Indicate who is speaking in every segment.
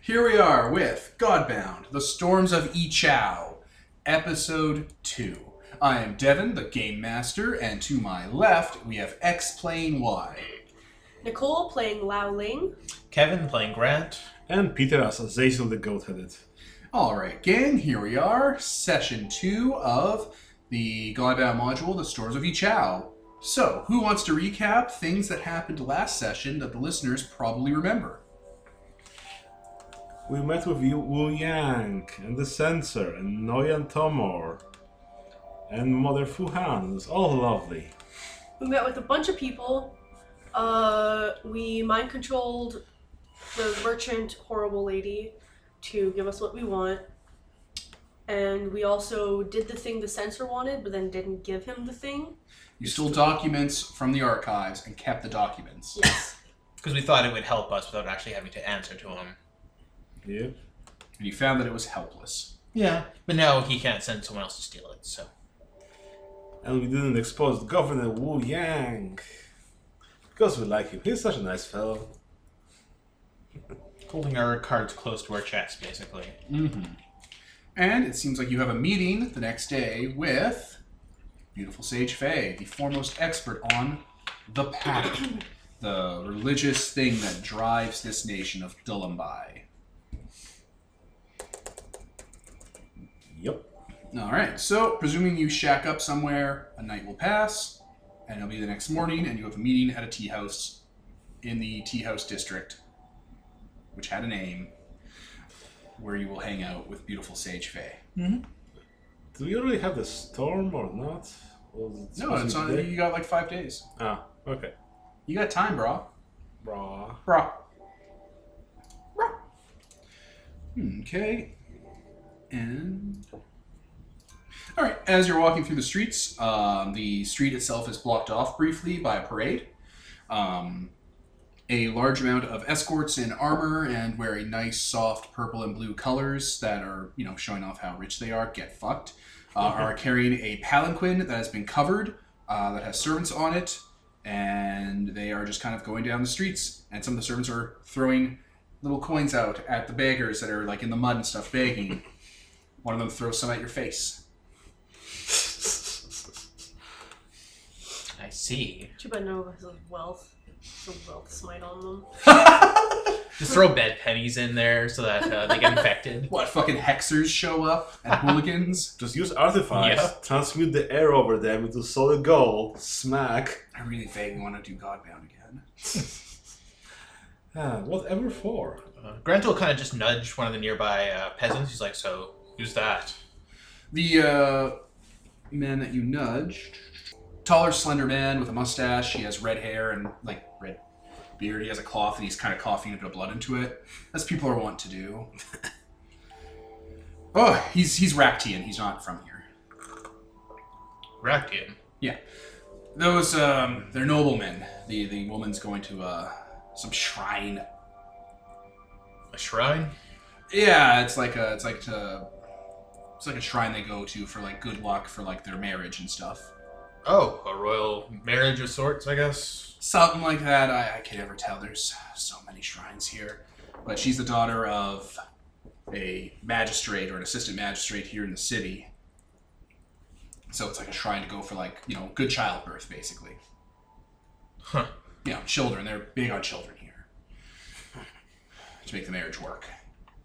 Speaker 1: Here we are with Godbound, The Storms of E Chow, Episode 2. I am Devin, the Game Master, and to my left we have X Plane Y.
Speaker 2: Nicole playing Lao Ling.
Speaker 3: Kevin playing Grant.
Speaker 4: and Peter as Azazel the Goat Headed.
Speaker 1: Alright, gang, here we are, Session 2 of the Godbound module, The Storms of E Chow. So, who wants to recap things that happened last session that the listeners probably remember?
Speaker 4: We met with Yu- Wu Yang and the Censor and Noyan Tomor and Mother Fuhan. It was all lovely.
Speaker 2: We met with a bunch of people. Uh, we mind controlled the merchant horrible lady to give us what we want. And we also did the thing the censor wanted, but then didn't give him the thing.
Speaker 1: You stole documents from the archives and kept the documents.
Speaker 2: Yes.
Speaker 3: Because we thought it would help us without actually having to answer to him.
Speaker 4: Yep.
Speaker 1: And you found that it was helpless.
Speaker 3: Yeah. But now he can't send someone else to steal it, so.
Speaker 4: And we didn't expose Governor Wu Yang because we like him. He's such a nice fellow.
Speaker 3: Holding our cards close to our chest, basically.
Speaker 1: And it seems like you have a meeting the next day with beautiful Sage Faye, the foremost expert on the pack, the religious thing that drives this nation of Dulumbai.
Speaker 4: Yep.
Speaker 1: All right, so presuming you shack up somewhere, a night will pass, and it'll be the next morning, and you have a meeting at a tea house in the tea house district, which had a name, where you will hang out with beautiful Sage Faye.
Speaker 4: Do we already have the storm or not? Or is it
Speaker 1: No,
Speaker 4: supposed
Speaker 1: it's
Speaker 4: to be
Speaker 1: on,
Speaker 4: today?
Speaker 1: you got like five days.
Speaker 4: Ah, okay.
Speaker 1: You got time, brah.
Speaker 4: Bra.
Speaker 1: Bruh. Okay. And. Alright, as you're walking through the streets, um, the street itself is blocked off briefly by a parade. Um, a large amount of escorts in armor and wearing nice, soft purple and blue colors that are, you know, showing off how rich they are, get fucked, uh, are carrying a palanquin that has been covered, uh, that has servants on it, and they are just kind of going down the streets and some of the servants are throwing little coins out at the beggars that are like in the mud and stuff begging one of them throws some at your face
Speaker 3: I see.
Speaker 2: Too bad none of us has wealth. The wealth smite on them.
Speaker 3: Just throw bed pennies in there so that uh, they get infected.
Speaker 1: what fucking hexers show up and hooligans
Speaker 4: Just use artifacts,
Speaker 3: Yeah.
Speaker 4: transmute the air over them into solid gold, smack.
Speaker 1: i really vaguely want to do godbound again
Speaker 4: Ah, whatever for.
Speaker 3: Uh, Grant will kind of just nudge one of the nearby uh, peasants. He's like, so, who's that?
Speaker 1: the uh, man that you nudged taller slender man with a mustache he has red hair and like red beard he has a cloth and he's kind of coughing a bit of blood into it as people are wont to do oh he's he's raktian he's not from here
Speaker 3: Rakdian.
Speaker 1: Those um, they're noblemen. The the woman's going to uh, some shrine.
Speaker 3: A shrine?
Speaker 1: Yeah, it's like a it's like a it's like a shrine they go to for like good luck for like their marriage and stuff.
Speaker 3: Oh, a royal marriage of sorts, I guess.
Speaker 1: Something like that. I, I can never tell. There's so many shrines here, but she's the daughter of a magistrate or an assistant magistrate here in the city. So it's like a shrine to go for like you know good childbirth basically.
Speaker 3: Huh.
Speaker 1: you know, children. They're big on children here to make the marriage work.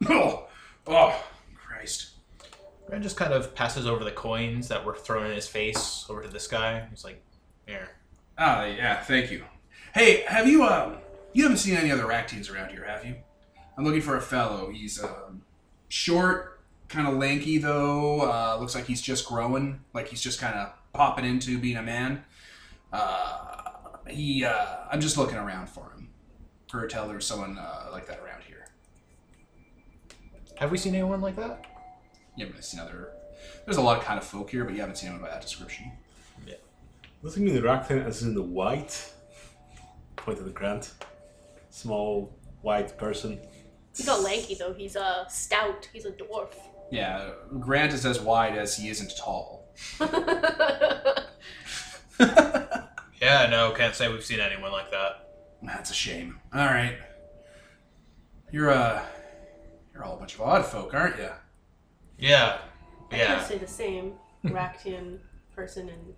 Speaker 1: Oh, oh, Christ.
Speaker 3: Grant just kind of passes over the coins that were thrown in his face over to this guy. He's like, here.
Speaker 1: Ah, yeah, thank you. Hey, have you, um, you haven't seen any other Ractians around here, have you? I'm looking for a fellow. He's, um, short, kind of lanky, though. Uh, looks like he's just growing, like he's just kind of popping into being a man. Uh, he, uh, I'm just looking around for him. For tell there's someone, uh, like that around here.
Speaker 3: Have we seen anyone like that?
Speaker 1: You haven't seen other. There's a lot of kind of folk here, but you haven't seen anyone by that description.
Speaker 4: Does it mean Rakten as in the white? Point at the Grant. Small white person.
Speaker 2: He's not lanky though. He's a uh, stout. He's a dwarf.
Speaker 1: Yeah, Grant is as wide as he isn't tall.
Speaker 3: Yeah, no, can't say we've seen anyone like that.
Speaker 1: That's a shame. All right, you're uh, You're all a bunch of odd folk, aren't you?
Speaker 3: Yeah.
Speaker 2: I can't
Speaker 3: Yeah.
Speaker 2: say the same Raktian person in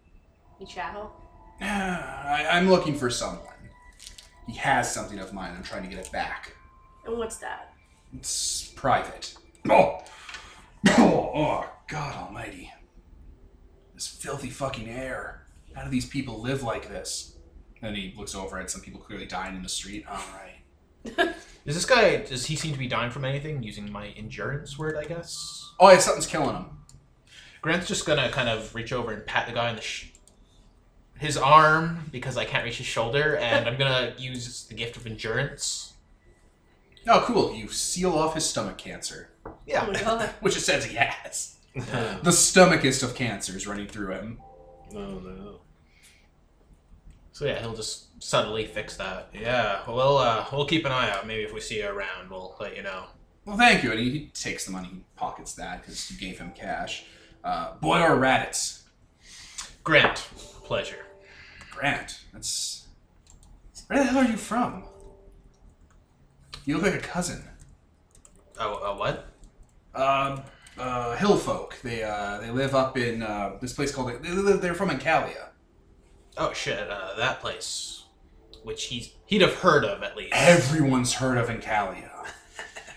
Speaker 2: Michao.
Speaker 1: I, I'm looking for someone. He has something of mine. I'm trying to get it back.
Speaker 2: And what's that?
Speaker 1: It's private. Oh, oh, oh God Almighty! This filthy fucking air. How do these people live like this? Then he looks over at some people clearly dying in the street. All right.
Speaker 3: Is this guy? Does he seem to be dying from anything? Using my endurance word, I guess.
Speaker 1: Oh, yeah, something's killing him.
Speaker 3: Grant's just gonna kind of reach over and pat the guy on the sh- his arm because I can't reach his shoulder, and I'm gonna use the gift of endurance.
Speaker 1: Oh, cool. You seal off his stomach cancer,
Speaker 3: Yeah.
Speaker 2: Oh my god.
Speaker 1: which it says he has. The stomachest of cancers running through him.
Speaker 4: Ah, no, no.
Speaker 3: So yeah, he'll just subtly fix that. Yeah, we'll uh, we'll keep an eye out. Maybe if we see you around, we'll let you know.
Speaker 1: Well, thank you. And he takes the money, he pockets that because you gave him cash. Uh, Boy or Raditz?
Speaker 3: Grant, pleasure.
Speaker 1: Grant, that's. Where the hell are you from? You look like a cousin.
Speaker 3: Oh, uh, what?
Speaker 1: Um, uh, hill folk. They uh, they live up in uh, this place called. They, they- they're from Encalia.
Speaker 3: Oh shit, uh, that place, which he's he'd have heard of at least.
Speaker 1: Everyone's heard of Encalia.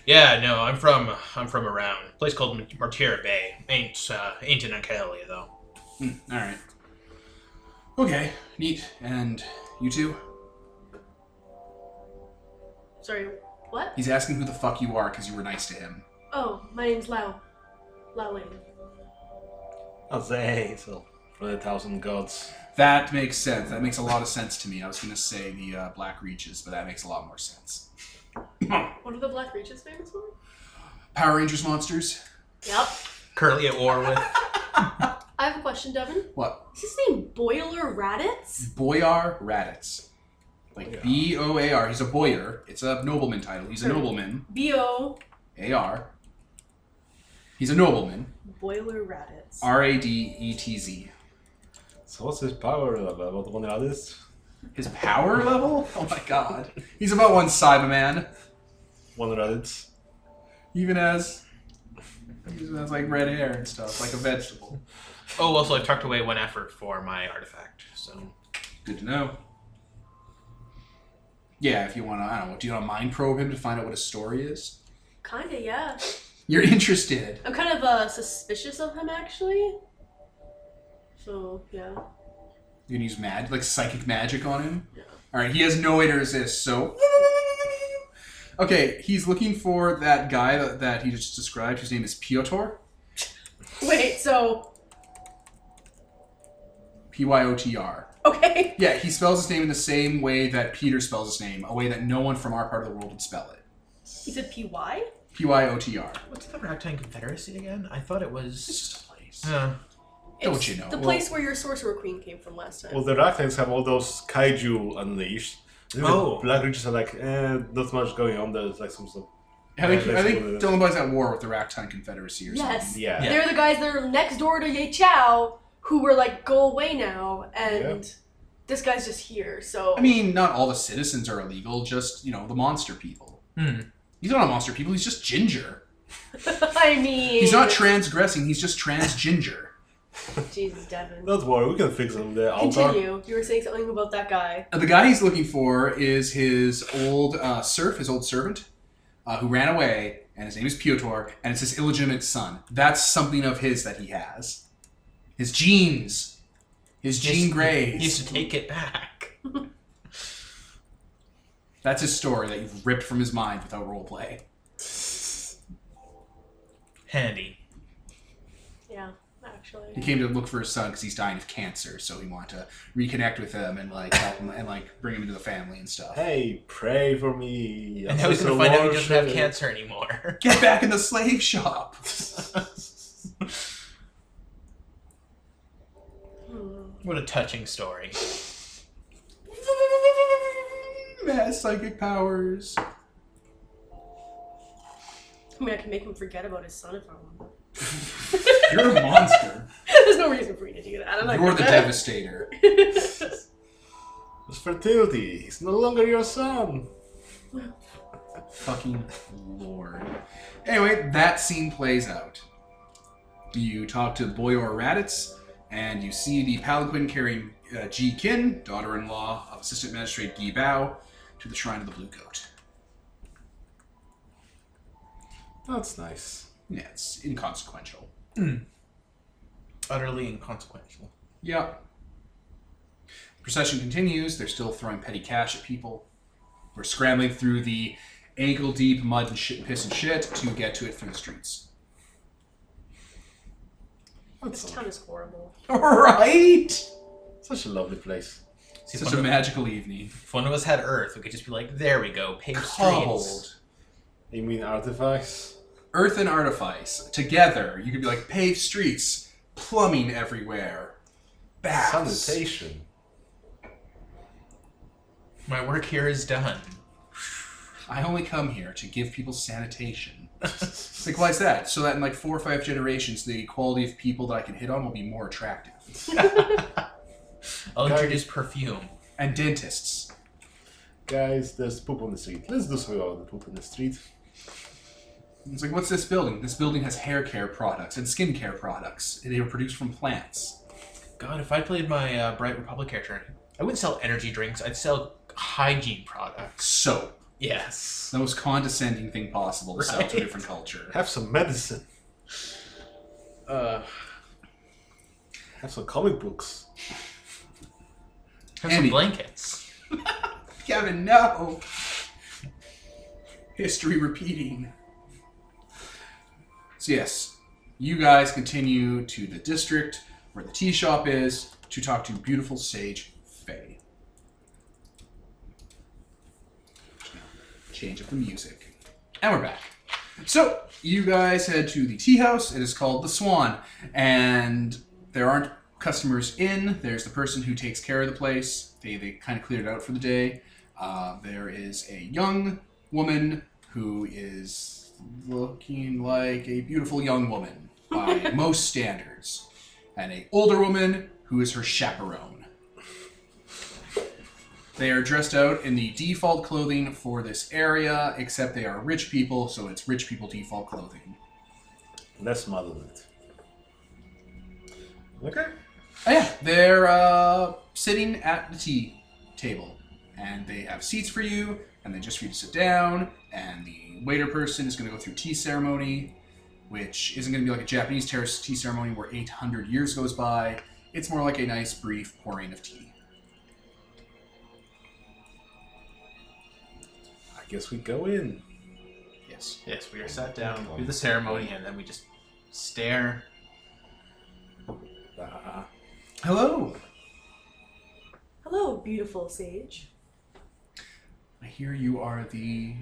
Speaker 3: Yeah, no, I'm from I'm from around a place called Martira Bay. Ain't uh, ain't in Ancalia though.
Speaker 1: Hmm, all right. Okay, neat. And you two?
Speaker 2: Sorry, what?
Speaker 1: He's asking who the fuck you are because you were nice to him.
Speaker 2: Oh, my name's Lao. Lao Lane.
Speaker 4: Azazel. For the thousand gods.
Speaker 1: That makes sense. That makes a lot of sense to me. I was going to say the uh, Black Reaches, but that makes a lot more sense.
Speaker 2: What are the Black Reaches famous for?
Speaker 1: Power Rangers monsters?
Speaker 2: Yep.
Speaker 3: Currently at war with.
Speaker 2: I have a question, Devin.
Speaker 1: What?
Speaker 2: Is his name Boiler Raditz?
Speaker 1: Boyar Raditz. Like
Speaker 4: Boyar.
Speaker 1: B O A R. He's a boyar. It's a nobleman title. He's a
Speaker 2: Sure.
Speaker 1: nobleman.
Speaker 2: B O
Speaker 1: A R. He's a nobleman.
Speaker 2: Boiler Raditz.
Speaker 1: R A D E T Z.
Speaker 4: So what's his power level? About one radis?
Speaker 1: His power level? Oh my god. He's about one Cyberman.
Speaker 4: One radis.
Speaker 1: Even as. Even as like red hair and stuff, like a vegetable.
Speaker 3: Oh, also I tucked away one effort for my artifact. So
Speaker 1: Good to know. Yeah, if you want to, I don't know. Do you want to mind probe him to find out what his story is?
Speaker 2: Kinda, yeah.
Speaker 1: You're interested.
Speaker 2: I'm kind of uh, suspicious of him, actually. So, yeah.
Speaker 1: You can use magic, like psychic magic on him.
Speaker 2: Yeah.
Speaker 1: All right, he has no way to resist. So, okay, he's looking for that guy that, that he just described. His name is Piotr.
Speaker 2: Wait, so,
Speaker 1: P Y O T R.
Speaker 2: okay.
Speaker 1: Yeah, he spells his name in the same way that Peter spells his name, a way that no one from our part of the world would spell it.
Speaker 2: He said PY?
Speaker 1: P Y O T R.
Speaker 3: what's the Ragtime Confederacy again? I thought it
Speaker 1: It's just
Speaker 3: was.
Speaker 1: a place.
Speaker 3: Uh,
Speaker 1: Don't
Speaker 2: It's
Speaker 1: you know?
Speaker 2: The
Speaker 1: Well-
Speaker 2: place where your sorcerer queen came from last time.
Speaker 4: Well, the Rakhtans have all those kaiju unleashed. And the
Speaker 3: Oh.
Speaker 4: Black Reaches are like, eh, not much going on. There's like some stuff.
Speaker 1: I think,
Speaker 4: Yeah,
Speaker 1: I think
Speaker 4: basically.
Speaker 1: Dylan Boy's at war with the Racktime Confederacy or something.
Speaker 2: yes.
Speaker 4: Yeah.
Speaker 3: Yeah.
Speaker 2: They're the guys that are next door to Ye Chao who were like, go away now. And this guy's just here, so.
Speaker 1: I mean, not all the citizens are illegal, just, you know, the monster people.
Speaker 3: hmm.
Speaker 1: He's not a monster people, he's just ginger.
Speaker 2: I mean.
Speaker 1: He's not transgressing, he's just trans ginger.
Speaker 2: Jesus, Devin.
Speaker 4: Don't worry, we can fix them. The altar.
Speaker 2: Continue. You were saying something about that guy.
Speaker 1: Uh, The guy he's looking for is his old uh, serf, his old servant, uh, who ran away, and his name is Piotr, and it's his illegitimate son. That's something of his that he has. His genes. His gene
Speaker 3: Yes, he- He needs
Speaker 1: grays.
Speaker 3: to take it back.
Speaker 1: That's his story that you've ripped from his mind without roleplay.
Speaker 3: Handy.
Speaker 2: Yeah, actually.
Speaker 1: He came to look for his son because he's dying of cancer, so he wanted to reconnect with him and like help him and like bring him into the family and stuff.
Speaker 4: Hey, pray for me.
Speaker 3: And now he's gonna
Speaker 4: Officer
Speaker 3: find out he doesn't have
Speaker 4: Warshin.
Speaker 3: cancer anymore.
Speaker 1: Get back in the slave shop.
Speaker 2: Hmm.
Speaker 3: What a touching story.
Speaker 1: Has psychic powers.
Speaker 2: I mean, I can make him forget about his son if I want.
Speaker 1: You're a monster.
Speaker 2: There's no reason for me to do that. I don't know.
Speaker 1: You're the devastator.
Speaker 4: His fertility. He's no longer your son.
Speaker 1: Fucking lord. Anyway, that scene plays out. You talk to Boyor Raditz, and you see the palanquin carrying uh, Ji Kin, daughter in law of Assistant Magistrate Gi Bao, to the Shrine of the Blue Goat.
Speaker 4: That's nice.
Speaker 1: Yeah, it's inconsequential.
Speaker 3: Utterly inconsequential.
Speaker 1: Yep. Procession continues. They're still throwing petty cash at people. We're scrambling through the ankle deep mud and shit, piss and shit to get to it from the streets.
Speaker 2: This town is horrible.
Speaker 1: right?
Speaker 4: Such a lovely place.
Speaker 3: See, if
Speaker 1: Such a
Speaker 3: one, of,
Speaker 1: magical evening.
Speaker 3: if one of us had Earth, we could just be like, there we go, paved streets.
Speaker 1: Cobbled.
Speaker 4: You mean artifacts?
Speaker 1: Earth and artifice together. You could be like paved streets, plumbing everywhere, baths.
Speaker 4: Sanitation.
Speaker 3: My work here is done.
Speaker 1: I only come here to give people sanitation. It's like, why is that? So that in like four or five generations, the quality of people that I can hit on will be more attractive.
Speaker 3: I'll
Speaker 4: Guys.
Speaker 3: introduce perfume.
Speaker 1: And dentists.
Speaker 4: Guys, there's poop on the street. Let's do something about the poop on the street.
Speaker 1: It's like, what's this building? This building has hair care products and skin care products. and They were produced from plants.
Speaker 3: God, if I played my uh, Bright Republic character, I wouldn't sell energy drinks. I'd sell hygiene products.
Speaker 1: Soap. It's
Speaker 3: Yes.
Speaker 1: the most condescending thing possible to sell to a
Speaker 3: Right.
Speaker 1: different culture.
Speaker 4: Have some medicine.
Speaker 3: Uh,
Speaker 4: Have some comic books.
Speaker 3: have
Speaker 1: Andy.
Speaker 3: some blankets.
Speaker 1: Kevin, no! History repeating. So, yes, you guys continue to the district where the tea shop is to talk to beautiful sage Faye. Change up the music. And we're back. So, you guys head to the tea house. It is called the Swan. And there aren't customers in. There's the person who takes care of the place. They, they kind of cleared it out for the day. Uh, there is a young woman who is looking like a beautiful young woman by most standards, and a older woman who is her chaperone. They are dressed out in the default clothing for this area, except they are rich people, so it's rich people default clothing.
Speaker 4: Let's muddle it. Okay.
Speaker 1: Oh, yeah, they're uh, sitting at the tea table, and they have seats for you, and they just for you to sit down. And the waiter person is going to go through tea ceremony, which isn't going to be like a Japanese terrace tea ceremony where 800 years goes by. It's more like a nice, brief pouring of tea.
Speaker 4: I guess we go in.
Speaker 1: Yes.
Speaker 3: Yes, we are sat down, do the ceremony, and then we just stare.
Speaker 4: Ah,
Speaker 1: Hello.
Speaker 2: Hello, beautiful sage.
Speaker 1: I hear you are the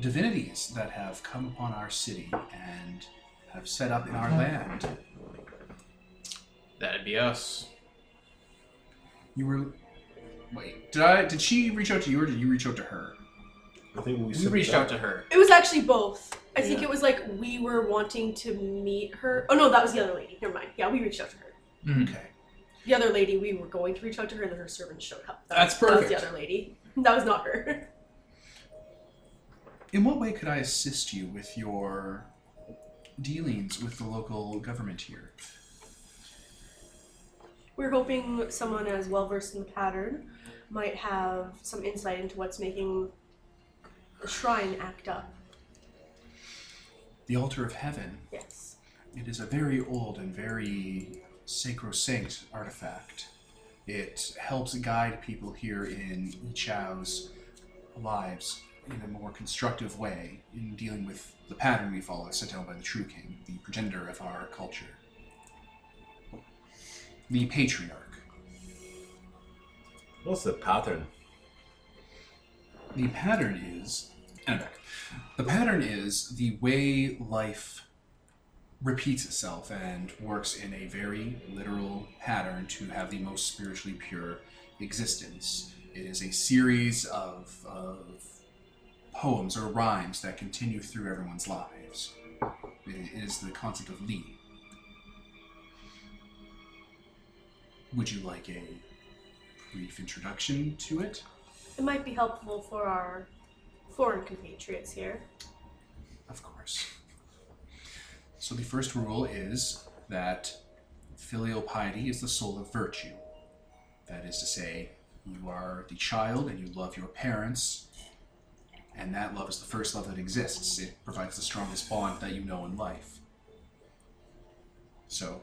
Speaker 1: divinities that have come upon our city and have set up in our land.
Speaker 3: That'd be us.
Speaker 1: You were. Wait, did I? Did she reach out to you, or did you reach out to her?
Speaker 4: I think we,
Speaker 3: We
Speaker 4: sit
Speaker 3: reached
Speaker 4: down.
Speaker 3: out to her.
Speaker 2: It was actually both. I think
Speaker 4: Yeah.
Speaker 2: it was like we were wanting to meet her. Oh no, that was the other lady. Never mind. Yeah, we reached out to her.
Speaker 1: Okay.
Speaker 2: The other lady, we were going to reach out to her, and then her servant showed up. That
Speaker 1: That's
Speaker 2: was- That
Speaker 1: perfect.
Speaker 2: was the other lady. That was not her.
Speaker 1: In what way could I assist you with your dealings with the local government here?
Speaker 2: We're hoping someone as well versed in the pattern might have some insight into what's making the shrine act up.
Speaker 1: The altar of heaven.
Speaker 2: Yes.
Speaker 1: It is a very old and very sacrosanct artifact. It helps guide people here in Ichao's lives in a more constructive way in dealing with the pattern we follow set down by the True King, the pretender of our culture, the patriarch.
Speaker 4: What's the pattern?
Speaker 1: The pattern is, and I'm back. The pattern is the way life repeats itself and works in a very literal pattern to have the most spiritually pure existence. It is a series of, of poems or rhymes that continue through everyone's lives. It is the concept of Li. Would you like a brief introduction to it?
Speaker 2: It might be helpful for our foreign compatriots here.
Speaker 1: Of course. So the first rule is that filial piety is the soul of virtue. That is to say, you are the child and you love your parents, and that love is the first love that exists. It provides the strongest bond that you know in life. So,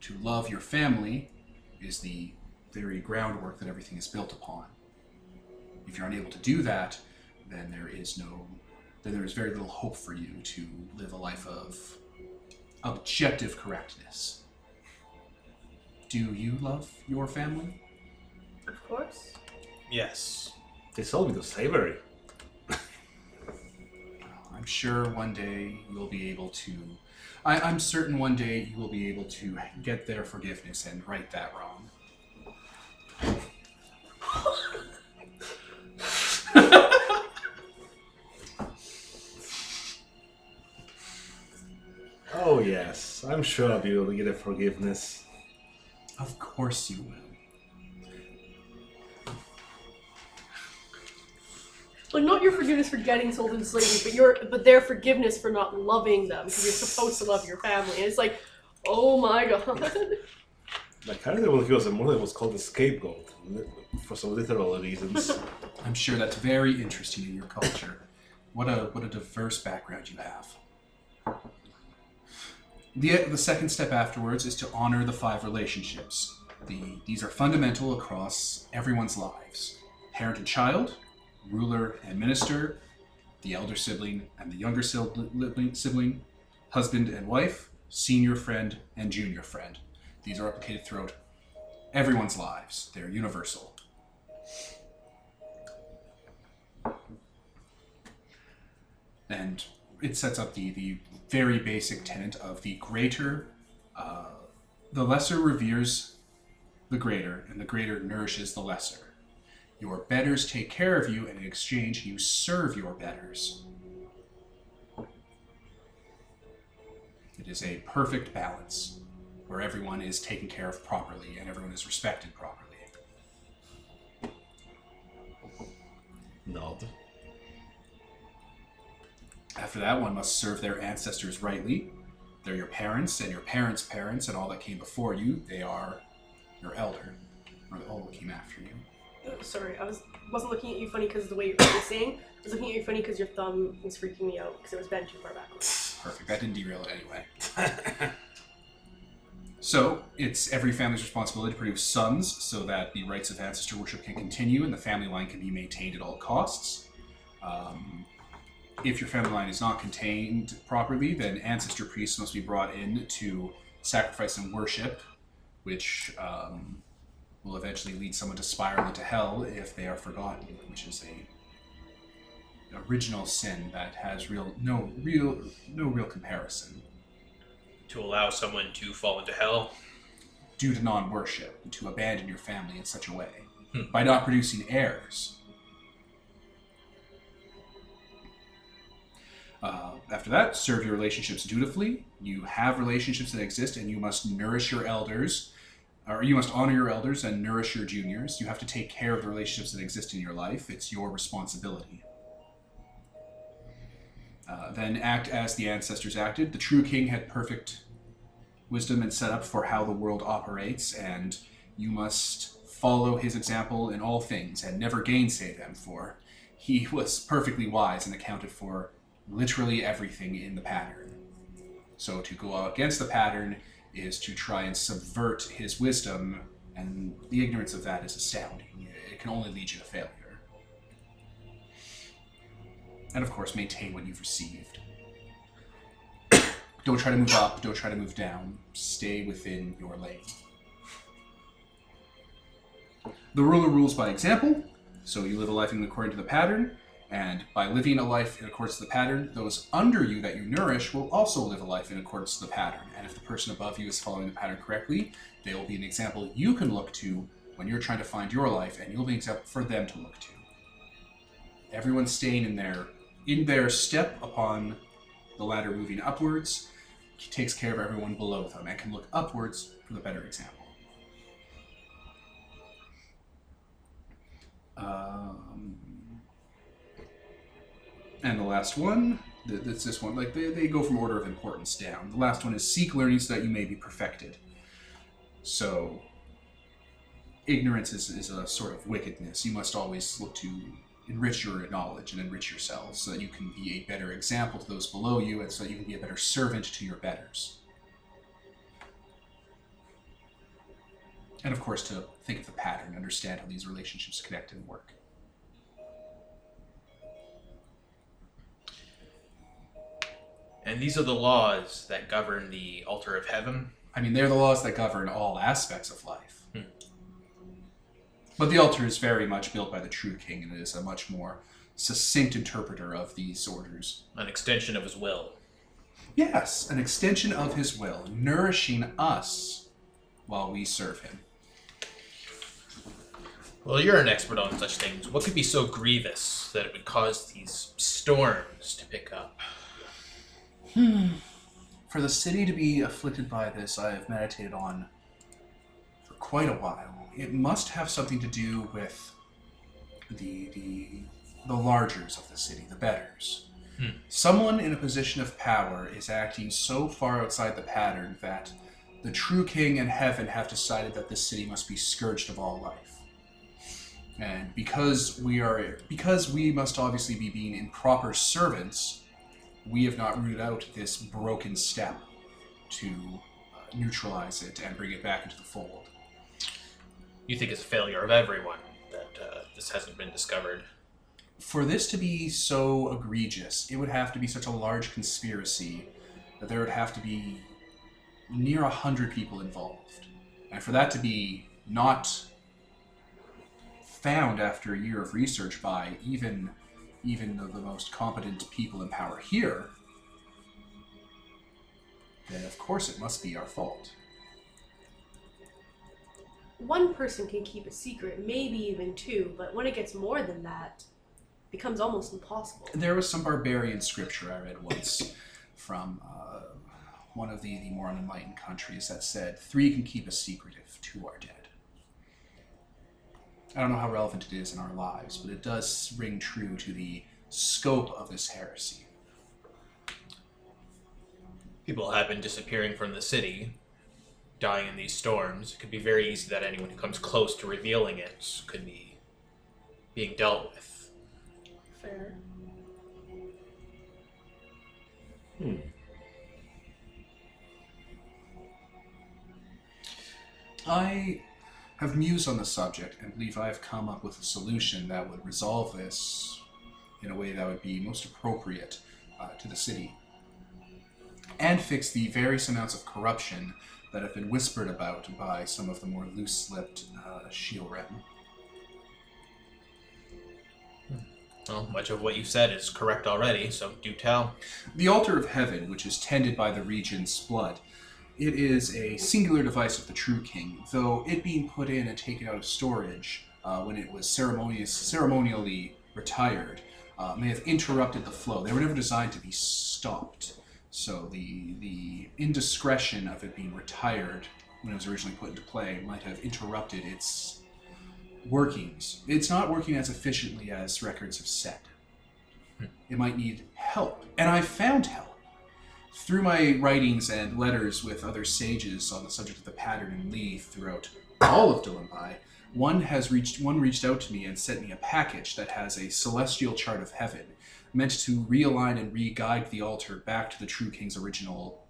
Speaker 1: to love your family is the very groundwork that everything is built upon. If you're unable to do that, then there is no then there is very little hope for you to live a life of objective correctness. Do you love your family?
Speaker 2: Of course.
Speaker 3: Yes.
Speaker 4: They sold me to slavery.
Speaker 1: I'm sure one day you'll be able to. I, I'm certain one day you will be able to get their forgiveness and right that wrong.
Speaker 4: Oh yes, I'm sure I'll be able to get a forgiveness.
Speaker 1: Of course you will.
Speaker 2: Like not your forgiveness for getting sold into slavery, but your but their forgiveness for not loving them because you're supposed to love your family. And it's like, oh my god.
Speaker 4: Like I really want to give us a mother was called a scapegoat li- for some literal reasons.
Speaker 1: I'm sure that's very interesting in your culture. What a what a diverse background you have. The the second step afterwards is to honor the five relationships. The these are fundamental across everyone's lives. Parent and child, ruler and minister, the elder sibling and the younger sibling, sibling husband and wife, senior friend and junior friend. These are replicated throughout everyone's lives. They're universal. and it sets up the, the very basic tenet of the greater uh, the lesser reveres the greater and the greater nourishes the lesser your betters take care of you and in exchange you serve your betters it is a perfect balance where everyone is taken care of properly and everyone is respected properly
Speaker 4: Nod.
Speaker 1: After that, one must serve their ancestors rightly. They're your parents and your parents' parents and all that came before you. They are your elder, or all that came after you.
Speaker 2: Oh, Sorry, I was wasn't looking at you funny because of the way you're facing. I was looking at you funny because your thumb was freaking me out because it was bent too far backwards.
Speaker 1: Perfect. That didn't derail it anyway. so, it's every family's responsibility to produce sons so that the rites of ancestor worship can continue and the family line can be maintained at all costs. Um, if your family line is not contained properly, then ancestor priests must be brought in to sacrifice and worship, which um, will eventually lead someone to spiral into hell if they are forgotten, which is a original sin that has real no real no real comparison
Speaker 3: To allow someone to fall into hell.
Speaker 1: due to non-worship and to abandon your family in such a way
Speaker 3: Hmm.
Speaker 1: by not producing heirs Uh, after that, serve your relationships dutifully. You have relationships that exist, and you must nourish your elders, or you must honor your elders and nourish your juniors. You have to take care of the relationships that exist in your life. It's your responsibility. Uh, then act as the ancestors acted. The true king had perfect wisdom and setup for how the world operates, and you must follow his example in all things and never gainsay them, for he was perfectly wise and accounted for literally everything in the pattern. So to go out against the pattern is to try and subvert his wisdom, and the ignorance of that is astounding. It can only lead you to failure and of course maintain what you've received. don't try to move up, don't try to move down. Stay within your lane. The ruler rules by example, so you live a life in according to the pattern, and by living a life in accordance to the pattern, those under you that you nourish will also live a life in accordance to the pattern. And if the person above you is following the pattern correctly, they will be an example you can look to when you're trying to find your life, and you'll be an example for them to look to everyone's staying in their in their step upon the ladder moving upwards takes care of everyone below them and can look upwards for the better example um, and the last one Th- That's this one. Like they, they go from order of importance down. The last one is seek learning so that you may be perfected. So ignorance is, is a sort of wickedness. You must always look to enrich your knowledge and enrich yourselves so that you can be a better example to those below you and so that you can be a better servant to your betters. And of course, to think of the pattern, understand how these relationships connect and work.
Speaker 3: And these are the laws that govern the altar of heaven.
Speaker 1: I mean, they're the laws that govern all aspects of life.
Speaker 3: Hmm.
Speaker 1: But the altar is very much built by the true king, and it is a much more succinct interpreter of these orders.
Speaker 3: An extension of his will.
Speaker 1: Yes, an extension of his will, nourishing us while we serve him.
Speaker 3: Well, you're an expert on such things. What could be so grievous that it would cause these storms to pick up?
Speaker 1: For the city to be afflicted by this, I have meditated on for quite a while. It must have something to do with the the the largers of the city, the betters.
Speaker 3: Hmm.
Speaker 1: Someone in a position of power is acting so far outside the pattern that the true king and heaven have decided that this city must be scourged of all life. And because we are because we must obviously be being improper servants, we have not rooted out this broken step to uh, neutralize it and bring it back into the fold.
Speaker 3: You think it's a failure of everyone that uh, this hasn't been discovered.
Speaker 1: For this to be so egregious, it would have to be such a large conspiracy that there would have to be near a hundred people involved. And for that to be not found after a year of research by even even the, the most competent people in power here, then of course it must be our fault.
Speaker 2: One person can keep a secret, maybe even two, but when it gets more than that, it becomes almost impossible.
Speaker 1: There was some barbarian scripture I read once from uh, one of the, the more unenlightened countries that said, Three can keep a secret if two are dead. I don't know how relevant it is in our lives, but it does ring true to the scope of this heresy.
Speaker 3: People have been disappearing from the city, dying in these storms. It could be very easy that anyone who comes close to revealing it could be being dealt with.
Speaker 2: Fair.
Speaker 4: Hmm.
Speaker 1: I have mused on the subject and believe I have come up with a solution that would resolve this in a way that would be most appropriate uh, to the city and fix the various amounts of corruption that have been whispered about by some of the more loose lipped uh, Shiorim.
Speaker 3: Well, much of what you said is correct already, so do tell.
Speaker 1: The altar of heaven, which is tended by the regent's blood, it is a singular device of the true king, though it being put in and taken out of storage uh, when it was ceremonious, ceremonially retired uh, may have interrupted the flow. They were never designed to be stopped, so the the indiscretion of it being retired when it was originally put into play might have interrupted its workings. It's not working as efficiently as records have said it might need help. And I found help through my writings and letters with other sages on the subject of the pattern and Lee throughout all of Dilimbai. One has reached one reached out to me and sent me a package that has a celestial chart of heaven, meant to realign and re-guide the altar back to the true king's original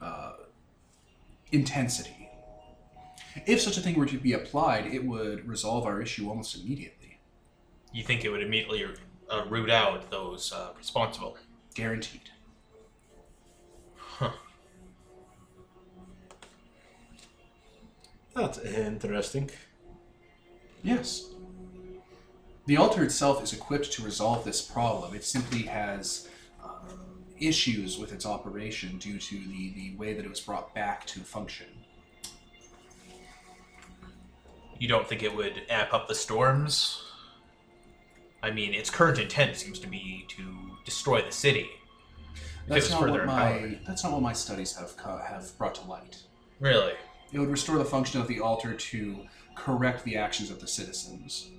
Speaker 1: uh, intensity. If such a thing were to be applied, it would resolve our issue almost immediately.
Speaker 3: You think it would immediately uh, root out those uh, responsible.
Speaker 1: Guaranteed.
Speaker 4: That's interesting.
Speaker 1: Yes. The altar itself is equipped to resolve this problem. It simply has uh, issues with its operation due to the, the way that it was brought back to function.
Speaker 3: You don't think it would amp up the storms? I mean, its current intent seems to be to destroy the city. If it
Speaker 1: That's
Speaker 3: was
Speaker 1: not what
Speaker 3: further
Speaker 1: my
Speaker 3: empowered.
Speaker 1: that's not what my studies have co- have brought to light.
Speaker 3: Really?
Speaker 1: It would restore the function of the altar to correct the actions of the citizens.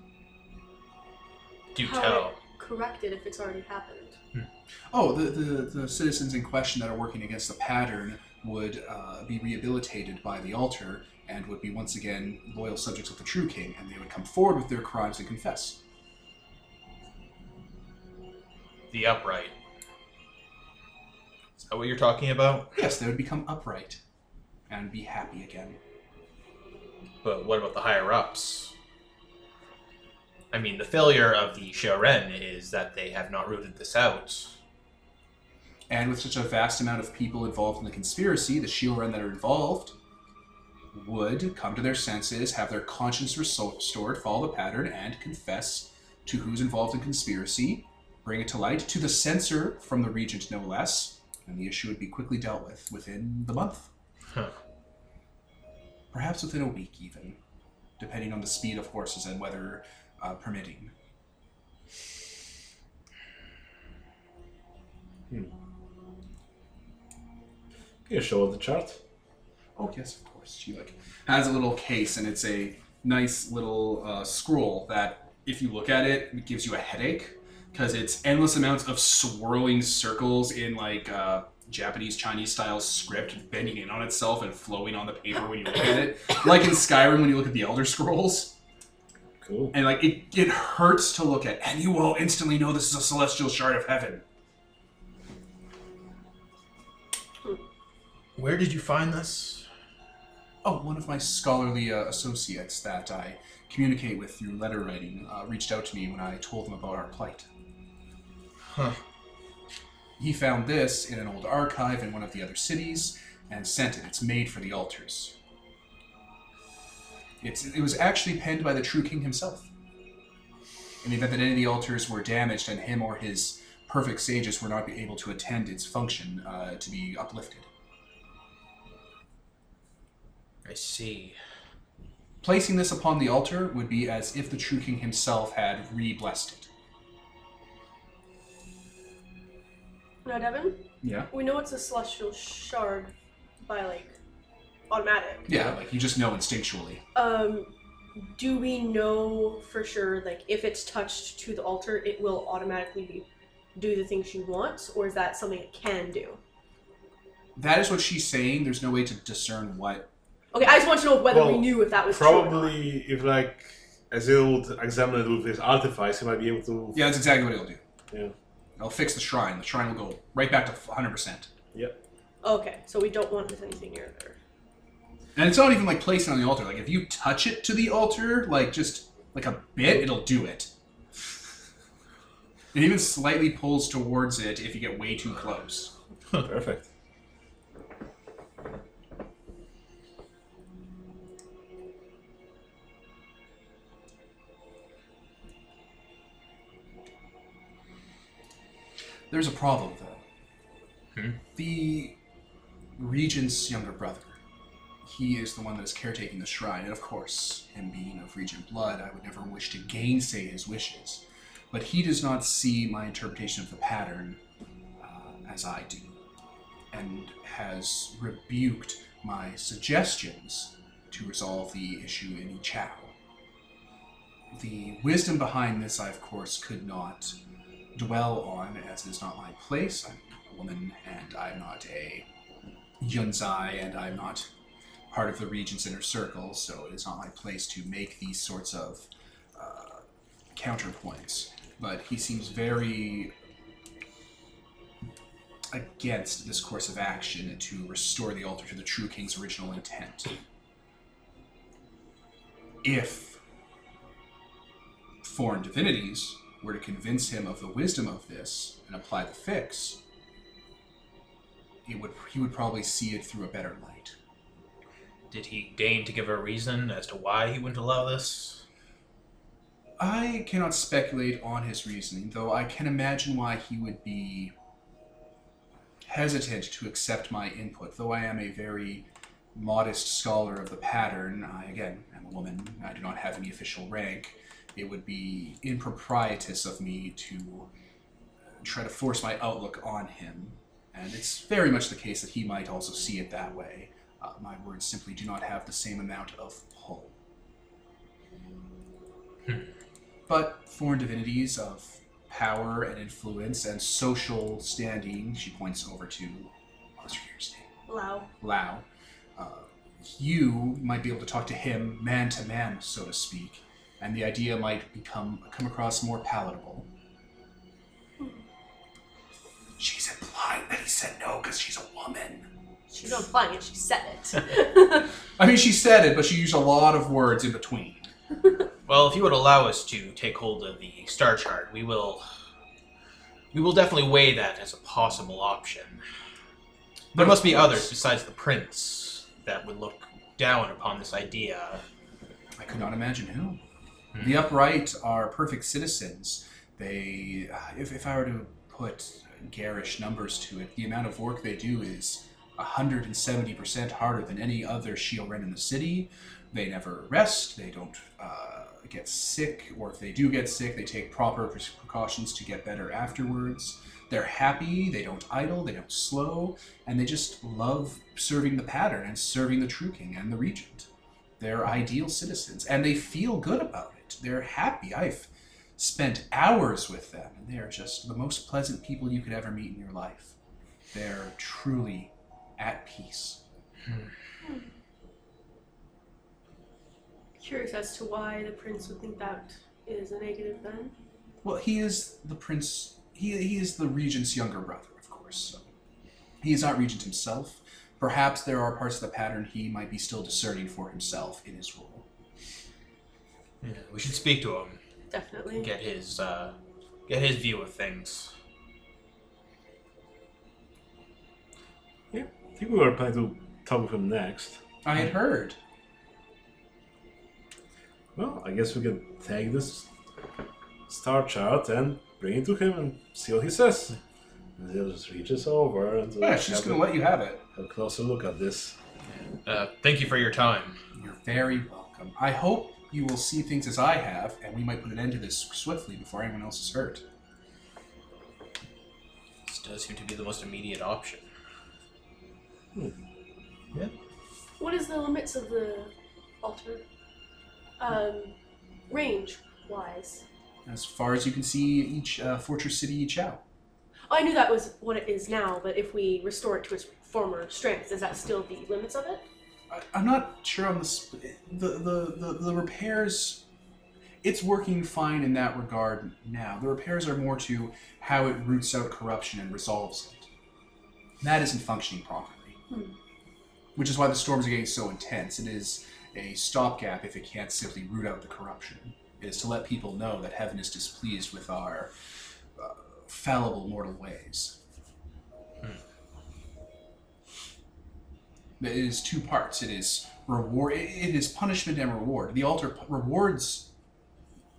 Speaker 3: Do
Speaker 2: How
Speaker 3: tell.
Speaker 2: it corrected if it's already happened.
Speaker 1: Oh, the, the, the citizens in question that are working against the pattern would uh, be rehabilitated by the altar and would be once again loyal subjects of the true king, and they would come forward with their crimes and confess.
Speaker 3: The upright. Is that what you're talking about?
Speaker 1: Yes, they would become upright and be happy again.
Speaker 3: But what about the higher ups? I mean, the failure of the Sharen is that they have not rooted this out.
Speaker 1: And with such a vast amount of people involved in the conspiracy, the Shioran that are involved would come to their senses, have their conscience reso- restored, follow the pattern, and confess to who's involved in conspiracy, bring it to light to the censor from the regent, no less, and the issue would be quickly dealt with within the month.
Speaker 3: Huh.
Speaker 1: Perhaps within a week, even, depending on the speed of horses and weather uh, permitting.
Speaker 4: Can you show us the chart?
Speaker 1: Oh yes, of course. She like has a little case, and it's a nice little uh, scroll that, if you look at it, it gives you a headache because it's endless amounts of swirling circles in like uh, Japanese Chinese style script, bending in on itself and flowing on the paper when you look at it, like in Skyrim when you look at the Elder Scrolls.
Speaker 4: Cool.
Speaker 1: And like it, it hurts to look at, and you will instantly know this is a celestial shard of heaven.
Speaker 3: Where did you find this?
Speaker 1: Oh, one of my scholarly uh, associates that I communicate with through letter writing uh, reached out to me when I told him about our plight.
Speaker 3: Huh.
Speaker 1: He found this in an old archive in one of the other cities and sent it. It's made for the altars. It's, it was actually penned by the true king himself. In the event that any of the altars were damaged and him or his perfect sages were not able to attend its function uh, to be uplifted.
Speaker 3: I see.
Speaker 1: Placing this upon the altar would be as if the true king himself had re blessed it.
Speaker 2: Now, Devin,
Speaker 1: Yeah.
Speaker 2: we know it's a celestial shard by like automatic.
Speaker 1: Yeah, like you just know instinctually.
Speaker 2: Um, do we know for sure, like, if it's touched to the altar, it will automatically do the thing she wants, or is that something it can do?
Speaker 1: That is what she's saying. There's no way to discern what.
Speaker 2: Okay, I just want to know whether we
Speaker 4: Well,
Speaker 2: knew if that was true or not.
Speaker 4: Probably, if like Azil would examine it with his artifice, he might be able to.
Speaker 1: Yeah, that's exactly what it'll do.
Speaker 4: Yeah.
Speaker 1: It'll fix the shrine. The shrine will go right back to 100%.
Speaker 2: Okay, so we don't want there's anything near there.
Speaker 1: And it's not even like placing on the altar. Like if you touch it to the altar, like just like a bit, it'll do it. It even slightly pulls towards it if you get way too close.
Speaker 4: Perfect.
Speaker 1: There's a problem though.
Speaker 3: Hmm?
Speaker 1: The regent's younger brother. He is the one that is caretaking the shrine, and of course, him being of regent blood, I would never wish to gainsay his wishes. But he does not see my interpretation of the pattern uh, as I do, and has rebuked my suggestions to resolve the issue in Ichao. The wisdom behind this, I of course could not dwell on, as it is not my place. I'm not a woman, and I'm not a yunzai, and I'm not part of the regent's inner circle, so it is not my place to make these sorts of uh, counterpoints. But he seems very against this course of action to restore the altar to the true king's original intent. If foreign divinities were to convince him of the wisdom of this and apply the fix, it would he would probably see it through a better light.
Speaker 3: Did he deign to give a reason as to why he wouldn't allow this?
Speaker 1: I cannot speculate on his reasoning, though I can imagine why he would be hesitant to accept my input. Though I am a very modest scholar of the pattern, I again am a woman, I do not have any official rank. It would be improprietous of me to uh, try to force my outlook on him, and it's very much the case that he might also see it that way. Uh, my words simply do not have the same amount of pull but foreign divinities of power and influence and social standing, she points over to what's her character's name?
Speaker 2: Lao.
Speaker 1: Lao. Uh, you might be able to talk to him man to man, so to speak, and the idea might become come across more palatable. She's implying that he said no because she's a woman.
Speaker 2: She's not implying it. She said it.
Speaker 1: I mean, she said it, but she used a lot of words in between.
Speaker 3: Well, if you would allow us to take hold of the star chart, we will. We will definitely weigh that as a possible option. There must be others besides the prince that would look down upon this idea.
Speaker 1: I could not imagine who.
Speaker 3: Hmm.
Speaker 1: The upright are perfect citizens. They, uh, if, if I were to put garish numbers to it, the amount of work they do is 170% harder than any other Shioren in the city. They never rest, they don't uh, get sick, or if they do get sick, they take proper pre- precautions to get better afterwards. They're happy, they don't idle, they don't slow, and they just love serving the pattern and serving the True King and the Regent they're ideal citizens and they feel good about it they're happy i've spent hours with them and they're just the most pleasant people you could ever meet in your life they're truly at peace
Speaker 2: Curious as to why the prince would think that is a negative then.
Speaker 1: well he is the prince he, he is the regent's younger brother of course so he is not regent himself perhaps there are parts of the pattern he might be still discerning for himself in his role
Speaker 3: Yeah, we should speak to him,
Speaker 2: Definitely.
Speaker 3: get his uh, get his view of things.
Speaker 4: I think we were planning to talk with him next.
Speaker 1: i had heard
Speaker 4: Well, I guess we can take this star chart and bring it to him and see what he says. And he'll just reach us over and uh,
Speaker 1: yeah she's
Speaker 4: have
Speaker 1: gonna
Speaker 4: a-
Speaker 1: let you have it
Speaker 4: have a closer look at this.
Speaker 3: Uh, thank you for your time.
Speaker 1: You're very welcome. I hope you will see things as I have, and we might put an end to this swiftly before anyone else is hurt.
Speaker 3: This does seem to be the most immediate option.
Speaker 2: What is the limits of the altar? Um, range wise.
Speaker 1: As far as you can see, each uh, fortress city each out.
Speaker 2: Oh, I knew that was what it is now, but if we restore it to its former strength, is that still the limits of it?
Speaker 1: I, I'm not sure on the, sp- the, the the the repairs. It's working fine in that regard now. The repairs are more to how it roots out corruption and resolves it. That isn't functioning properly,
Speaker 2: Hmm.
Speaker 1: which is why the storms are getting so intense. It is a stopgap if it can't simply root out the corruption. It is to let people know that heaven is displeased with our uh, fallible mortal ways. It is two parts. It is reward. It it is punishment and reward. The altar p- rewards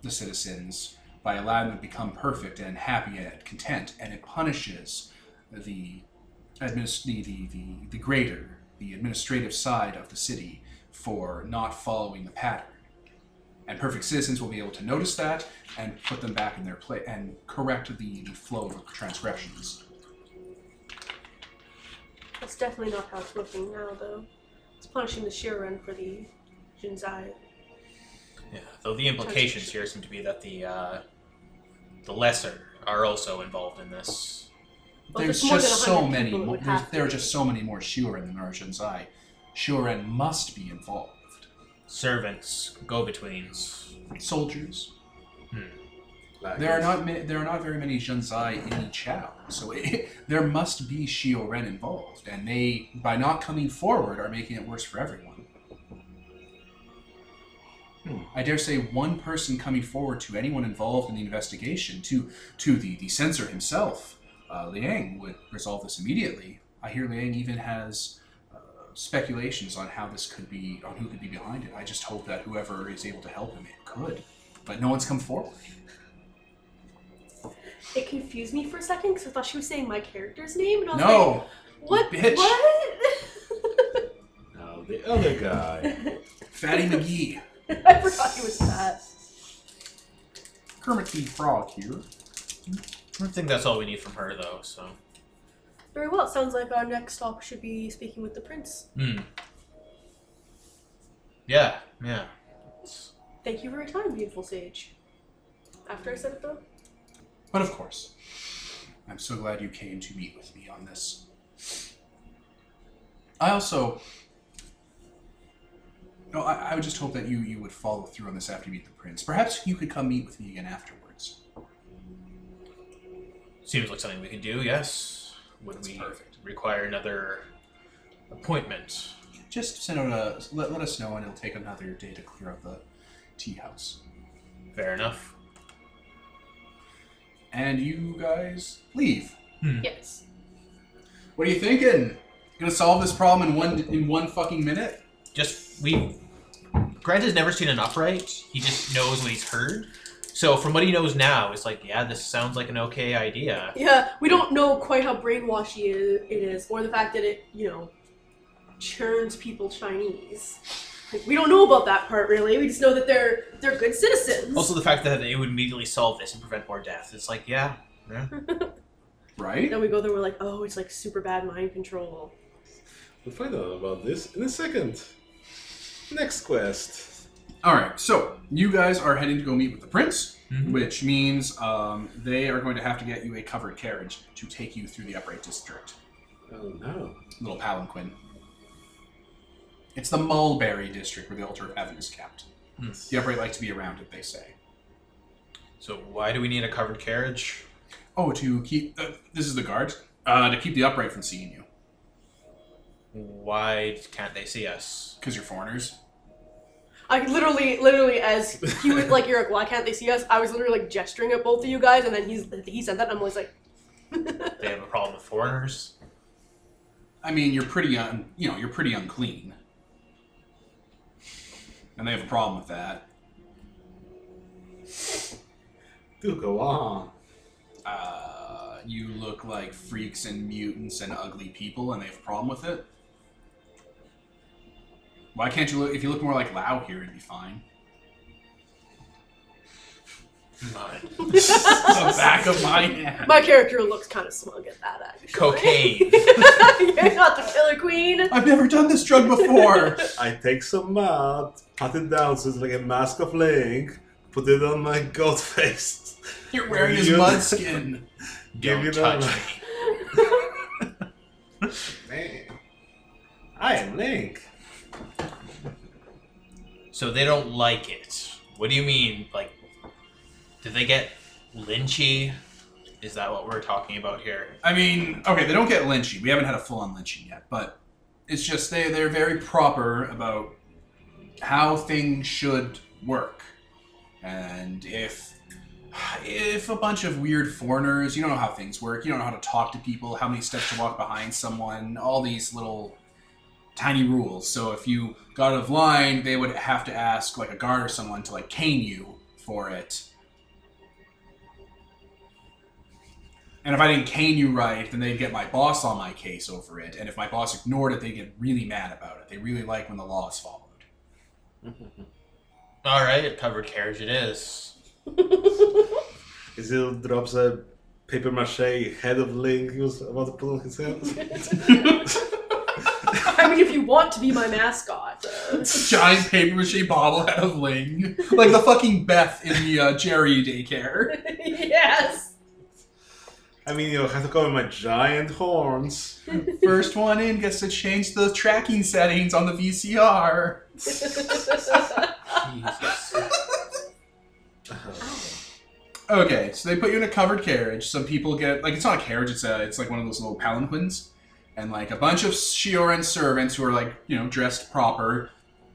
Speaker 1: the citizens by allowing them to become perfect and happy and content, and it punishes the administ- the, the, the, the greater, the administrative side of the city for not following the pattern. And perfect citizens will be able to notice that and put them back in their place and correct the, the flow of transgressions.
Speaker 2: That's definitely not how it's looking now, though. It's punishing the Shiren for the Jinzai.
Speaker 3: Yeah, though the implications here seem to be that the uh, the lesser are also involved in this.
Speaker 2: Well, if
Speaker 1: there's
Speaker 2: it's more than
Speaker 1: just so
Speaker 2: 100
Speaker 1: many
Speaker 2: people, it
Speaker 1: more
Speaker 2: would
Speaker 1: there's,
Speaker 2: have to
Speaker 1: there are
Speaker 2: be.
Speaker 1: just so many more Shuren than there are Shinsai. Shuren must be involved.
Speaker 3: Servants, go-betweens.
Speaker 1: Soldiers.
Speaker 3: Hmm.
Speaker 1: There are not ma- there are not very many Jinzai in Chao, so it, there must be Shioren involved, and they by not coming forward are making it worse for everyone.
Speaker 4: Hmm.
Speaker 1: I dare say one person coming forward to anyone involved in the investigation, to to the the censor himself, uh, Liang would resolve this immediately. I hear Liang even has uh, speculations on how this could be on who could be behind it. I just hope that whoever is able to help him it could, but no one's come forward.
Speaker 2: It confused me for a second because I thought she was saying my character's name, and I was
Speaker 1: No.
Speaker 2: like, "What?
Speaker 1: bitch."
Speaker 2: What?"
Speaker 4: Now the other guy.
Speaker 1: Fatty McGee.
Speaker 2: I forgot he was that.
Speaker 1: Kermit the Frog here.
Speaker 3: I think that's all we need from her, though. So,
Speaker 2: Very well. It sounds like our next stop should be speaking with the prince.
Speaker 3: Hmm. yeah, yeah.
Speaker 2: Thank you for your time, beautiful sage. After I said it though,
Speaker 1: But of course, I'm so glad you came to meet with me on this. I also. No, I, I would just hope that you, you would follow through on this after you meet the prince. Perhaps you could come meet with me again afterwards.
Speaker 3: Seems like something we can do, yes. Would
Speaker 1: That's
Speaker 3: we
Speaker 1: perfect.
Speaker 3: require another appointment?
Speaker 1: Just send out a let, let us know, and it'll take another day to clear out the tea house.
Speaker 3: Fair enough.
Speaker 1: And you guys leave.
Speaker 2: Yes.
Speaker 1: What are you thinking? Gonna solve this problem in one in one fucking minute?
Speaker 3: Just we Grant has never seen an upright. He just knows what he's heard. So from what he knows now, it's like, yeah, this sounds like an okay idea.
Speaker 2: Yeah, we don't know quite how brainwashy it it is, or the fact that it, you know, churns people Chinese. Like, we don't know about that part really. We just know that they're they're good citizens.
Speaker 3: Also the fact that it would immediately solve this and prevent more death. It's like, yeah, yeah.
Speaker 1: Right?
Speaker 2: then we go there, we're like, oh, it's like super bad mind control.
Speaker 4: We'll find out about this in a second. Next quest.
Speaker 1: Alright, so you guys are heading to go meet with the prince,
Speaker 3: Mhm.
Speaker 1: which means um, they are going to have to get you a covered carriage to take you through the upright district.
Speaker 4: Oh no.
Speaker 1: Little palanquin. It's the Mulberry district where the altar of heaven is kept.
Speaker 3: Hmm.
Speaker 1: The upright like to be around it, they say.
Speaker 3: So why do we need a covered carriage?
Speaker 1: Oh, to keep uh, this is the guards uh, to keep the upright from seeing you
Speaker 3: Why can't they see us?
Speaker 1: because you're foreigners.
Speaker 2: I literally, literally, as he was like, "You're like, why can't they see us?" I was literally like gesturing at both of you guys, and then he's he said that, and I'm always like,
Speaker 3: They have a problem with foreigners.
Speaker 1: I mean, you're pretty un, you know, you're pretty unclean, and they have a problem with that.
Speaker 4: Do go on.
Speaker 1: Uh, you look like freaks and mutants and ugly people, and they have a problem with it. Why can't you look? If you look more like Lao here, it'd be fine.
Speaker 3: Mine.
Speaker 1: the back of my hand.
Speaker 2: "My character looks kind of smug at that." Actually,
Speaker 3: Cocaine.
Speaker 2: You're not the killer queen.
Speaker 1: I've never done this drug before.
Speaker 4: I take some mud, pat it down so it's like a mask of Link, put it on my god face.
Speaker 1: You're wearing his
Speaker 4: You-
Speaker 1: mud skin.
Speaker 4: Give
Speaker 3: Don't
Speaker 4: you
Speaker 3: touch
Speaker 4: that.
Speaker 3: me.
Speaker 4: Man. I am Link.
Speaker 3: So they don't like it. What do you mean? Like, did they get lynchy? Is that what we're talking about here?
Speaker 1: I mean, okay, they don't get lynching. We haven't had a full on lynching yet, but it's just they they're very proper about how things should work. And if if a bunch of weird foreigners, you don't know how things work, you don't know how to talk to people, how many steps to walk behind someone, all these little tiny rules. So if you got out of line, they would have to ask like a guard or someone to like cane you for it. And if I didn't cane you right, then they'd get my boss on my case over it. And if my boss ignored it, they'd get really mad about it. They really like when the law is followed.
Speaker 3: All right, covered carriage it is.
Speaker 4: Isil drops a paper mache head of Link he was about to put on his head.
Speaker 2: I mean, if you want to be my mascot, uh,
Speaker 1: Giant paper mache bobblehead of Ling. Like the fucking Beth in the uh, Jerry daycare.
Speaker 2: yes.
Speaker 4: I mean, you know, I have to cover my giant horns.
Speaker 1: First one in gets to change the tracking settings on the VCR.
Speaker 3: Jesus.
Speaker 1: Okay, so they put you in a covered carriage. Some people get like it's not a carriage; it's a it's like one of those little palanquins, and like a bunch of Shioran servants who are like you know dressed proper,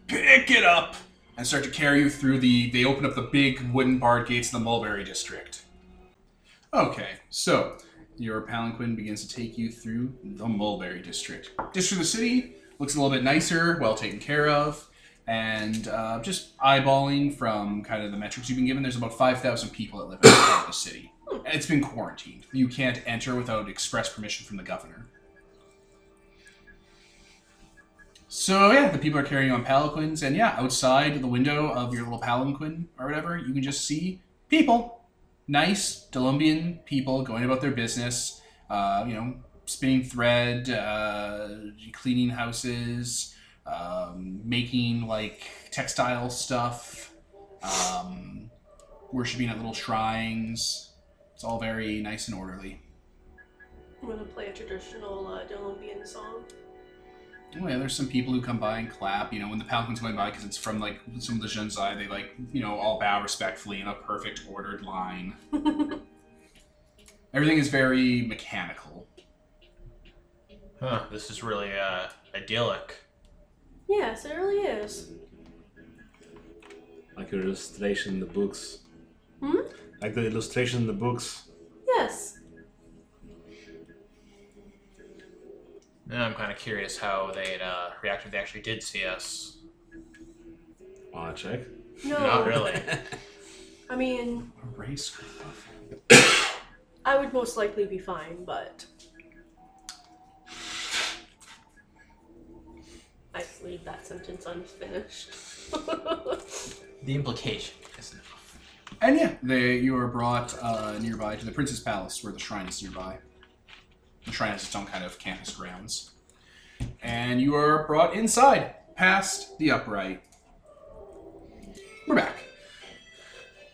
Speaker 1: pick it up and start to carry you through the. They open up the big wooden barred gates of the Mulberry District. Okay, so your palanquin begins to take you through the Mulberry District. District of the city looks a little bit nicer, well taken care of. And uh, just eyeballing from kind of the metrics you've been given, there's about 5,000 people that live in the city. And it's been quarantined. You can't enter without express permission from the governor. So, yeah, the people are carrying on palanquins. And yeah, outside the window of your little palanquin or whatever, you can just see people. Nice Dolombian people going about their business, uh, you know, spinning thread, uh, cleaning houses, um, making like textile stuff, um, worshiping at little shrines, It's all very nice and orderly.
Speaker 2: I'm gonna play a traditional uh, Dolombian song.
Speaker 1: Oh yeah, there's some people who come by and clap. You know, when the palanquin's going by, because it's from like some of the Zhenzai, they like you know all bow respectfully in a perfect ordered line. Everything is very mechanical.
Speaker 3: Huh, this is really uh, idyllic.
Speaker 2: yes, it really is.
Speaker 4: Like your illustration in the books.
Speaker 2: Hmm?
Speaker 4: Like the illustration in the books.
Speaker 2: Yes.
Speaker 3: Now I'm kind of curious how they'd uh, react if they actually did see us.
Speaker 4: Wanna Oh, check?
Speaker 2: No.
Speaker 3: Not really.
Speaker 2: I mean,
Speaker 1: A race kerfuffle.
Speaker 2: I would most likely be fine, but I leave that sentence unfinished.
Speaker 3: the implication is enough.
Speaker 1: And yeah, they you are brought uh, nearby to the Prince's Palace, where the shrine is nearby. The shrine has its own kind of campus grounds, and you are brought inside, past the upright. We're back.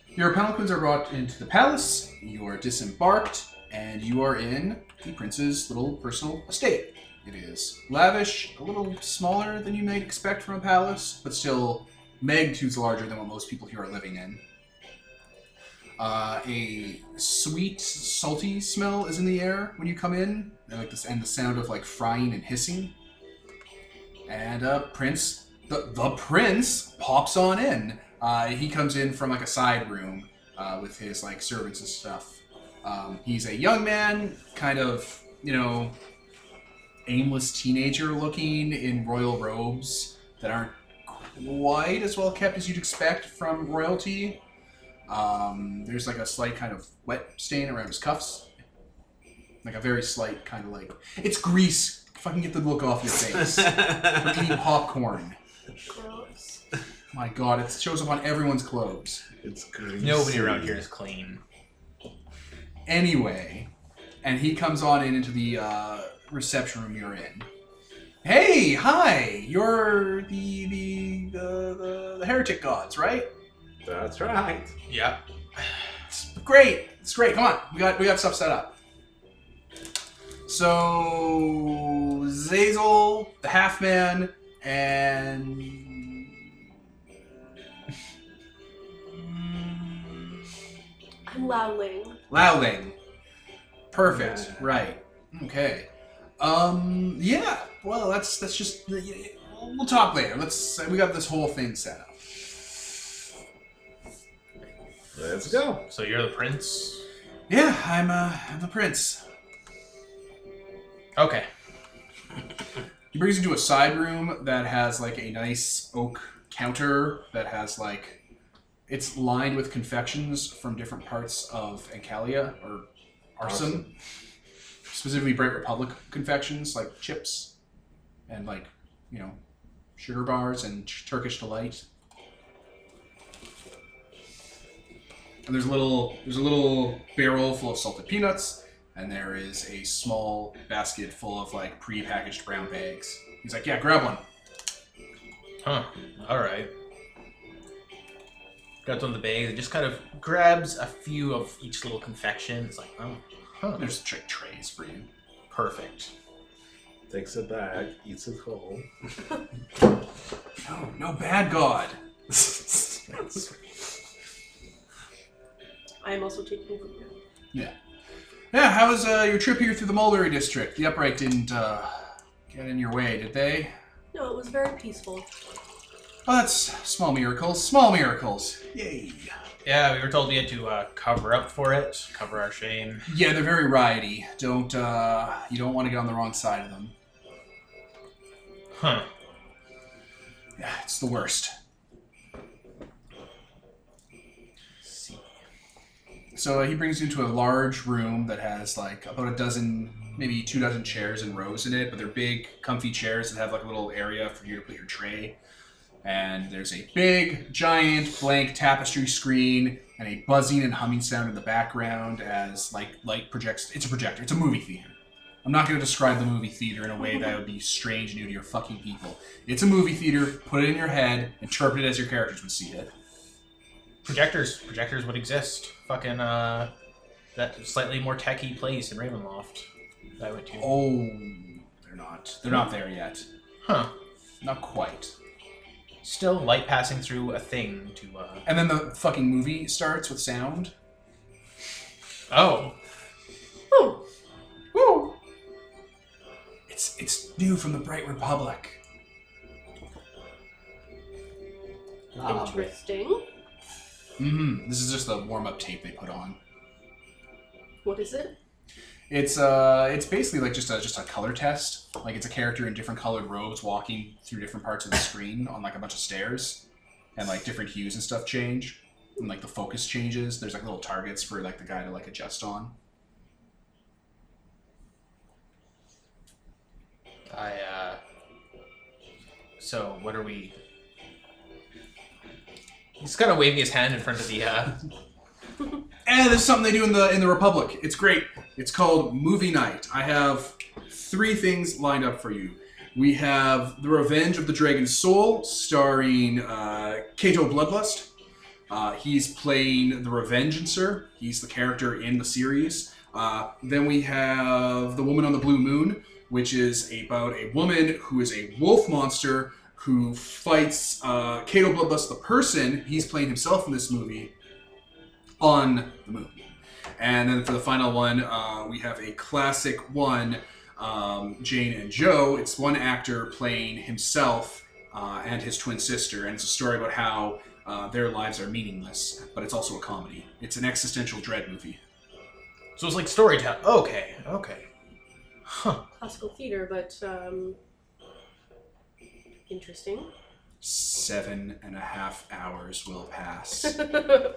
Speaker 1: Your palanquins are brought into the palace. You are disembarked, and you are in the prince's little personal estate. It is lavish, a little smaller than you might expect from a palace, but still magnitudes larger than what most people here are living in. Uh, a sweet, salty smell is in the air when you come in, and, like this, and the sound of like frying and hissing. And uh, Prince, the, the Prince, pops on in. Uh, he comes in from like a side room uh, with his like servants and stuff. Um, he's a young man, kind of you know, aimless teenager looking in royal robes that aren't quite as well kept as you'd expect from royalty. Um, there's like a slight kind of wet stain around his cuffs. Like a very slight kind of like it's grease. Fucking get the look off your face. We're eating popcorn.
Speaker 2: Gross.
Speaker 1: My god, it shows up on everyone's clothes.
Speaker 4: it's greasy.
Speaker 3: Nobody around here is clean.
Speaker 1: Anyway, and he comes on in into the uh, reception room you're in. Hey, hi! You're the the the, the, the heretic gods, right?
Speaker 4: That's right.
Speaker 3: Yeah.
Speaker 1: It's great. It's great. Come on, we got we got stuff set up. So Zazel, the half man, and
Speaker 2: I'm Laoling.
Speaker 1: Lowling. Perfect. Right. Okay. Um. Yeah. Well, that's that's just. We'll talk later. Let's. We got this whole thing set up.
Speaker 4: Let's go.
Speaker 3: So you're the prince?
Speaker 1: Yeah. I'm. Uh, I'm the prince.
Speaker 3: Okay.
Speaker 1: He brings you to a side room that has like a nice oak counter that has like it's lined with confections from different parts of Ancalia or Arson,
Speaker 4: Arson.
Speaker 1: specifically Bright Republic confections like chips and like you know sugar bars and t- Turkish delight. And there's a little there's a little barrel full of salted peanuts and there is a small basket full of like pre-packaged brown bags. He's like, "Yeah, grab one."
Speaker 3: Huh. Alright. Grabs one of the bags and just kind of grabs a few of each little confection. It's like, oh, huh.
Speaker 1: There's tr- trays for you.
Speaker 3: Perfect.
Speaker 4: Takes a bag, eats it whole.
Speaker 1: Oh, No, no bad god.
Speaker 2: I am also taking food.
Speaker 1: Yeah, how was uh, your trip here through the Mulberry District? The upright didn't uh, get in your way, did they?
Speaker 2: No, it was very peaceful.
Speaker 1: Oh, that's small miracles. Small miracles. Yay.
Speaker 3: Yeah, we were told we had to uh, cover up for it, cover our shame.
Speaker 1: Yeah, they're very rioty. Don't uh, you don't want to get on the wrong side of them.
Speaker 3: Huh.
Speaker 1: Yeah, it's the worst.
Speaker 3: See.
Speaker 1: So uh, he brings you into a large room that has like about a dozen, maybe two dozen chairs and rows in it, but they're big, comfy chairs that have like a little area for you to put your tray. And there's a big, giant, blank tapestry screen and a buzzing and humming sound in the background as like light projects. It's a projector. It's a movie theater. I'm not going to describe the movie theater in a way that would be strange and new to your fucking people. It's a movie theater. Put it in your head. Interpret it as your characters would see it.
Speaker 3: Projectors. Projectors would exist. Fucking, uh, that slightly more techy place in Ravenloft that I went to.
Speaker 1: Oh, they're not. They're not there yet.
Speaker 3: Huh.
Speaker 1: Not quite.
Speaker 3: Still light passing through a thing to. Uh...
Speaker 1: And then the fucking movie starts with sound.
Speaker 3: Oh.
Speaker 2: Oh,
Speaker 1: Woo! It's it's new from the Bright Republic.
Speaker 4: Ah,
Speaker 2: Oh. interesting.
Speaker 1: Mm-hmm. This is just the warm-up tape they put on.
Speaker 2: What is it?
Speaker 1: It's uh, it's basically like just a just a color test. Like it's a character in different colored robes walking through different parts of the screen on like a bunch of stairs, and like different hues and stuff change, and like the focus changes. There's like little targets for like the guy to like adjust on.
Speaker 3: I. Uh... So what are we? He's kind of waving his hand in front of the. Uh...
Speaker 1: And there's something they do in the in the Republic. It's great. It's called Movie Night. I have three things lined up for you. We have The Revenge of the Dragon Soul, starring uh, Kato Bloodlust. Uh, he's playing the Revengeancer. He's the character in the series. Uh, then we have The Woman on the Blue Moon, which is about a woman who is a wolf monster who fights uh, Kato Bloodlust, the person. He's playing himself in this movie on the moon. And then for the final one, uh, we have a classic one, um, Jane and Joe. It's one actor playing himself uh, and his twin sister, and it's a story about how uh, their lives are meaningless, but it's also a comedy. It's an existential dread movie.
Speaker 3: So it's like storytelling. Okay. Okay. Huh.
Speaker 2: Classical theater, but um, interesting.
Speaker 1: Seven and a half hours will pass.
Speaker 2: That's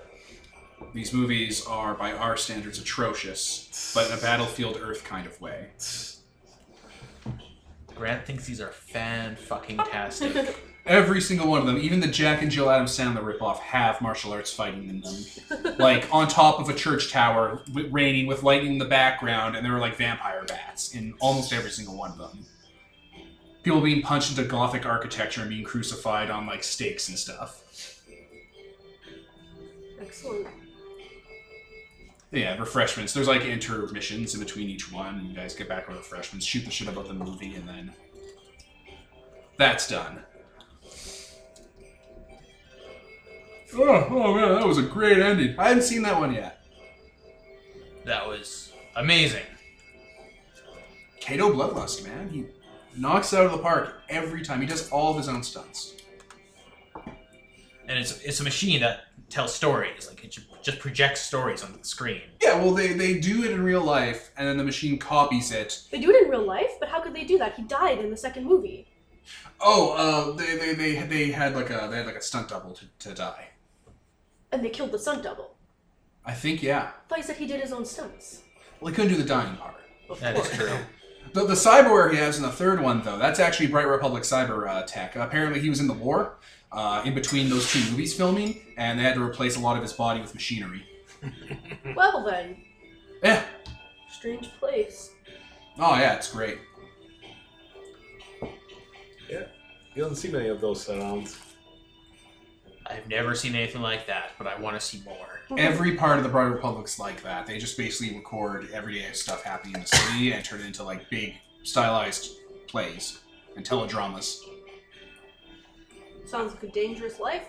Speaker 1: These movies are, by our standards, atrocious, but in a battlefield Earth kind of way.
Speaker 3: Grant thinks these are fan fucking tastic.
Speaker 1: Every single one of them, even the Jack and Jill Adams Sandler ripoff, have martial arts fighting in them. like on top of a church tower, w- raining with lightning in the background, and there were like vampire bats in almost every single one of them. People being punched into gothic architecture and being crucified on like stakes and stuff.
Speaker 2: excellent.
Speaker 1: Yeah, refreshments. There's like intermissions in between each one. You guys get back on refreshments, shoot the shit about the movie, and then that's done. Oh, oh man, that was a great ending. I hadn't seen that one yet.
Speaker 3: that was amazing.
Speaker 1: Kato Bloodlust, man, he knocks it out of the park every time. He does all of his own stunts.
Speaker 3: and it's it's a machine that tells stories. Like it ju- just projects stories onto the screen.
Speaker 1: Yeah, well, they they do it in real life, and then the machine copies it.
Speaker 2: They do it in real life, but how could they do that? He died in the second movie.
Speaker 1: Oh, uh, they they they they had like a they had like a stunt double to, to die.
Speaker 2: And they killed the stunt double.
Speaker 1: I think yeah.
Speaker 2: I thought you said he did his own stunts.
Speaker 1: Well, they couldn't do the dying part.
Speaker 2: Of
Speaker 3: That is
Speaker 2: course.
Speaker 3: true.
Speaker 1: The, the cyber he has in the third one, though, that's actually Bright Republic cyber uh, tech. Apparently, he was in the war uh, in between those two movies filming, and they had to replace a lot of his body with machinery.
Speaker 2: Well then,
Speaker 1: Yeah.
Speaker 2: strange place.
Speaker 1: Oh, yeah, it's great.
Speaker 4: You don't see many of those around.
Speaker 3: I've never seen anything like that, but I want to see more.
Speaker 1: Every part of the Bright Republic's like that. They just basically record everyday stuff happening in the city and turn it into like big stylized plays and teledramas.
Speaker 2: Sounds like a dangerous life.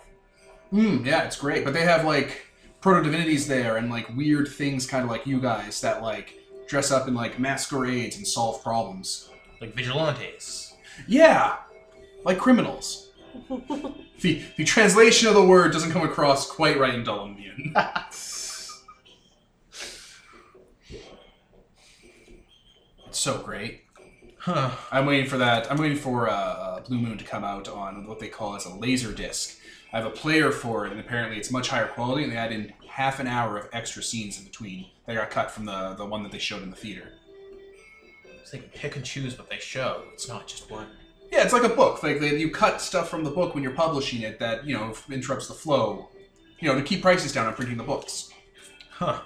Speaker 1: Mm, yeah, it's great. But they have like proto divinities there and like weird things, kind of like you guys, that like dress up in like masquerades and solve problems.
Speaker 3: Like vigilantes.
Speaker 1: Yeah, like criminals. the, the translation of the word doesn't come across quite right in Dolombian. it's so great.
Speaker 3: Huh.
Speaker 1: I'm waiting for that. I'm waiting for uh, uh, Blue Moon to come out on what they call as a laser disc. I have a player for it, and apparently it's much higher quality, and they add in half an hour of extra scenes in between that got cut from the, the one that they showed in the theater.
Speaker 3: So they can pick and choose what they show. It's not just one.
Speaker 1: Yeah, it's like a book. Like they, you cut stuff from the book when you're publishing it that you know interrupts the flow. You know, to keep prices down on printing the books.
Speaker 3: Huh.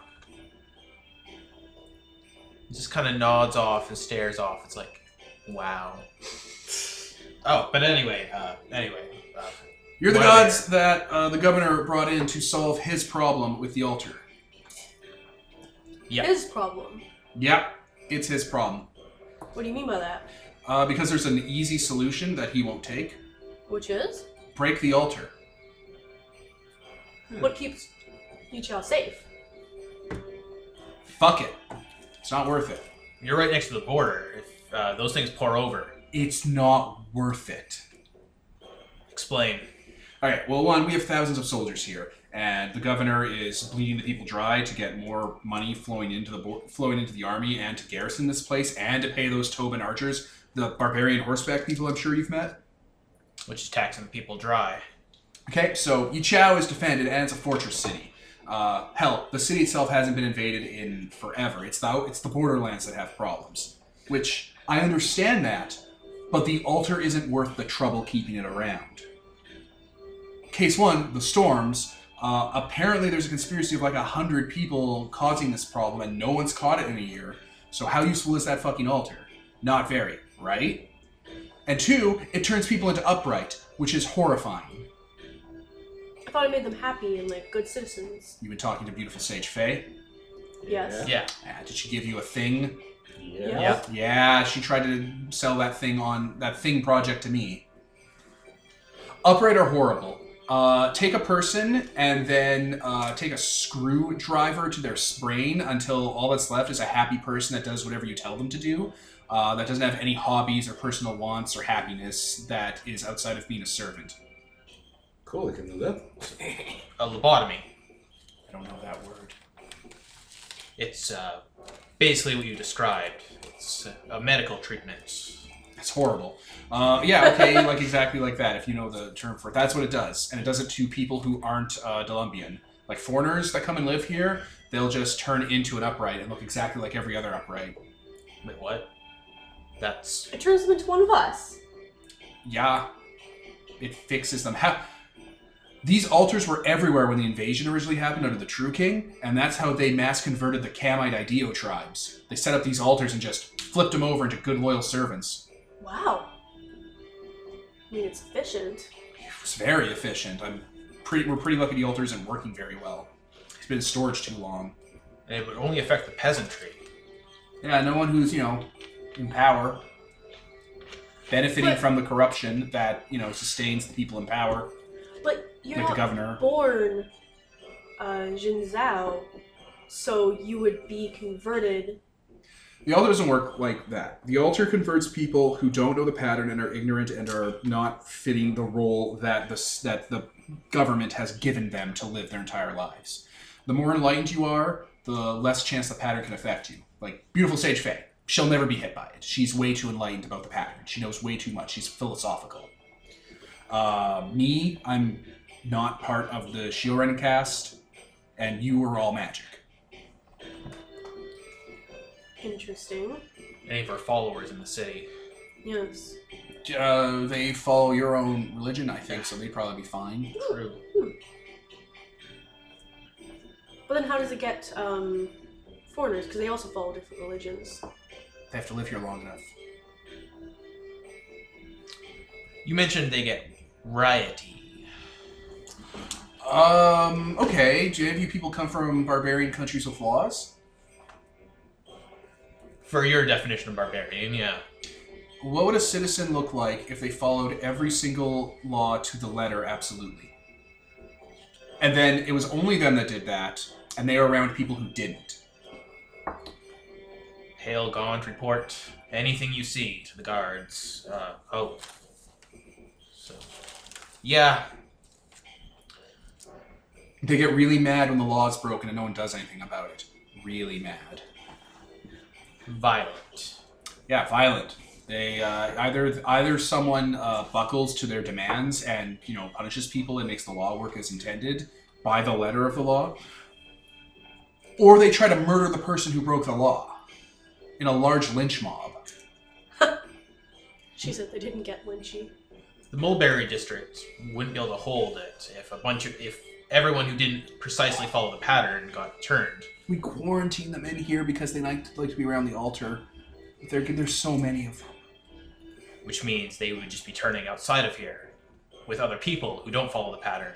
Speaker 3: Just kind of nods off and stares off. It's like, wow. Oh, but anyway, uh, anyway. Uh,
Speaker 1: You're the
Speaker 3: Wow.
Speaker 1: gods that uh, the governor brought in to solve his problem with the altar.
Speaker 3: Yeah.
Speaker 2: his problem.
Speaker 1: Yep, it's his problem.
Speaker 2: What do you mean by that?
Speaker 1: Uh, because there's an easy solution that he won't take
Speaker 2: Which is
Speaker 1: break the altar.
Speaker 3: Hmm.
Speaker 2: what keeps you child safe.
Speaker 1: Fuck it. It's not worth it.
Speaker 3: You're right next to the border. If uh, those things pour over,
Speaker 1: It's not worth it.
Speaker 3: explain.
Speaker 1: All right. Well, one, we have thousands of soldiers here, and the governor is bleeding the people dry to get more money flowing into the bo- flowing into the army and to garrison this place and to pay those Tobin archers, the barbarian horseback people. I'm sure you've met.
Speaker 3: Which is taxing the people dry.
Speaker 1: Okay, so Yichao is defended, and it's a fortress city. Uh, hell, the city itself hasn't been invaded in forever. It's the it's the borderlands that have problems, which I understand that, but the altar isn't worth the trouble keeping it around. Case one, the storms. Uh, apparently, there's a conspiracy of like a hundred people causing this problem, and no one's caught it in a year. So how useful is that fucking altar? Not very, right? And two, it turns people into upright, which is horrifying.
Speaker 2: I thought it made them happy and like good citizens.
Speaker 1: You've been talking to beautiful Sage Faye.
Speaker 2: Yes.
Speaker 3: Yeah.
Speaker 1: Ah, did she give you a thing?
Speaker 4: Yeah.
Speaker 2: Yeah.
Speaker 1: Yeah, she tried to sell that thing on that thing project to me. Upright or horrible. Uh, take a person and then uh, take a screwdriver to their brain until all that's left is a happy person that does whatever you tell them to do. Uh, that doesn't have any hobbies or personal wants or happiness that is outside of being a servant.
Speaker 4: Cool, I can do that.
Speaker 3: A lobotomy.
Speaker 1: I don't know that word.
Speaker 3: It's uh, basically what you described. It's a medical treatment.
Speaker 1: That's horrible. Uh, yeah, okay, like exactly like that, if you know the term for it. That's what it does. And it does it to people who aren't uh, Delumbian. Like foreigners that come and live here, they'll just turn into an upright and look exactly like every other upright.
Speaker 3: Wait, what? That's
Speaker 2: It turns them into one of us.
Speaker 1: Yeah, it fixes them. How- These altars were everywhere when the invasion originally happened under the True King, and that's how they mass converted the Kamite Ideo tribes. They set up these altars and just flipped them over into good loyal servants.
Speaker 2: Wow. I mean, it's efficient.
Speaker 1: It was very efficient. I'm pretty. We're pretty lucky the altar isn't working very well. It's been in storage too long.
Speaker 3: and it would only affect the peasantry.
Speaker 1: Yeah, no one who's you know in power benefiting
Speaker 2: But-
Speaker 1: from the corruption that you know sustains the people in power,
Speaker 2: But you're
Speaker 1: like the
Speaker 2: not
Speaker 1: governor.
Speaker 2: born uh, Jin Zhao, so you would be converted.
Speaker 1: The altar doesn't work like that. The altar converts people who don't know the pattern and are ignorant and are not fitting the role that the s- that the government has given them to live their entire lives. The more enlightened you are, the less chance the pattern can affect you. Like beautiful Sage Faye, she'll never be hit by it. She's way too enlightened about the pattern. She knows way too much. She's philosophical. Uh, me, I'm not part of the Shioren cast, and you are all magic.
Speaker 2: Interesting.
Speaker 3: Any of our followers in the city.
Speaker 2: Yes.
Speaker 1: Uh, they follow your own religion, I think, so they'd probably be fine.
Speaker 3: True.
Speaker 2: But then how does it get um, foreigners? Because they also follow different religions.
Speaker 1: They have to live here long enough.
Speaker 3: You mentioned they get riety.
Speaker 1: Um, okay. Do any of you people come from barbarian countries with laws?
Speaker 3: For your definition of barbarian, yeah.
Speaker 1: What would a citizen look like if they followed every single law to the letter absolutely? And then it was only them that did that, and they were around people who didn't.
Speaker 3: Hail Gaunt, report anything you see to the guards. Uh, oh. So. Yeah,
Speaker 1: They get really mad when the law is broken and no one does anything about it. Really mad.
Speaker 3: violent.
Speaker 1: Yeah, violent. They uh, either either someone uh, buckles to their demands and you know punishes people and makes the law work as intended by the letter of the law, or they try to murder the person who broke the law in a large lynch mob.
Speaker 2: She said they didn't get lynchy.
Speaker 3: The Mulberry District wouldn't be able to hold it if a bunch of if everyone who didn't precisely follow the pattern got turned.
Speaker 1: We quarantine them in here because they like to, like to be around the altar. But there, there's so many of them.
Speaker 3: which means they would just be turning outside of here with other people who don't follow the pattern.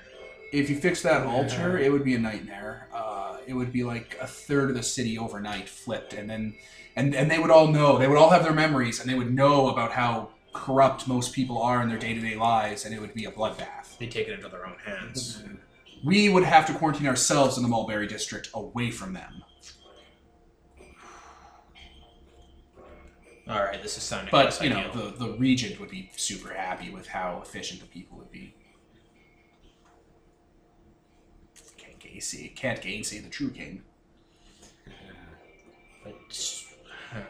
Speaker 1: If you fix that altar, it would be a nightmare. Uh, it would be like a third of the city overnight flipped, and then and and they would all know. They would all have their memories, and they would know about how corrupt most people are in their day to day lives, and it would be a bloodbath.
Speaker 3: They take it into their own hands.
Speaker 1: We would have to quarantine ourselves in the Mulberry District away from them.
Speaker 3: All right, this is sounding
Speaker 1: But
Speaker 3: less
Speaker 1: you know,
Speaker 3: ideal.
Speaker 1: the the regent would be super happy with how efficient the people would be. Can't gainsay, can't gainsay the true king.
Speaker 3: But uh,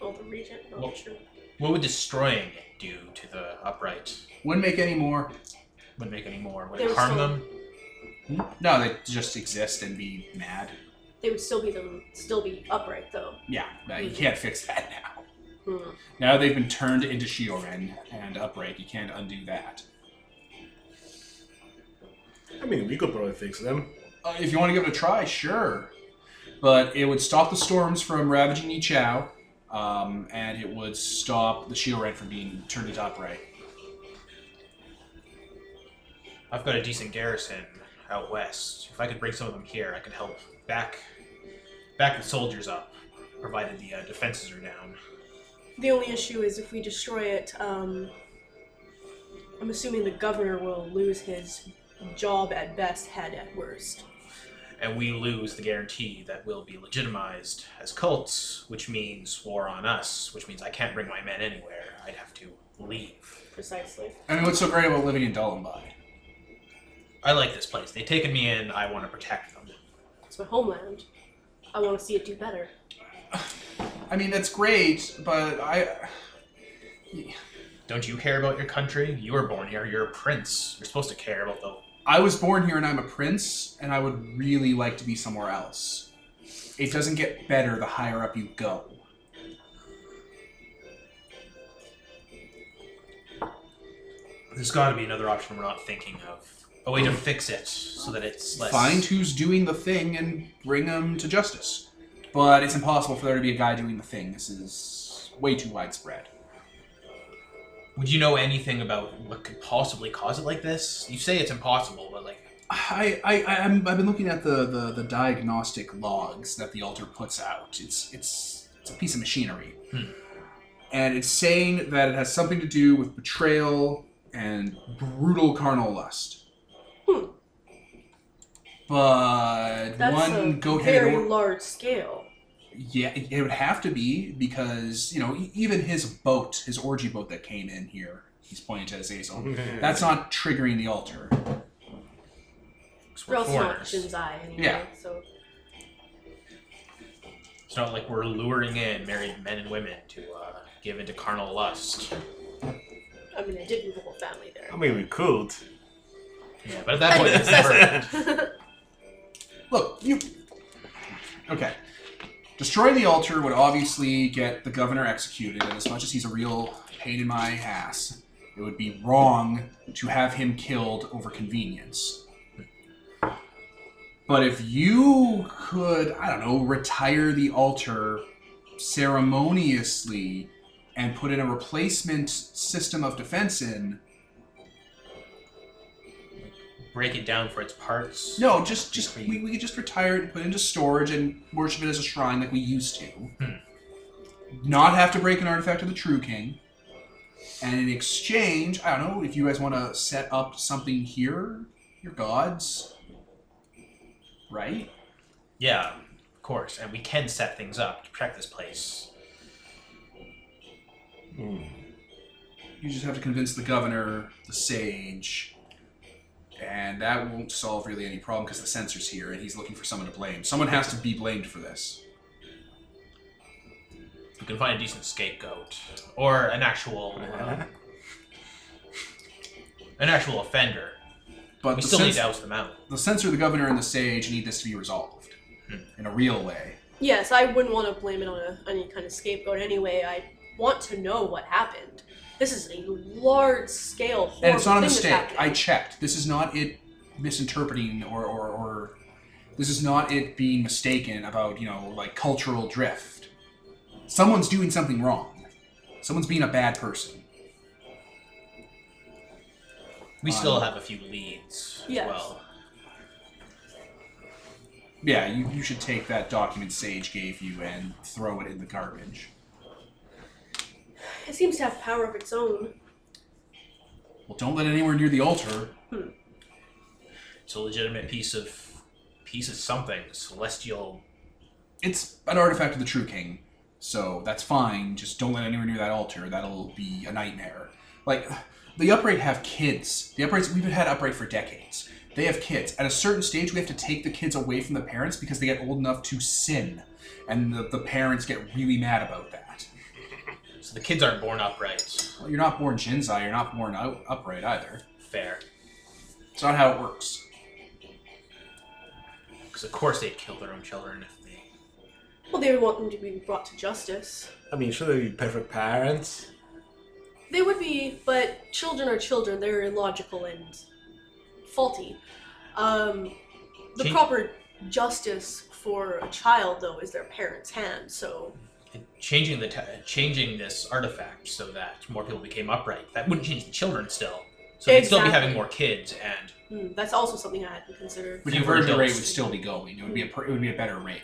Speaker 2: Oh, the regent. Oh,
Speaker 3: Well-
Speaker 2: sure.
Speaker 3: what would destroying it do to the upright?
Speaker 1: Wouldn't make any more.
Speaker 3: Wouldn't make any more. Would
Speaker 2: They
Speaker 3: it
Speaker 2: would
Speaker 3: harm
Speaker 2: still-
Speaker 3: them?
Speaker 1: No, they just exist and be mad.
Speaker 2: They would still be them, still be upright though.
Speaker 1: Yeah, no, you can't fix that now.
Speaker 2: Hmm.
Speaker 1: Now they've been turned into Shioren and upright. You can't undo that.
Speaker 4: I mean, we could probably fix them.
Speaker 1: Uh, if you want to give it a try, sure. But it would stop the storms from ravaging Nichao, um, and it would stop the Shioran from being turned into upright.
Speaker 3: I've got a decent garrison out west. If I could bring some of them here, I could help back back the soldiers up, provided the uh, defenses are down.
Speaker 2: The only issue is if we destroy it, um, I'm assuming the governor will lose his job at best, head at worst.
Speaker 3: and we lose the guarantee that we'll be legitimized as cults, which means war on us, which means I can't bring my men anywhere. I'd have to leave.
Speaker 2: Precisely.
Speaker 1: I mean, what's so great about living in Dullenby?
Speaker 3: I like this place. They've taken me in. I want to protect them.
Speaker 2: It's my homeland. I want to see it do better.
Speaker 1: I mean, that's great, but I.
Speaker 3: Don't you care about your country? You were born here. You're a prince. You're supposed to care about the.
Speaker 1: I was born here and I'm a prince, and I would really like to be somewhere else. It doesn't get better the higher up you go.
Speaker 3: There's got to be another option we're not thinking of. A way to fix it so that it's less.
Speaker 1: Find who's doing the thing and bring them to justice. But it's impossible for there to be a guy doing the thing. This is way too widespread.
Speaker 3: Would you know anything about what could possibly cause it like this? You say it's impossible, but like,
Speaker 1: I, I, I- I'm, I've been looking at the, the, the diagnostic logs that the altar puts out. It's, it's, it's a piece of machinery.
Speaker 3: Hmm.
Speaker 1: And it's saying that it has something to do with betrayal and brutal carnal lust.
Speaker 2: Hmm.
Speaker 1: But
Speaker 2: That's a
Speaker 1: one goat
Speaker 2: very
Speaker 1: headed or-
Speaker 2: large scale.
Speaker 1: yeah, it it would have to be because, you know, e- even his boat, his orgy boat that came in here, he's pointing to his Azel,
Speaker 4: Mm-hmm.
Speaker 1: that's not triggering the altar.
Speaker 2: We're
Speaker 3: we're
Speaker 2: also not
Speaker 3: foreigners.
Speaker 2: Shinzai anyway,
Speaker 1: Yeah.
Speaker 2: so
Speaker 3: It's not like we're luring in married men and women to uh, give into carnal lust.
Speaker 2: I mean, I did move a whole family there.
Speaker 4: I mean, we could.
Speaker 3: Yeah, but at that point, it's never.
Speaker 1: Look, you. Okay. Destroy the altar would obviously get the governor executed, and as much as he's a real pain in my ass, it would be wrong to have him killed over convenience. But if you could, I don't know, retire the altar ceremoniously and put in a replacement system of defense in,
Speaker 3: Break it down for its parts.
Speaker 1: No, just just we, we could just retire it and put it into storage and worship it as a shrine like we used to.
Speaker 3: Hmm.
Speaker 1: Not have to break an artifact of the True King. And in exchange, I don't know if you guys want to set up something here, your gods, right?
Speaker 3: Yeah, of course. And we can set things up to protect this place.
Speaker 4: Hmm.
Speaker 1: You just have to convince the governor, the sage, and that won't solve really any problem because the censor's here and he's looking for someone to blame. Someone has to be blamed for this.
Speaker 3: We can find a decent scapegoat or an actual uh, an actual offender.
Speaker 1: But
Speaker 3: We
Speaker 1: the
Speaker 3: still need
Speaker 1: cens-
Speaker 3: to oust them out.
Speaker 1: the censor, the governor, and the sage need this to be resolved
Speaker 3: Hmm.
Speaker 1: in a real way.
Speaker 2: yes, I wouldn't want to blame it on a, any kind of scapegoat anyway. I want to know what happened. This is a large scale horrible
Speaker 1: And it's not a
Speaker 2: thing
Speaker 1: mistake.
Speaker 2: That's
Speaker 1: I
Speaker 2: happening.
Speaker 1: checked. This is not it misinterpreting or, or, or this is not it being mistaken about, you know, like cultural drift. Someone's doing something wrong. Someone's being a bad person.
Speaker 3: We
Speaker 1: Um,
Speaker 3: Uh, still have a few leads as
Speaker 2: Yes.
Speaker 3: well.
Speaker 1: Yeah, you, you should take that document Sage gave you and throw it in the garbage.
Speaker 2: It seems to have power of its own.
Speaker 1: Well, don't let it anywhere near the altar.
Speaker 3: It's a legitimate piece of piece of something celestial.
Speaker 1: It's an artifact of the True King, so that's fine. Just don't let it anywhere near that altar. That'll be a nightmare. Like, the Upright have kids. The Uprights, we've had Upright for decades. They have kids. At a certain stage, we have to take the kids away from the parents because they get old enough to sin, and the, the parents get really mad about that.
Speaker 3: So the kids aren't born upright.
Speaker 1: Well, you're not born Jinzai, you're not born out, upright either.
Speaker 3: Fair,
Speaker 1: It's not how it works.
Speaker 3: because of course they'd kill their own children if they.
Speaker 2: Well, they would want them to be brought to justice.
Speaker 4: I mean, should they be perfect parents?
Speaker 2: They would be, but children are children. They're illogical and faulty. Um, the
Speaker 3: Can-
Speaker 2: proper justice for a child, though, is their parents' hand. So
Speaker 3: And changing the t- changing this artifact so that more people became upright. That wouldn't change the children still. So they'd still be
Speaker 2: Exactly.
Speaker 3: having more kids, and
Speaker 2: mm, that's also something I hadn't considered.
Speaker 1: But
Speaker 3: Yeah,
Speaker 1: you
Speaker 3: we're
Speaker 1: heard the rate
Speaker 3: adults.
Speaker 1: would still be going. It would be a pr- it would be a better rate.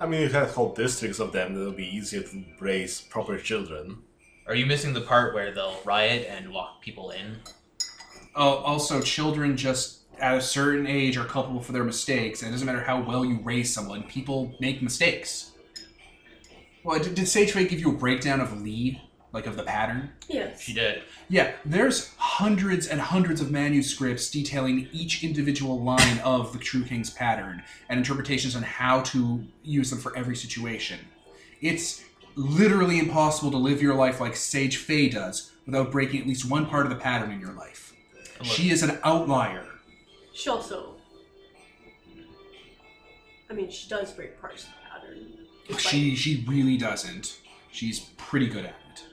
Speaker 4: I mean, you have whole districts of them. It'll be easier to raise proper children.
Speaker 3: are you missing the part where they'll riot and lock people in?
Speaker 1: Uh, also, children just at a certain age are culpable for their mistakes, and it doesn't matter how well you raise someone, people make mistakes. Well, did, did Sageway give you a breakdown of lead, like of the pattern?
Speaker 2: Yes.
Speaker 3: She did.
Speaker 1: Yeah, there's hundreds and hundreds of manuscripts detailing each individual line of the True King's pattern and interpretations on how to use them for every situation. It's literally impossible to live your life like Sage Faye does without breaking at least one part of the pattern in your life.
Speaker 3: And look,
Speaker 1: She is an outlier.
Speaker 2: She also. I mean, she does break parts of the pattern. It's like-
Speaker 1: She she really doesn't. She's pretty good at it.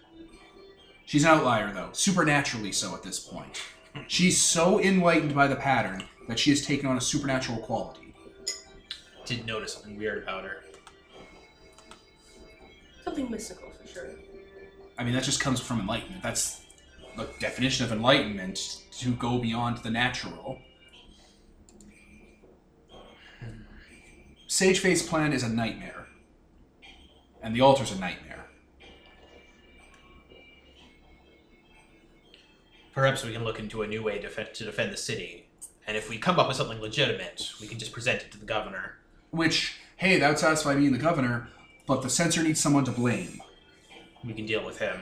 Speaker 1: She's an outlier though, supernaturally so at this point. She's so enlightened by the pattern that she has taken on a supernatural quality.
Speaker 3: did notice something weird about her.
Speaker 2: something mystical for sure.
Speaker 1: I mean, that just comes from enlightenment. That's the definition of enlightenment to go beyond the natural.
Speaker 2: Hmm.
Speaker 1: Sageface's plan is a nightmare, and the altar's a nightmare.
Speaker 3: Perhaps we can look into a new way to defend, to defend the city. And if we come up with something legitimate, we can just present it to the governor.
Speaker 1: Which, hey, that would satisfy me and the governor, but the censor needs someone to blame.
Speaker 3: We can deal with him.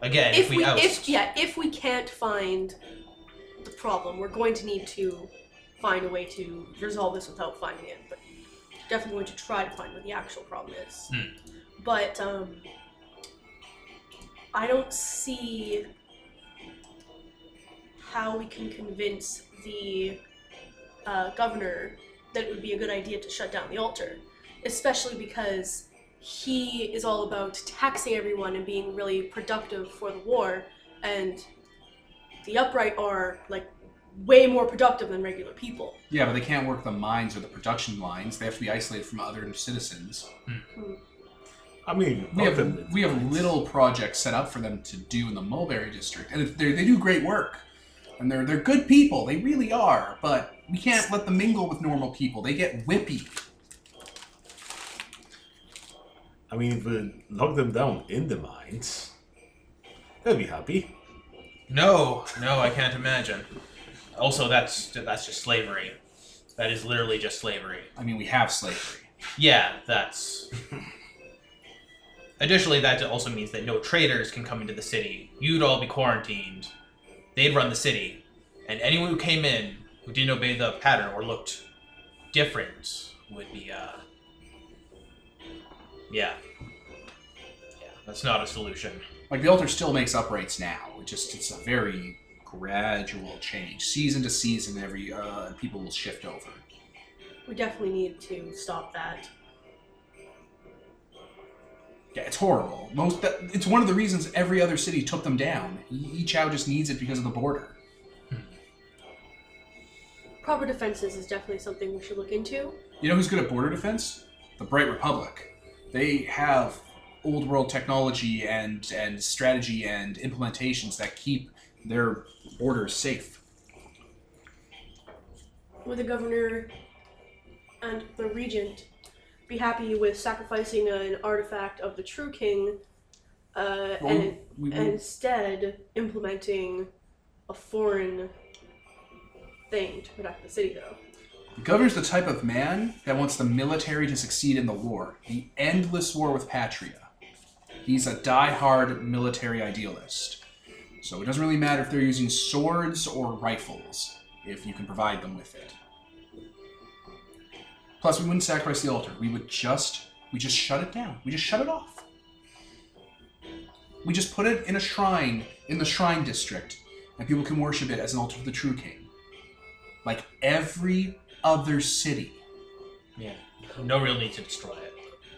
Speaker 3: Again, if,
Speaker 2: if we,
Speaker 3: oust,
Speaker 2: if yeah, if we can't find the problem, we're going to need to find a way to resolve this without finding it. But definitely going to try to find what the actual problem is. But um, I don't see how we can convince the uh, governor that it would be a good idea to shut down the altar, especially because he is all about taxing everyone and being really productive for the war, and the upright are like way more productive than regular people.
Speaker 1: Yeah, but they can't work the mines or the production lines. They have to be isolated from other citizens.
Speaker 4: I mean,
Speaker 1: We have,
Speaker 4: ultimately,
Speaker 1: we have
Speaker 4: it's-
Speaker 1: little projects set up for them to do in the Mulberry District, and if they're- they do great work. And they're they're good people. They really are. But we can't let them mingle with normal people. They get whippy.
Speaker 4: I mean, if we knock them down in the mines, they'll be happy.
Speaker 3: No, no, I can't imagine. Also, that's that's just slavery. That is literally just slavery.
Speaker 1: I mean, we have slavery.
Speaker 3: Yeah, that's. Additionally, that also means that no traders can come into the city. You'd all be quarantined. They'd run the city, and anyone who came in who didn't obey the pattern or looked different would be. uh... Yeah. Yeah, that's not a solution.
Speaker 1: Like the altar still makes uprights now. It just it's a very gradual change, season to season. Every uh, people will shift over.
Speaker 2: We definitely need to stop that.
Speaker 1: Yeah, it's horrible. Most that, it's one of the reasons every other city took them down. E- Ichao just needs it because of the border.
Speaker 2: Proper defenses is definitely something we should look into.
Speaker 1: You know who's good at border defense? The Bright Republic. They have old world technology and and strategy and implementations that keep their borders safe.
Speaker 2: Would the governor and the regent be happy with sacrificing an artifact of the true king uh,
Speaker 1: Well,
Speaker 2: and,
Speaker 1: we, we,
Speaker 2: and instead implementing a foreign thing to protect the city, though?
Speaker 1: The governor's the type of man that wants the military to succeed in the war, the endless war with Patria. He's a die-hard military idealist. So it doesn't really matter if they're using swords or rifles, if you can provide them with it. Plus, we wouldn't sacrifice the altar. We would just we just shut it down. We just shut it off. We just put it in a shrine in the shrine district, and people can worship it as an altar to the true king. Like every other city.
Speaker 3: Yeah. No real need to destroy it.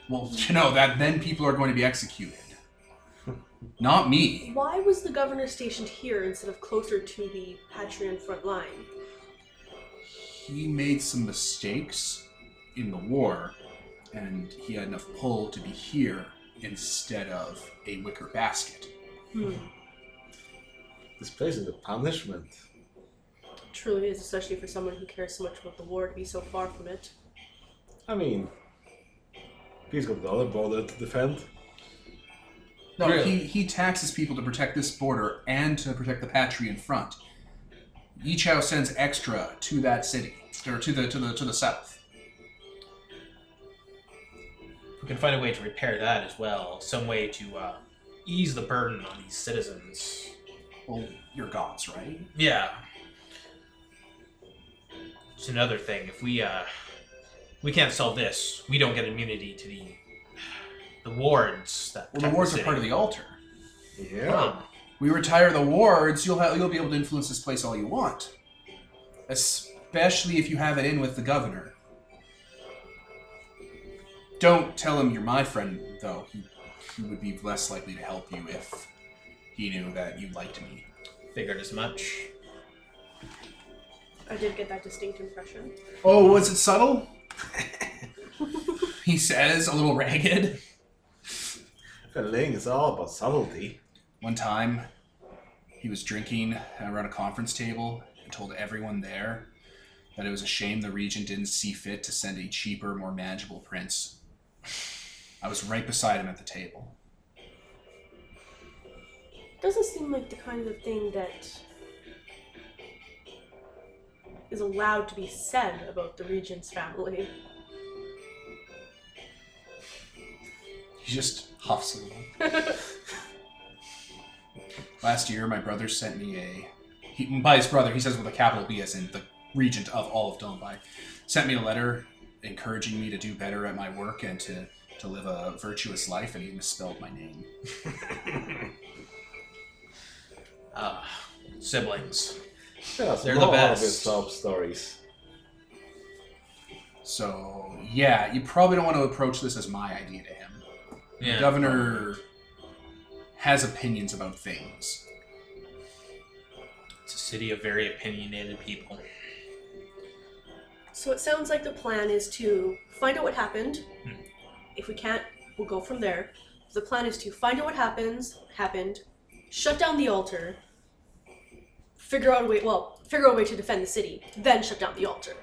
Speaker 1: Well, you know that then people are going to be executed. Not me.
Speaker 2: Why was the governor stationed here instead of closer to the Patreon front line?
Speaker 1: He made some mistakes in the war, and he had enough pull to be here instead of a wicker basket.
Speaker 2: Hmm.
Speaker 4: This place is a punishment.
Speaker 2: Truly is, especially for someone who cares so much about the war to be so far from it.
Speaker 4: I mean, he's got the other border to defend.
Speaker 1: No, he,
Speaker 3: Really?
Speaker 1: he taxes people to protect this border and to protect the patry in front. Each house sends extra to that city or to the to the to the south.
Speaker 3: If we can find a way to repair that as well, some way to uh, ease the burden on these citizens.
Speaker 1: Well, you're gods, right?
Speaker 3: Yeah. It's another thing. If we uh, we can't solve this, we don't get immunity to the the wards. That um,
Speaker 1: Well, the wards are part of the altar.
Speaker 4: Yeah.
Speaker 1: We retire the wards, you'll have, you'll be able to influence this place all you want. Especially if you have it in with the governor. Don't tell him you're my friend, though. He, he would be less likely to help you if he knew that you liked me.
Speaker 3: Figured as much.
Speaker 2: I did get that distinct impression.
Speaker 1: Oh, was it subtle? he says, a little ragged.
Speaker 4: Feeling is all about subtlety.
Speaker 1: One time, he was drinking around a conference table and told everyone there that it was a shame the regent didn't see fit to send a cheaper, more manageable prince. I was right beside him at the table.
Speaker 2: Doesn't seem like the kind of thing that is allowed to be said about the regent's family.
Speaker 1: He just huffs a little. Last year, my brother sent me a. He, by his brother, he says with a capital B as in the regent of all of Dolby, sent me a letter encouraging me to do better at my work and to, to live a virtuous life, and he misspelled my name.
Speaker 3: Uh, siblings.
Speaker 4: Yes,
Speaker 3: They're the
Speaker 4: more
Speaker 3: best.
Speaker 4: Of his sob stories.
Speaker 1: So yeah, you probably don't want to approach this as my idea to him.
Speaker 3: Yeah.
Speaker 1: The governor has opinions about things.
Speaker 3: It's a city of very opinionated people.
Speaker 2: So it sounds like the plan is to find out what happened.
Speaker 3: Hmm.
Speaker 2: If we can't, we'll go from there. The plan is to find out what happens happened, shut down the altar, figure out a way well, figure out a way to defend the city, then shut down the altar.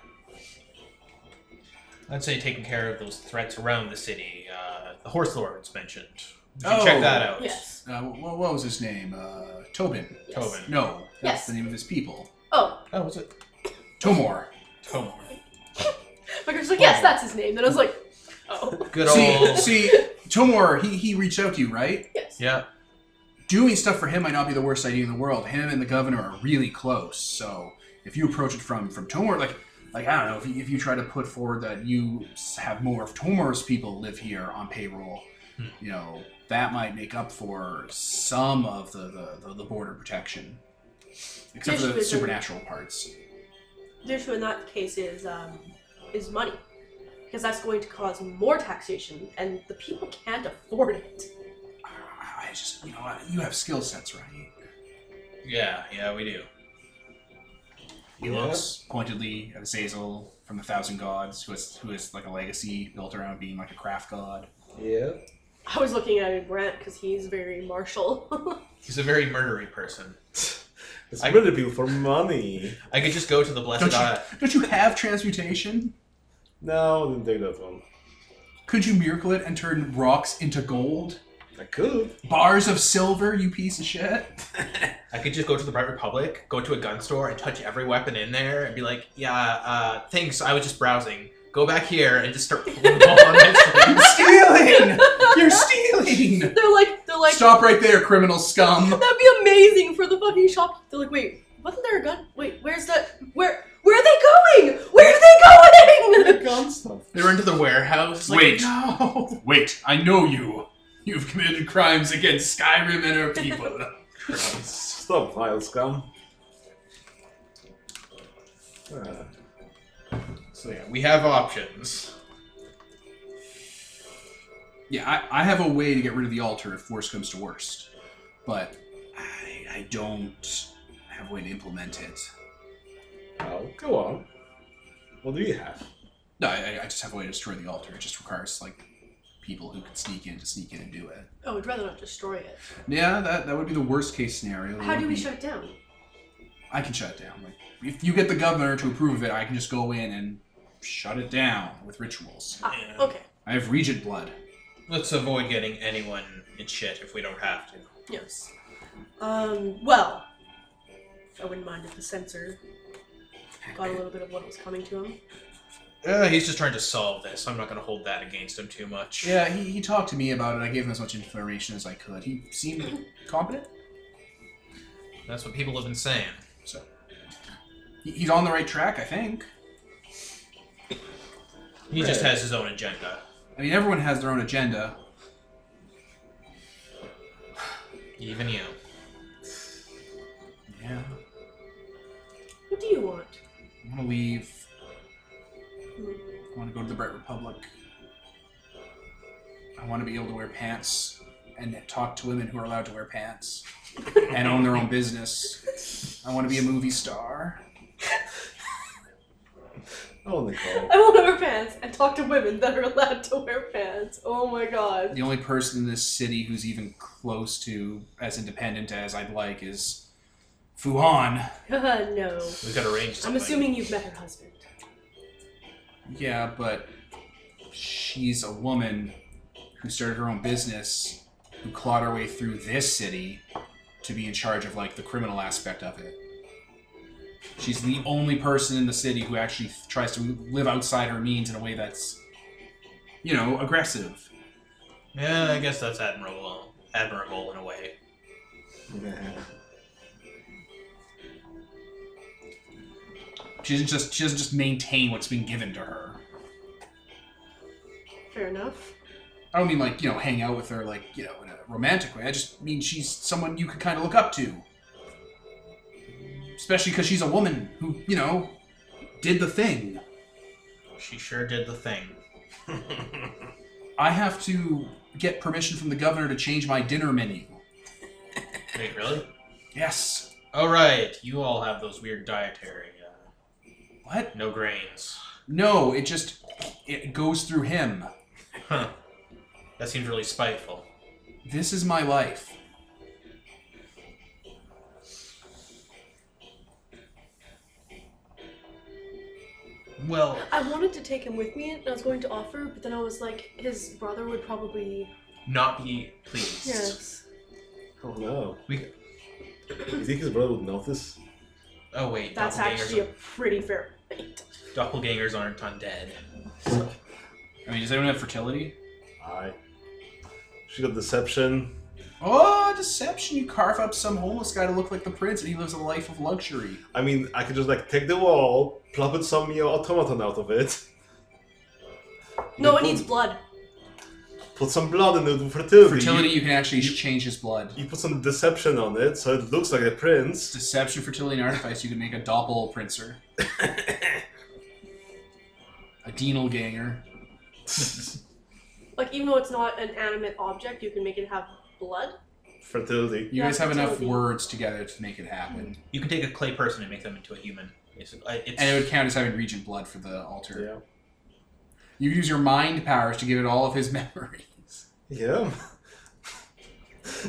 Speaker 3: I'd say taking care of those threats around the city. Uh, the horse lords mentioned. You should
Speaker 1: Oh.
Speaker 3: check that out.
Speaker 2: Yes.
Speaker 1: Uh, what, what was his name? Uh, Tobin.
Speaker 2: yes.
Speaker 3: Tobin.
Speaker 1: No, that's
Speaker 2: Yes.
Speaker 1: the name of his people.
Speaker 2: Oh,
Speaker 3: Oh, was it?
Speaker 1: Tomor.
Speaker 3: Tomor.
Speaker 2: like I was like, yes, that's his name. Then I was like, oh,
Speaker 3: Good
Speaker 1: See,
Speaker 3: old.
Speaker 1: see, Tomor. He he reached out to you, right?
Speaker 2: yes.
Speaker 3: yeah.
Speaker 1: Doing stuff for him might not be the worst idea in the world. Him and the governor are really close. So if you approach it from from Tomor, like. Like I don't know if you, if you try to put forward that you s- have more of Tomor's people live here on payroll,
Speaker 3: Hmm.
Speaker 1: you know that might make up for some of the the, the, the border protection, except for the
Speaker 2: Dish-
Speaker 1: supernatural parts.
Speaker 2: The issue in that case is um, is money, because that's going to cause more taxation, and the people can't afford it.
Speaker 1: I I just you know I- you have skill sets, right?
Speaker 3: Yeah, yeah, we do.
Speaker 1: He
Speaker 4: Yeah.
Speaker 1: looks pointedly at Azazel from the Thousand Gods, who is who is like a legacy built around being like a craft god.
Speaker 4: Yeah.
Speaker 2: I was looking at Grant because he's very martial.
Speaker 3: He's a very murdery person.
Speaker 4: It's
Speaker 3: I-
Speaker 4: ridiculed for money.
Speaker 3: I could just go to the
Speaker 1: Don't
Speaker 3: Blessed
Speaker 1: you,
Speaker 3: Eye.
Speaker 1: don't you have transmutation?
Speaker 4: No, I didn't take that one.
Speaker 1: Could you miracle it and turn rocks into gold?
Speaker 4: I could.
Speaker 1: Bars of silver, you piece of shit.
Speaker 3: I could just go to the Bright Republic, go to a gun store, and touch every weapon in there, and be like, "Yeah, uh, thanks. I was just browsing. Go back here and just start pulling them all on my sleeve."
Speaker 1: You're stealing! You're stealing!
Speaker 2: They're like, they're like,
Speaker 1: Stop right there, criminal scum.
Speaker 2: that'd be amazing for the fucking shop. They're like, wait, wasn't there a gun? Wait, where's that? Where, where are they going? Where are they going?
Speaker 4: Gun stuff.
Speaker 3: They're into the warehouse. Like,
Speaker 1: Wait.
Speaker 3: no.
Speaker 1: Wait, I know you. You've committed crimes against Skyrim and her people.
Speaker 4: Stop, vile scum. Ah,
Speaker 3: So yeah, we have options.
Speaker 1: yeah, I, I have a way to get rid of the altar if worse comes to worst. But I, I don't have a way to implement it.
Speaker 4: well, oh, go on. What do you have?
Speaker 1: No, I, I- I just have a way to destroy the altar. It just requires, like, people who can sneak in to sneak in and do it.
Speaker 2: I would Oh, rather not destroy it.
Speaker 1: Yeah, that, that would be the worst case scenario. It
Speaker 2: How
Speaker 1: would
Speaker 2: do we
Speaker 1: be-
Speaker 2: shut it down?
Speaker 1: I can shut it down. Like if you get the governor to approve of it, I can just go in and shut it down with rituals.
Speaker 2: Ah,
Speaker 3: Yeah.
Speaker 2: okay.
Speaker 1: I have regent blood.
Speaker 3: Let's avoid getting anyone in shit if we don't have to.
Speaker 2: Yes. Um, well, I wouldn't mind if the censor got a little bit of what was coming to him.
Speaker 3: Uh, he's just trying to solve this. I'm not going to hold that against him too much.
Speaker 1: Yeah, he, he talked to me about it. I gave him as much information as I could. He seemed competent,
Speaker 3: That's what people have been saying.
Speaker 1: so he, he's on the right track, I think.
Speaker 3: He just
Speaker 4: Right.
Speaker 3: has his own agenda.
Speaker 1: I mean, everyone has their own agenda.
Speaker 3: Even you.
Speaker 1: Yeah,
Speaker 2: What do you want?
Speaker 1: I want to leave. I want to go to the Bright Republic. I want to be able to wear pants and talk to women who are allowed to wear pants and own their own business. I want to be a movie star.
Speaker 4: Oh, Nicole.
Speaker 2: I won't wear pants and talk to women that are allowed to wear pants. Oh my god.
Speaker 1: The only person in this city who's even close to as independent as I'd like is Fuhan.
Speaker 2: no.
Speaker 3: We've got to arrange
Speaker 2: I'm
Speaker 3: something.
Speaker 2: assuming you've met her husband.
Speaker 1: Yeah, but she's a woman who started her own business, who clawed her way through this city to be in charge of like the criminal aspect of it. She's the only person in the city who actually th- tries to live outside her means in a way that's, you know, aggressive.
Speaker 3: Yeah, I guess that's admirable. Admirable in a way.
Speaker 1: She doesn't just she doesn't just maintain what's been given to her.
Speaker 2: Fair enough.
Speaker 1: I don't mean like you know hang out with her like you know in a romantic way. I just mean she's someone you could kind of look up to, especially because she's a woman who you know did the thing.
Speaker 3: She sure did the thing.
Speaker 1: I have to get permission from the governor to change my dinner menu.
Speaker 3: Wait, really?
Speaker 1: Yes.
Speaker 3: All right, you all have those weird dietary uh,
Speaker 1: What?
Speaker 3: no grains.
Speaker 1: No, it just it goes through him.
Speaker 3: Huh. That seems really spiteful.
Speaker 1: This is my life.
Speaker 3: Well,
Speaker 2: I wanted to take him with me and I was going to offer, but then I was like, his brother would probably.
Speaker 3: not be pleased.
Speaker 2: Yes.
Speaker 4: oh no.
Speaker 3: We.
Speaker 4: You think his brother would notice?
Speaker 3: Oh wait,
Speaker 2: That's
Speaker 3: doppelgangers,
Speaker 2: actually a pretty fair point.
Speaker 3: doppelgangers aren't undead.
Speaker 1: I mean, does anyone have fertility?
Speaker 4: Aye. She got deception.
Speaker 1: Oh, deception! You carve up some homeless guy to look like the prince, and he lives a life of luxury.
Speaker 4: I mean, I could just like take the wall, plop it some you know, automaton out of it.
Speaker 2: No, it
Speaker 4: Put-
Speaker 2: needs blood.
Speaker 4: Put some blood in it for fertility.
Speaker 1: Fertility, you can actually
Speaker 4: you-
Speaker 1: change his blood.
Speaker 4: You put some deception on it, so it looks like a prince.
Speaker 1: Deception, fertility, and artifice, you can make a doppel princer. a denal ganger.
Speaker 2: Like, even though it's not an animate object, you can make it have blood.
Speaker 4: fertility.
Speaker 1: You
Speaker 2: Yeah,
Speaker 1: guys have enough
Speaker 2: fertility.
Speaker 1: words together to make it happen.
Speaker 3: You can take a clay person and make them into a human. It's, I- it's-
Speaker 1: And it would count as having regent blood for the altar.
Speaker 4: Yeah.
Speaker 1: You could use your mind powers to give it all of his memories.
Speaker 4: Yeah.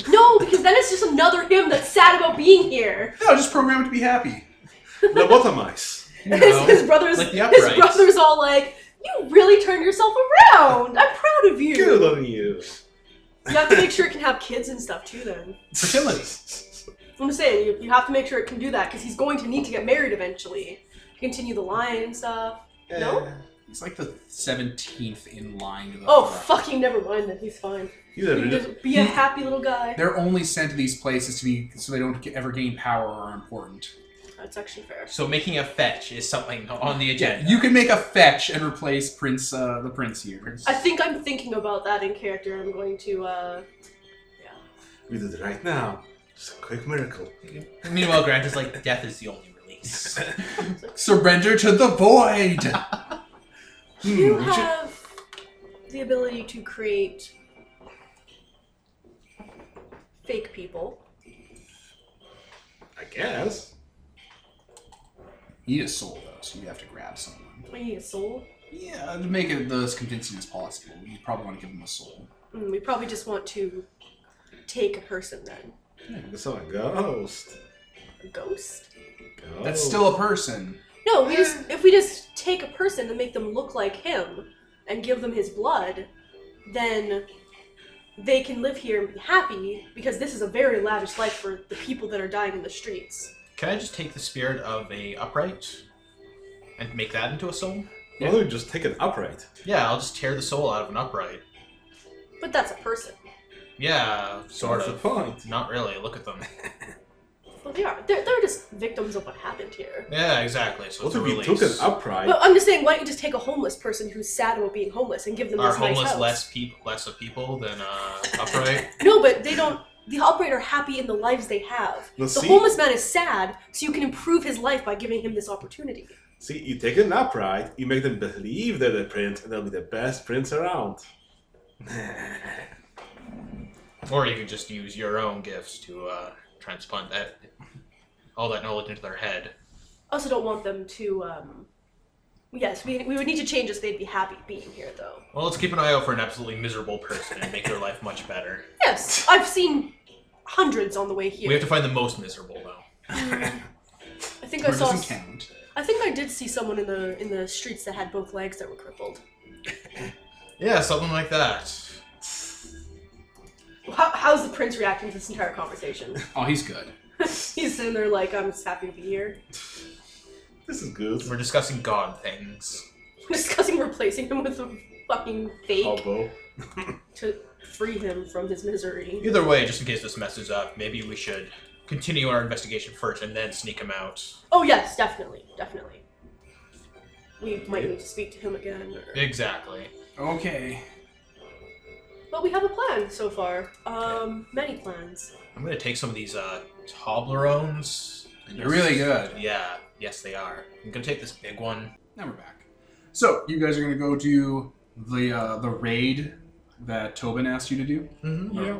Speaker 2: No, because then it's just another him that's sad about being here.
Speaker 1: No, just program it to be happy.
Speaker 4: Lobotomize.
Speaker 3: You know,
Speaker 2: his, his brother's
Speaker 3: like the
Speaker 2: his
Speaker 3: uprights.
Speaker 2: brother's all like, "You really turned yourself around. I'm proud of you."
Speaker 4: Good on you.
Speaker 2: You have to make sure it can have kids and stuff too. Then
Speaker 3: Fertility.
Speaker 2: I'm just saying you, you have to make sure it can do that because he's going to need to get married eventually to continue the line and stuff. No?
Speaker 4: Eh,
Speaker 1: He's like the seventeenth in line. To the
Speaker 2: Oh,
Speaker 1: throne.
Speaker 2: fucking never mind. Then he's fine.
Speaker 4: He's a
Speaker 2: He can
Speaker 4: really
Speaker 2: just be a happy little guy.
Speaker 1: They're only sent to these places to be so they don't g- ever gain power or are important.
Speaker 2: That's actually fair.
Speaker 3: So making a fetch is something on the
Speaker 1: Yeah,
Speaker 3: agenda.
Speaker 1: you can make a fetch and replace Prince, uh, the Prince here.
Speaker 2: I think I'm thinking about that in character. I'm going to. uh...
Speaker 4: We did it right now. Just a quick miracle.
Speaker 3: Meanwhile, Grant is like, death is the only release.
Speaker 1: Surrender to the void.
Speaker 4: Hmm,
Speaker 2: You
Speaker 4: we should-
Speaker 2: have the ability to create fake people.
Speaker 4: I guess.
Speaker 1: You need a soul though, so you have to grab someone.
Speaker 2: We need a soul.
Speaker 1: Yeah, to make it the- as convincing as possible, you probably want to give them a soul.
Speaker 2: Mm, we probably just want to take a person then.
Speaker 4: It's not a ghost. Oh.
Speaker 2: A ghost?
Speaker 1: That's
Speaker 4: Ghost.
Speaker 1: still a person.
Speaker 2: No, we just if we just take a person and make them look like him and give them his blood, then they can live here and be happy because this is a very lavish life for the people that are dying in the streets.
Speaker 3: Can I just take the spirit of a upright and make that into a soul?
Speaker 4: Why don't we just take an upright?
Speaker 3: Yeah, I'll just tear the soul out of an upright.
Speaker 2: But that's a person.
Speaker 3: Yeah, sort
Speaker 4: What's the
Speaker 3: of.
Speaker 4: point?
Speaker 3: Not really. Look at them.
Speaker 2: Well, they are. They're, they're just victims of what happened here.
Speaker 3: Yeah, exactly. So it's
Speaker 4: What
Speaker 3: a
Speaker 4: if we
Speaker 3: release.
Speaker 4: took an upright?
Speaker 2: But I'm just saying, why don't you just take a homeless person who's sad about being homeless and give them
Speaker 3: Are
Speaker 2: this nice
Speaker 3: homeless
Speaker 2: house?
Speaker 3: less people, less of people than uh, upright?
Speaker 2: No, but they don't. The upright are happy in the lives they have.
Speaker 4: No,
Speaker 2: the
Speaker 4: see-
Speaker 2: homeless man is sad, so you can improve his life by giving him this opportunity.
Speaker 4: See, you take an upright, you make them believe they're the prince, and they'll be the best prince around.
Speaker 3: or you can just use your own gifts to uh, transplant that all that knowledge into their head.
Speaker 2: I also don't want them to. Um, yes, we, we would need to change this. They'd be happy being here, though.
Speaker 3: Well, let's keep an eye out for an absolutely miserable person and make their life much better.
Speaker 2: Yes, I've seen hundreds on the way here.
Speaker 3: We have to find the most miserable though.
Speaker 2: I think I
Speaker 1: Or
Speaker 2: saw.
Speaker 1: doesn't count.
Speaker 2: I think I did see someone in the in the streets that had both legs that were crippled.
Speaker 3: Yeah, something like that.
Speaker 2: How, how's the prince reacting to this entire conversation?
Speaker 1: Oh, he's good.
Speaker 2: He's sitting there like, I'm just happy to be here.
Speaker 4: This is good.
Speaker 3: We're discussing god things.
Speaker 2: Discussing replacing him with a fucking fake
Speaker 3: Oh,
Speaker 4: Hobo.
Speaker 2: to free him from his misery.
Speaker 3: Either way, just in case this messes up, maybe we should continue our investigation first and then sneak him out.
Speaker 2: Oh yes, definitely, definitely. We might need to speak to him again. Or...
Speaker 3: Exactly.
Speaker 1: Okay.
Speaker 2: But we have a plan so far. Um, many plans.
Speaker 3: I'm gonna take some of these uh, Toblerones. and
Speaker 1: They're really good.
Speaker 3: Yeah. Yes, they are. I'm gonna take this big one.
Speaker 1: Now we're back. So you guys are gonna go do the uh, the raid that Tobin asked you to do.
Speaker 3: Mm-hmm.
Speaker 1: Yeah.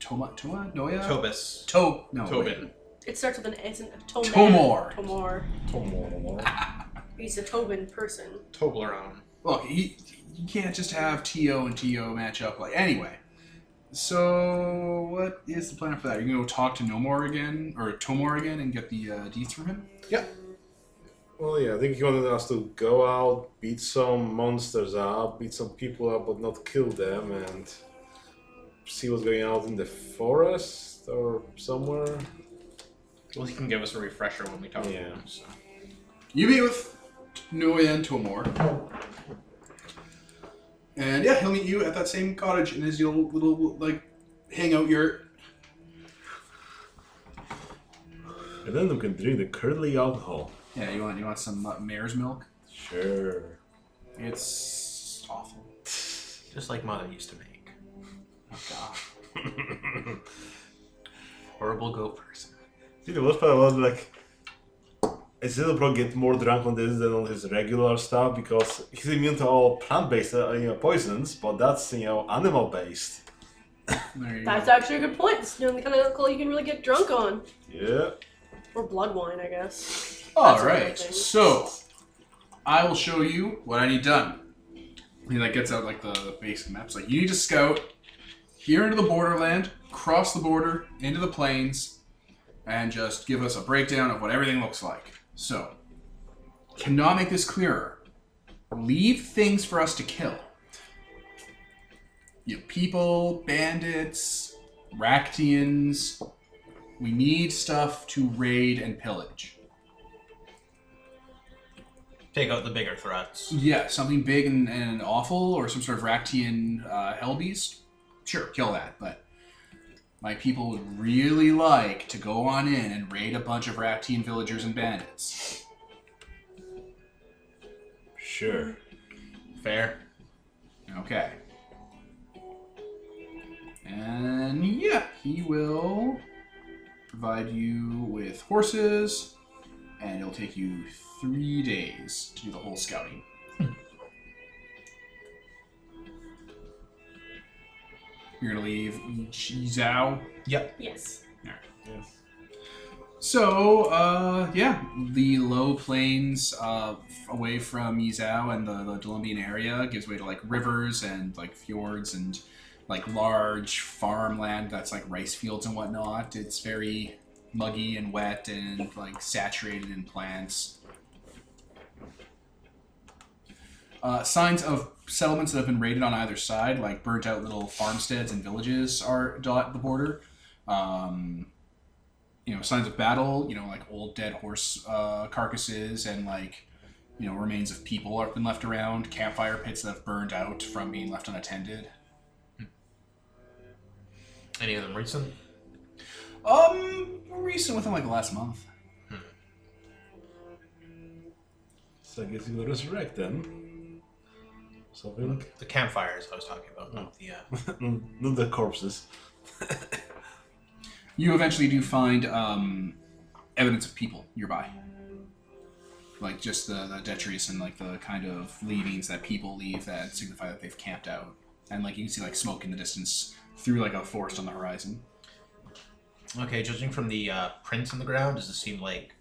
Speaker 1: Toma Toma Noya.
Speaker 3: Tobis.
Speaker 1: To no.
Speaker 3: Tobin.
Speaker 2: It starts with an it's an a Tomar.
Speaker 1: Tomor.
Speaker 2: Tomor.
Speaker 4: Tomorrow.
Speaker 2: He's a Tobin person.
Speaker 3: Toblerone.
Speaker 1: Look, you, you can't just have To and To match up like anyway. So what is the plan for that? Are you gonna go talk to Nomor again or Tomor again and get the uh, deeds from him?
Speaker 4: Well, yeah, I think he wanted us to go out, beat some monsters up, beat some people up, but not kill them, and see what's going on in the forest or somewhere.
Speaker 3: Well, he can give us a refresher when we talk to him.
Speaker 4: Yeah.
Speaker 3: So.
Speaker 1: You meet with Noya and Tomor. And yeah, he'll meet you at that same cottage in his little, little like hangout yurt.
Speaker 4: And then we can drink the curdly alcohol.
Speaker 1: Yeah, you want you want some uh, mare's milk?
Speaker 4: Sure.
Speaker 1: It's awful.
Speaker 3: Just like Mother used to make.
Speaker 1: Oh, God.
Speaker 3: Horrible goat person.
Speaker 4: See, the worst part was like, is little bro get more drunk on this than on his regular stuff because he's immune to all plant-based uh, you know, poisons, but that's you know animal-based.
Speaker 1: There you
Speaker 2: That's
Speaker 1: go.
Speaker 2: actually a good point. It's the only kind of alcohol you can really get drunk on.
Speaker 4: Yeah.
Speaker 2: Or blood wine, I guess.
Speaker 1: All
Speaker 2: that's a
Speaker 1: right,
Speaker 2: good thing.
Speaker 1: so I will show you what I need done. He like gets out like the basic maps. Like you need to scout here into the borderland cross the border into the plains and just give us a breakdown of what everything looks like. So, cannot make this clearer. Leave things for us to kill. You know, people, bandits, Raktians. We need stuff to raid and pillage.
Speaker 3: Take out the bigger threats.
Speaker 1: Yeah, something big and, and awful, or some sort of Raktian uh, hell beast. Sure, kill that. But my people would really like to go on in and raid a bunch of Raktian villagers and bandits.
Speaker 5: Sure.
Speaker 3: Fair.
Speaker 1: Okay. And yeah, he will provide you with horses, and it'll take you three days to do the whole scouting. You're gonna leave Zhao.
Speaker 2: Yes.
Speaker 4: Yes.
Speaker 1: So, uh, yeah, the low plains uh, f- away from Yizhou and the, the Dolombian area gives way to like rivers and like fjords and like large farmland that's like rice fields and whatnot. It's very muggy and wet and like saturated in plants. Uh, signs of settlements that have been raided on either side, like burnt out little farmsteads and villages, are dot the border. Um, you know signs of battle you know like old dead horse uh, carcasses and like you know remains of people have been left around campfire pits that have burned out from being left unattended
Speaker 3: Any of them recent?
Speaker 1: um recent within like the last month
Speaker 5: So I guess you go resurrect them. Something.
Speaker 3: The campfires I was talking about. Not the, uh,
Speaker 5: Not the corpses.
Speaker 1: you eventually do find um evidence of people nearby like just the, the detritus and like the kind of leavings that people leave that signify that they've camped out and like you can see like smoke in the distance through like a forest on the horizon
Speaker 3: okay, judging from the uh, prints on the ground, does it seem like,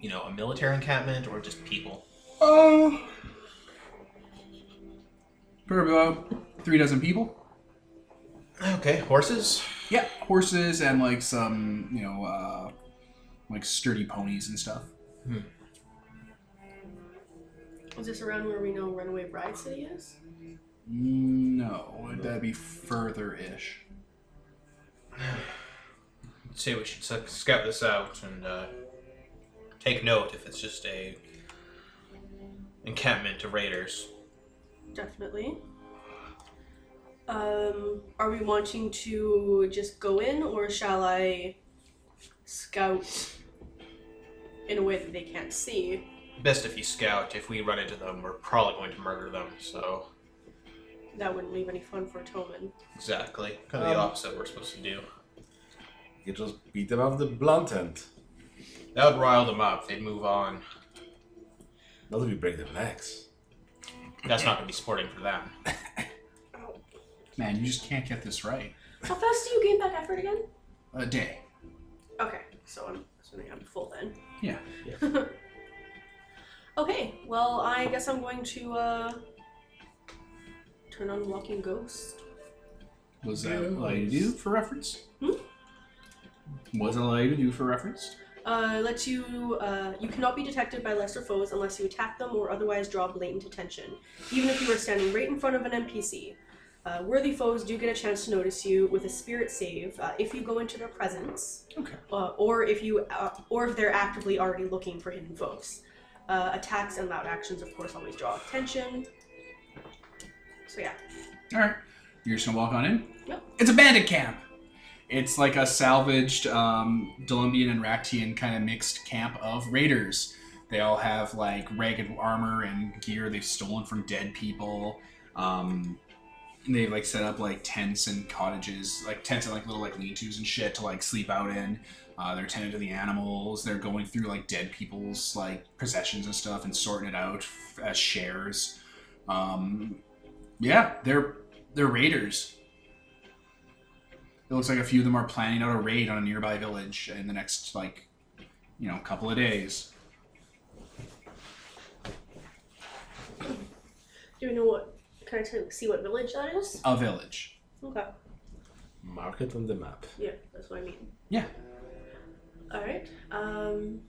Speaker 3: you know, a military encampment or just people?
Speaker 1: Oh. Probably about three dozen people.
Speaker 3: Okay, horses?
Speaker 1: Yeah, horses and like some, you know, uh, like sturdy ponies and stuff.
Speaker 2: Is this around where we know Runaway Bride City is?
Speaker 1: No, that'd be further ish.
Speaker 3: I'd say we should sc- scout this out and uh, take note if it's just a encampment of raiders.
Speaker 2: Definitely. Um, are we wanting to just go in, or shall I scout in a way that they can't see?
Speaker 3: Best if you scout. If we run into them, we're probably going to murder them. So
Speaker 2: That wouldn't leave any fun for Toman.
Speaker 3: exactly, kind of the
Speaker 4: Um,
Speaker 3: opposite we're supposed to do.
Speaker 4: You just beat them up the blunt end.
Speaker 3: That would rile them up. They'd move on.
Speaker 4: Not if you break their legs.
Speaker 3: That's not going to be sporting for them.
Speaker 1: Man, you just can't get this right.
Speaker 2: How fast do you gain back effort again?
Speaker 1: A day.
Speaker 2: Okay, so I'm assuming I'm full then.
Speaker 1: Yeah.
Speaker 2: Okay, well, I guess I'm going to uh, turn on Walking Ghost.
Speaker 1: Was that all you do for reference?
Speaker 2: Hmm?
Speaker 1: Was that all you do for reference?
Speaker 2: Uh, lets you, uh, you cannot be detected by lesser foes unless you attack them or otherwise draw blatant attention, even if you are standing right in front of an NPC. Uh, worthy foes do get a chance to notice you with a spirit save uh, if you go into their presence,
Speaker 1: Okay.
Speaker 2: uh, or if you, uh, or if they're actively already looking for hidden foes. Uh, attacks and loud actions, of course, always draw attention. So yeah,
Speaker 1: All right. You're just gonna walk on in.
Speaker 2: Yep.
Speaker 1: It's a bandit camp. It's like a salvaged um, Dolombian and Raktian kind of mixed camp of raiders. They all have like ragged armor and gear they've stolen from dead people. Um, and they like set up like tents and cottages, like tents and like little like lean-tos and shit to like sleep out in. Uh, they're tending to the animals. They're going through like dead people's like possessions and stuff and sorting it out f- as shares. Um, yeah, they're they're raiders. It looks like a few of them are planning out a raid on a nearby village in the next like, you know, couple of days.
Speaker 2: do we know what? Can I tell- see what village that is?
Speaker 1: A village.
Speaker 2: Okay.
Speaker 5: Mark it on the map.
Speaker 2: Yeah, that's what I mean.
Speaker 1: Yeah.
Speaker 2: All right. Um,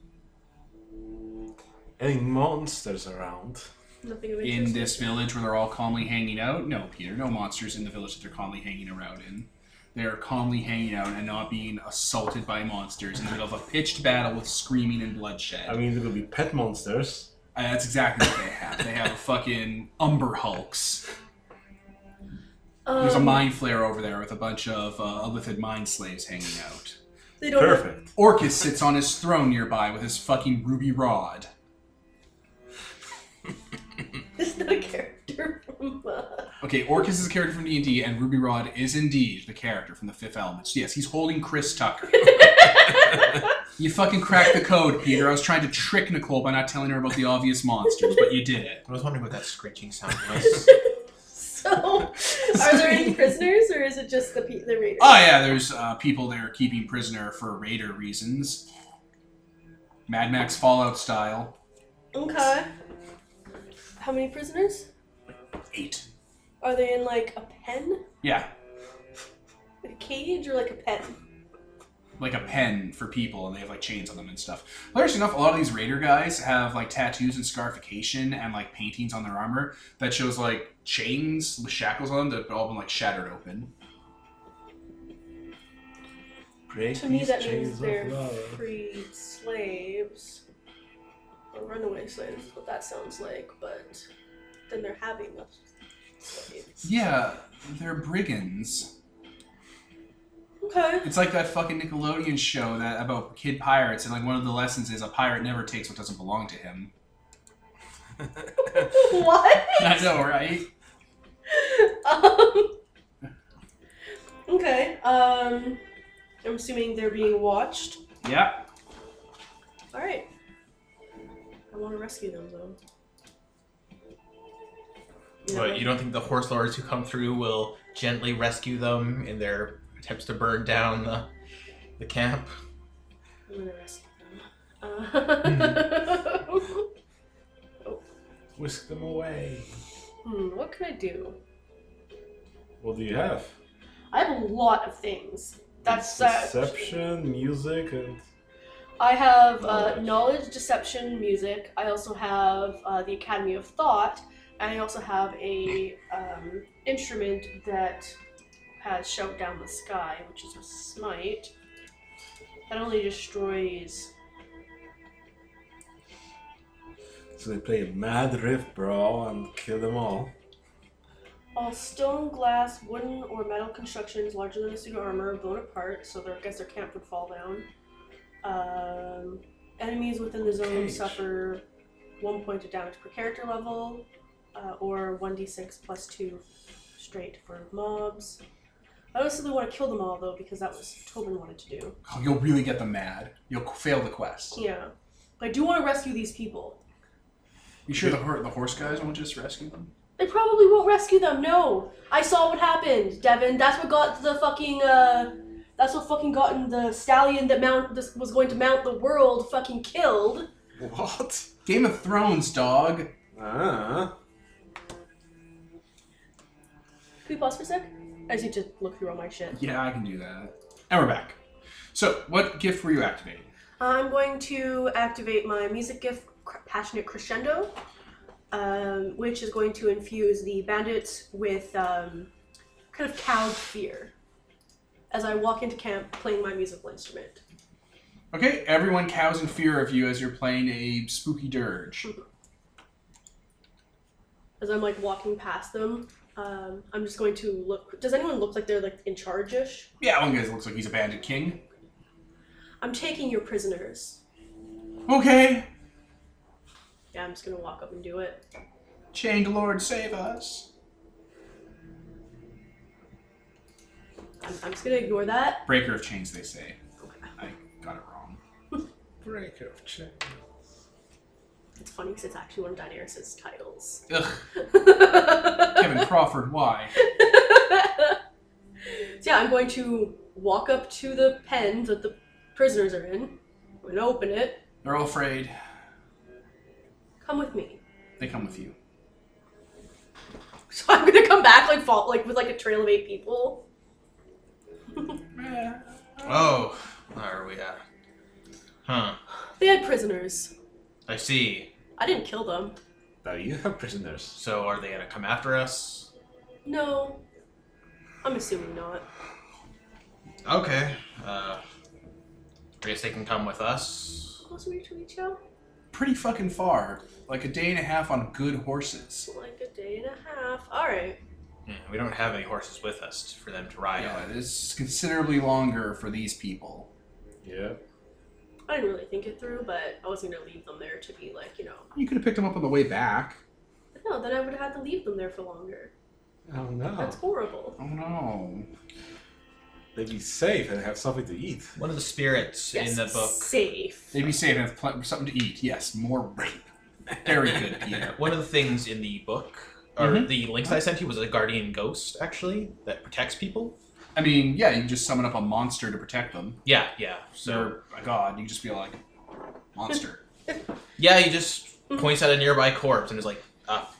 Speaker 5: Any monsters around?
Speaker 2: nothing of interest.
Speaker 1: In this village where they're all calmly hanging out? No, Peter, no monsters in the village that they're calmly hanging around in. They're calmly hanging out and not being assaulted by monsters in the middle of a pitched battle with screaming and bloodshed.
Speaker 5: I mean, there could be pet monsters.
Speaker 1: Uh, that's exactly what they have. They have fucking Umber Hulks.
Speaker 2: Um,
Speaker 1: There's a mind flare over there with a bunch of uh, Illithid mind slaves hanging out.
Speaker 2: They don't. Have,
Speaker 5: Perfect.
Speaker 1: Orcus sits on his throne nearby with his fucking ruby rod.
Speaker 2: it's not a character from. Uh,
Speaker 1: Okay, Orcus is a character from D&D, and Ruby Rod is indeed the character from the Fifth Element. So yes, he's holding Chris Tucker. you fucking cracked the code, Peter. I was trying to trick Nicole by not telling her about the obvious monsters, but you did it.
Speaker 3: I was wondering what that screeching sound was.
Speaker 2: so, are there any prisoners, or is it just the pe- the raiders?
Speaker 1: Oh yeah, there's uh, people they're keeping prisoner for raider reasons. Mad Max Fallout style.
Speaker 2: Okay. How many prisoners?
Speaker 1: Eight.
Speaker 2: Are they in like a pen,
Speaker 1: Yeah,
Speaker 2: like a cage, or like a pen?
Speaker 1: like a pen for people, and they have like chains on them and stuff. Hilarious enough, a lot of these raider guys have like tattoos and scarification and like paintings on their armor that shows like chains with shackles on them that have all been like shattered open.
Speaker 5: Break
Speaker 2: To me,
Speaker 5: these
Speaker 2: that means
Speaker 5: chains
Speaker 2: they're
Speaker 5: of love.
Speaker 2: free slaves or runaway slaves. What that sounds like, but then they're having us slaves.
Speaker 1: Yeah, they're brigands.
Speaker 2: Okay.
Speaker 1: It's like that fucking Nickelodeon show that about kid pirates, and like one of the lessons is a pirate never takes what doesn't belong to him.
Speaker 2: what?
Speaker 1: I know, right?
Speaker 2: Um, okay. Um, I'm assuming they're being watched.
Speaker 1: Yeah.
Speaker 2: All right. I want to rescue them though. You know,
Speaker 3: But you don't think the horse lords who come through will gently rescue them in their attempts to burn down the the camp?
Speaker 2: I'm gonna rescue them. Uh,
Speaker 5: Whisk them away.
Speaker 2: hmm, what can I do?
Speaker 5: What do you have?
Speaker 2: I have a lot of things. That's uh, that.
Speaker 5: Perception, music, and
Speaker 2: I have uh,
Speaker 5: Knowledge.
Speaker 2: knowledge, deception, music. I also have uh, the Academy of Thought, and I also have a um, instrument that has shout down the sky, which is a smite. That only destroys.
Speaker 5: so they play a mad riff, bro, and kill them all.
Speaker 2: All stone, glass, wooden, or metal constructions larger than a suit of armor are blown apart, so their, I guess their camp would fall down. Um, enemies within the zone
Speaker 5: Cage.
Speaker 2: suffer one point of damage per character level, uh, or 1d6 plus 2 straight for mobs. I don't necessarily want to kill them all, though, because that was what Tobin wanted to do.
Speaker 1: Oh, you'll really get them mad. You'll fail the quest.
Speaker 2: Yeah. But I do want to rescue these people.
Speaker 1: You sure the, hor- the horse guys won't just rescue them?
Speaker 2: They probably won't rescue them. No, I saw what happened, Devin. That's what got the fucking. Uh, that's what fucking gotten the stallion that mount this was going to mount the world fucking killed.
Speaker 5: What?
Speaker 1: Game of Thrones, dog.
Speaker 5: Ah.
Speaker 2: Can we pause for a sec? I just need to look through all my shit.
Speaker 1: Yeah, I can do that. And we're back. So, what gift were you activating?
Speaker 2: I'm going to activate my music gift, Cr- Passionate Crescendo, um, which is going to infuse the bandits with um, kind of cowed fear as I walk into camp playing my musical instrument.
Speaker 1: Okay, everyone cows in fear of you as you're playing a spooky dirge.
Speaker 2: as I'm like walking past them, um, I'm just going to look. Does anyone look like they're like in charge ish?
Speaker 1: Yeah, one guy looks like he's a bandit king.
Speaker 2: I'm taking your prisoners.
Speaker 1: Okay,
Speaker 2: Yeah, I'm just gonna walk up and do it.
Speaker 1: chained lord, save us.
Speaker 2: I'm, I'm just gonna ignore that.
Speaker 1: Breaker of chains, they say. I got it wrong.
Speaker 5: Break of chain.
Speaker 2: It's funny because it's actually one of Daenerys' titles.
Speaker 1: Ugh,
Speaker 2: so
Speaker 1: Kevin Crawford, why?
Speaker 2: yeah, I'm going to walk up to the pen that the prisoners are in. I'm gonna open it.
Speaker 1: They're all afraid.
Speaker 2: Come with me.
Speaker 1: They come with you.
Speaker 2: So I'm gonna come back like fall like with like a trail of eight people.
Speaker 3: Oh, are we at? Huh.
Speaker 2: They had prisoners.
Speaker 3: I see.
Speaker 2: I didn't kill them.
Speaker 5: Now you have prisoners.
Speaker 3: So are they gonna come after us?
Speaker 2: No. I'm assuming not.
Speaker 3: Okay. Uh, I guess they can come with us.
Speaker 2: Close reach to each other.
Speaker 1: Pretty fucking far. Like a day and a half on good horses.
Speaker 2: Like a day and a half. All right.
Speaker 3: Yeah, we don't have any horses with us for them to ride
Speaker 1: Yeah,
Speaker 3: on.
Speaker 1: it's considerably longer for these people.
Speaker 4: Yeah.
Speaker 2: I didn't really think it through, but I wasn't gonna leave them there to be like, you know.
Speaker 1: You could have picked them up on the way back.
Speaker 2: No, then I would have had to leave them there for longer.
Speaker 4: Oh no.
Speaker 2: That's horrible.
Speaker 1: Oh no.
Speaker 4: They'd be safe and have something to eat.
Speaker 3: One of the spirits in the book.
Speaker 2: Safe.
Speaker 1: They'd be safe and have pl- something to eat. Yes, more rape. Very good, Peter.
Speaker 3: One of the things in the book, or
Speaker 1: Mhm.
Speaker 3: the links I sent you, was a guardian ghost actually that protects people.
Speaker 1: I mean, yeah, you can just summon up a monster to protect them.
Speaker 3: Yeah, yeah. So
Speaker 1: So, a god, you can just be like, monster.
Speaker 3: yeah, he just points at a nearby corpse and is like, up,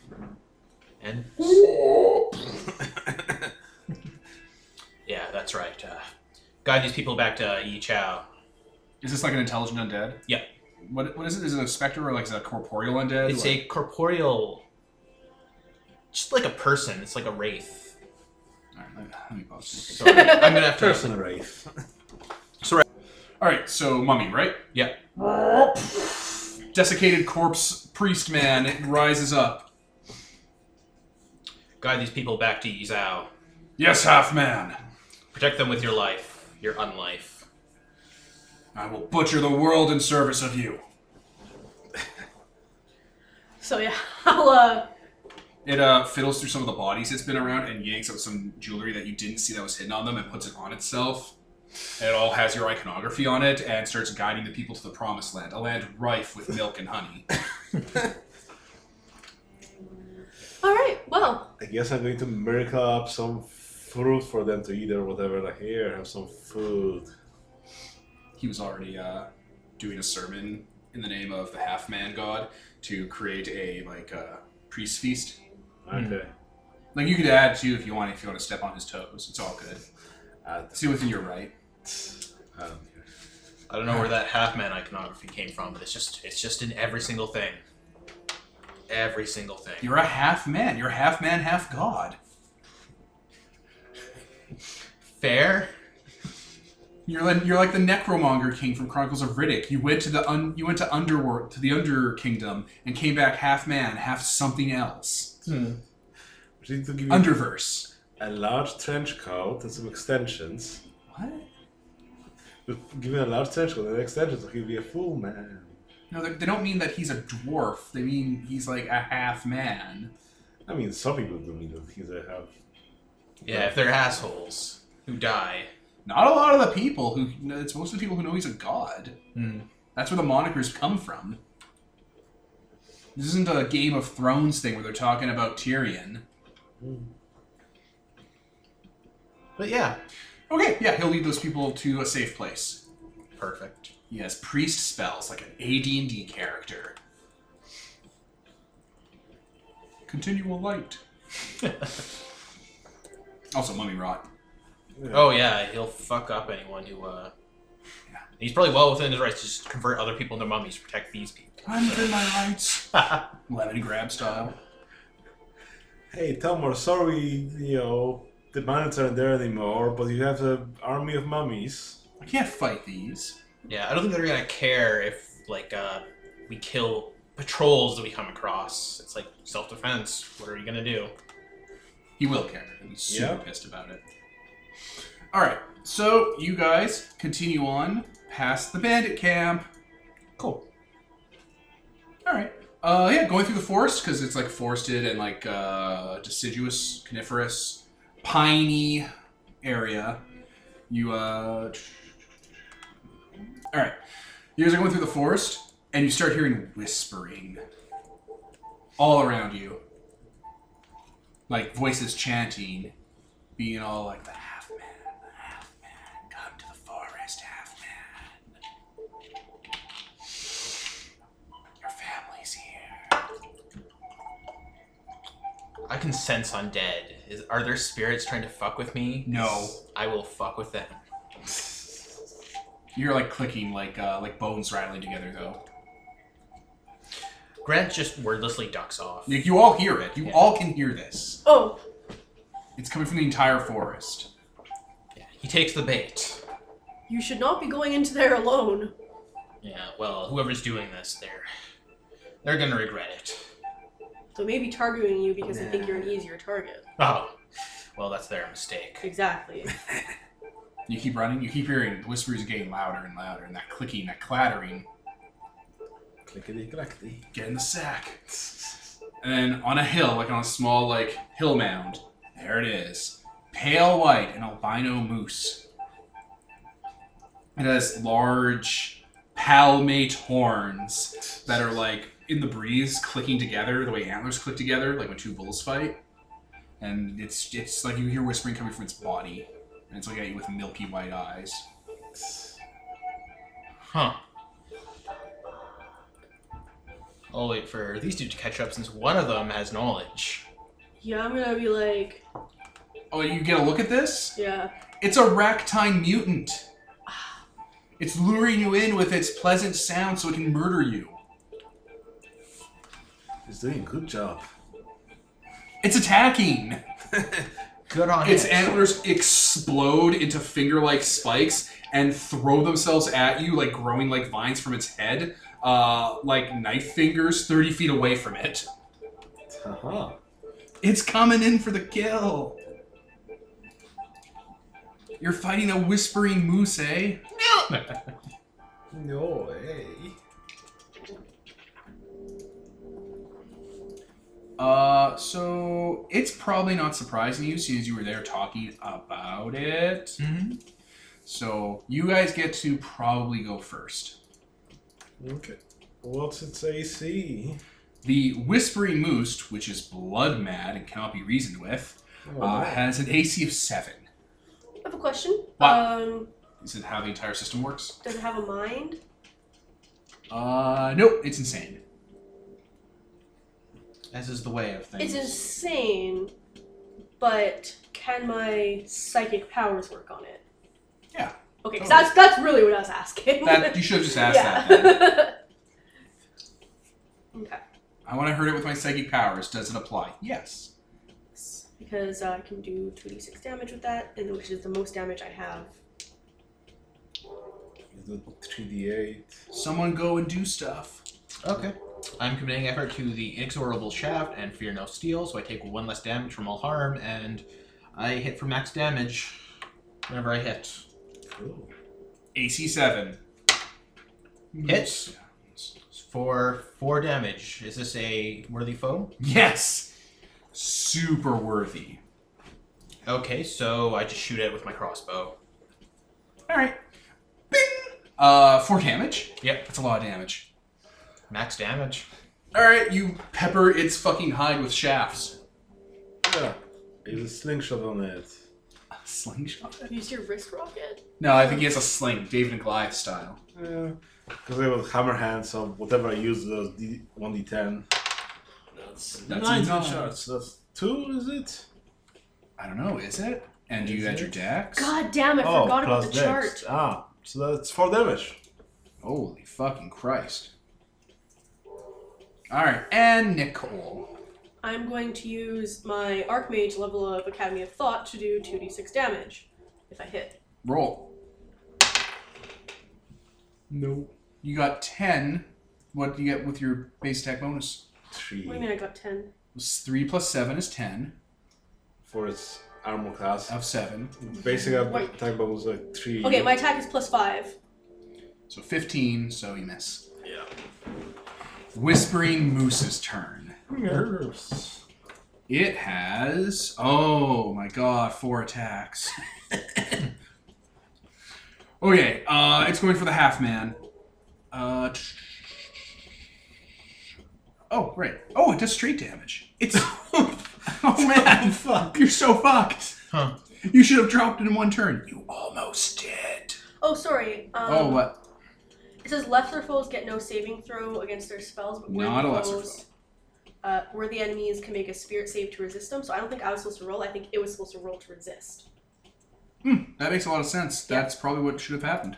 Speaker 3: and
Speaker 2: Mm-hmm.
Speaker 3: yeah, that's right. Uh, guide these people back to Yi Chao.
Speaker 1: Is this like an intelligent undead?
Speaker 3: Yeah.
Speaker 1: What, what is it? Is it a specter or like is it a corporeal undead?
Speaker 3: It's
Speaker 1: like,
Speaker 3: a corporeal, just like a person. It's like a wraith.
Speaker 1: Alright, let me- let me pause.
Speaker 3: Sorry, I'm gonna have to.
Speaker 4: Person Wraith.
Speaker 1: Alright, so mummy, right?
Speaker 3: Yeah.
Speaker 1: Desiccated corpse priest man it rises up.
Speaker 3: Guide these people back to Yi Zhao.
Speaker 1: Yes, half man.
Speaker 3: Protect them with your life, your unlife.
Speaker 1: I will butcher the world in service of you.
Speaker 2: So yeah, I'll uh,
Speaker 1: It uh, fiddles through some of the bodies it's been around and yanks out some jewelry that you didn't see that was hidden on them and puts it on itself. And it all has your iconography on it and starts guiding the people to the promised land, a land rife with milk and honey.
Speaker 2: All right. Well,
Speaker 4: I guess I'm going to miracle up some fruit for them to eat or whatever. Like, here, have some food.
Speaker 1: He was already uh, doing a sermon in the name of the half man god to create a like uh, priest feast.
Speaker 4: Okay.
Speaker 1: Like you could add too if you want if you want to step on his toes. It's all good.
Speaker 4: Uh,
Speaker 1: See within your right.
Speaker 4: um,
Speaker 3: I don't know where that half man iconography came from, but it's just it's just in every single thing. Every single thing.
Speaker 1: You're a half man. You're half man, half god.
Speaker 3: Fair?
Speaker 1: You're like you're like the necromonger king from Chronicles of Riddick. You went to the un, you went to underworld to the under kingdom and came back half man, half something else.
Speaker 4: we need to give you
Speaker 1: Underverse.
Speaker 4: a large trench coat and some extensions.
Speaker 1: What?
Speaker 4: Give him a large trench coat and extensions, so he'll be a full man.
Speaker 1: No, they, they don't mean that he's a dwarf. They mean he's like a half man.
Speaker 4: I mean, some people do mean that he's a half.
Speaker 3: Yeah, if they're assholes who die.
Speaker 1: Not a lot of the people who no, it's most of the people who know he's a god. That's where the monikers come from. This isn't a Game of Thrones thing where they're talking about Tyrion.
Speaker 3: But yeah.
Speaker 1: Okay, yeah, he'll lead those people to a safe place.
Speaker 3: Perfect.
Speaker 1: He has priest spells like an AD&D character. Continual light. also, mummy rot.
Speaker 3: Oh yeah, he'll fuck up anyone who uh
Speaker 1: Yeah.
Speaker 3: He's probably well within his rights to just convert other people into mummies to protect these people.
Speaker 1: I'm within my rights. Lemon grab style.
Speaker 4: Hey, Tom, we're sorry, you know, the mines aren't there anymore, but you have an army of mummies.
Speaker 1: I can't fight these.
Speaker 3: Yeah, I don't think they're gonna care if like uh we kill patrols that we come across. It's like self defense. What are you gonna do?
Speaker 1: He will care. and He's super
Speaker 4: Yeah.
Speaker 1: pissed about it. All right, so you guys continue on past the bandit camp.
Speaker 3: Cool.
Speaker 1: All right. Uh, yeah, going through the forest because it's like forested and like uh, deciduous, coniferous, piney area. You uh. All right. You guys are going through the forest and you start hearing whispering all around you, like voices chanting, being all like the half man, the half man, come to the forest, half man. Your family's here.
Speaker 3: I can sense undead. Is, are there spirits trying to fuck with me?
Speaker 1: No.
Speaker 3: I will fuck with them.
Speaker 1: You're like clicking, like uh, like bones rattling together, though.
Speaker 3: Grant just wordlessly ducks off.
Speaker 1: Like you all hear it. You
Speaker 3: Yeah.
Speaker 1: all can hear this.
Speaker 2: Oh,
Speaker 1: It's coming from the entire forest.
Speaker 3: Yeah, he takes the bait.
Speaker 2: you should not be going into there alone.
Speaker 3: Yeah, well, whoever's doing this, they're they're gonna regret it.
Speaker 2: So maybe targeting you because they think you're an easier target.
Speaker 3: Oh, well, that's their mistake.
Speaker 2: Exactly.
Speaker 1: You keep running. You keep hearing the whispers getting louder and louder, and that clicking, that clattering.
Speaker 5: Clickety clackety.
Speaker 1: Get in the sack. And then on a hill, like on a small like hill mound, there it is, pale white, an albino moose. It has large palmate horns that are like in the breeze, clicking together the way antlers click together, like when two bulls fight. And it's it's like you hear whispering coming from its body, and it's looking at you with milky white eyes.
Speaker 3: Huh. I'll wait for these two to catch up since one of them has knowledge.
Speaker 2: yeah, I'm gonna be like,
Speaker 1: Oh, you get a look at this?
Speaker 2: yeah.
Speaker 1: It's a ractine mutant. It's luring you in with its pleasant sound so it can murder you.
Speaker 5: He's doing a good job.
Speaker 1: It's attacking.
Speaker 3: Good on
Speaker 1: Its
Speaker 3: it.
Speaker 1: antlers explode into finger like spikes and throw themselves at you, like growing like vines from its head, uh, like knife fingers 30 feet away from it.
Speaker 5: Haha.
Speaker 1: It's coming in for the kill. You're fighting a whispering moose, eh?
Speaker 4: No way.
Speaker 1: Uh, so it's probably not surprising you, since you were there talking about it.
Speaker 3: hmm
Speaker 1: So you guys get to probably go first.
Speaker 4: Okay. What's its AC?
Speaker 1: The Whispering Moose, which is blood mad and cannot be reasoned with,
Speaker 4: Oh,
Speaker 1: uh, has an AC of seven.
Speaker 2: I have a question.
Speaker 1: Wow.
Speaker 2: Um,
Speaker 1: Is it how the entire system works?
Speaker 2: does it have a mind?
Speaker 1: Uh, nope, it's insane.
Speaker 3: As is the way of things.
Speaker 2: It's insane, but can my psychic powers work on it?
Speaker 1: Yeah.
Speaker 2: Okay,
Speaker 1: Totally.
Speaker 2: 'cause that's that's really what I was asking.
Speaker 1: That you should have just asked
Speaker 2: yeah.
Speaker 1: that. then.
Speaker 2: okay.
Speaker 1: I want to hurt it with my psychic powers. Does it apply? Yes.
Speaker 2: Because I can do 2d6 damage with that, and which is the most damage I have.
Speaker 4: You do 3d8.
Speaker 1: Someone go and do stuff.
Speaker 3: Okay. I'm committing effort to the inexorable shaft and fear no steel, so I take one less damage from all harm, and I hit for max damage whenever I hit.
Speaker 4: Cool.
Speaker 1: AC seven.
Speaker 3: Hits. For four damage. Is this a worthy foe?
Speaker 1: Yes. Super worthy.
Speaker 3: Okay, so I just shoot it with my crossbow.
Speaker 1: All right. Bing. Uh, four damage.
Speaker 3: Yep.
Speaker 1: That's a lot of damage.
Speaker 3: Max damage.
Speaker 1: All right, you pepper its fucking hide with shafts.
Speaker 4: Yeah. Is a slingshot on it.
Speaker 1: A slingshot.
Speaker 2: Use your wrist rocket.
Speaker 1: No, I think he has a sling, David and Goliath style.
Speaker 4: Yeah. Because I was hammer hand, so whatever I use was D- 1d10.
Speaker 5: That's,
Speaker 1: That's
Speaker 5: nine
Speaker 1: a nine.
Speaker 5: shots.
Speaker 4: So that's two, is it?
Speaker 1: I don't know, is it? And do you
Speaker 4: Is
Speaker 1: add
Speaker 4: it?
Speaker 1: your dex?
Speaker 2: God damn it!
Speaker 4: oh,
Speaker 2: forgot about
Speaker 4: plus
Speaker 2: the
Speaker 4: dex.
Speaker 2: chart.
Speaker 4: Ah, so that's four damage.
Speaker 1: Holy fucking Christ! All right, and Nicole.
Speaker 2: I'm going to use my Archmage level of Academy of Thought to do 2d6 damage if I hit.
Speaker 1: Roll. No. You got ten. What do you get with your base attack bonus?
Speaker 4: Three.
Speaker 2: What do you mean I got 10?
Speaker 1: Three plus seven is ten.
Speaker 4: For its armor class.
Speaker 1: Of seven.
Speaker 4: Basically, I
Speaker 2: Wait.
Speaker 4: attack bonus like three.
Speaker 2: Okay, my attack is plus 5.
Speaker 1: So 15, so you miss.
Speaker 4: Yeah.
Speaker 1: Whispering Moose's turn. It has. Oh my god, four attacks. okay, uh, it's going for the half man. Uh, tsh- oh, right. Oh, it does straight damage. It's. oh man,
Speaker 5: fuck.
Speaker 1: you're so fucked.
Speaker 3: Huh.
Speaker 1: You should have dropped it in one turn. You almost did.
Speaker 2: Oh, sorry. Um,
Speaker 1: oh, what?
Speaker 2: It says lesser foes get no saving throw against their spells, but worthy
Speaker 1: Not a lesser
Speaker 2: foes uh, where the enemies can make a spirit save to resist them. So I don't think I was supposed to roll. I think it was supposed to roll to resist,
Speaker 1: Hmm, that makes a lot of sense. That's probably what should have happened.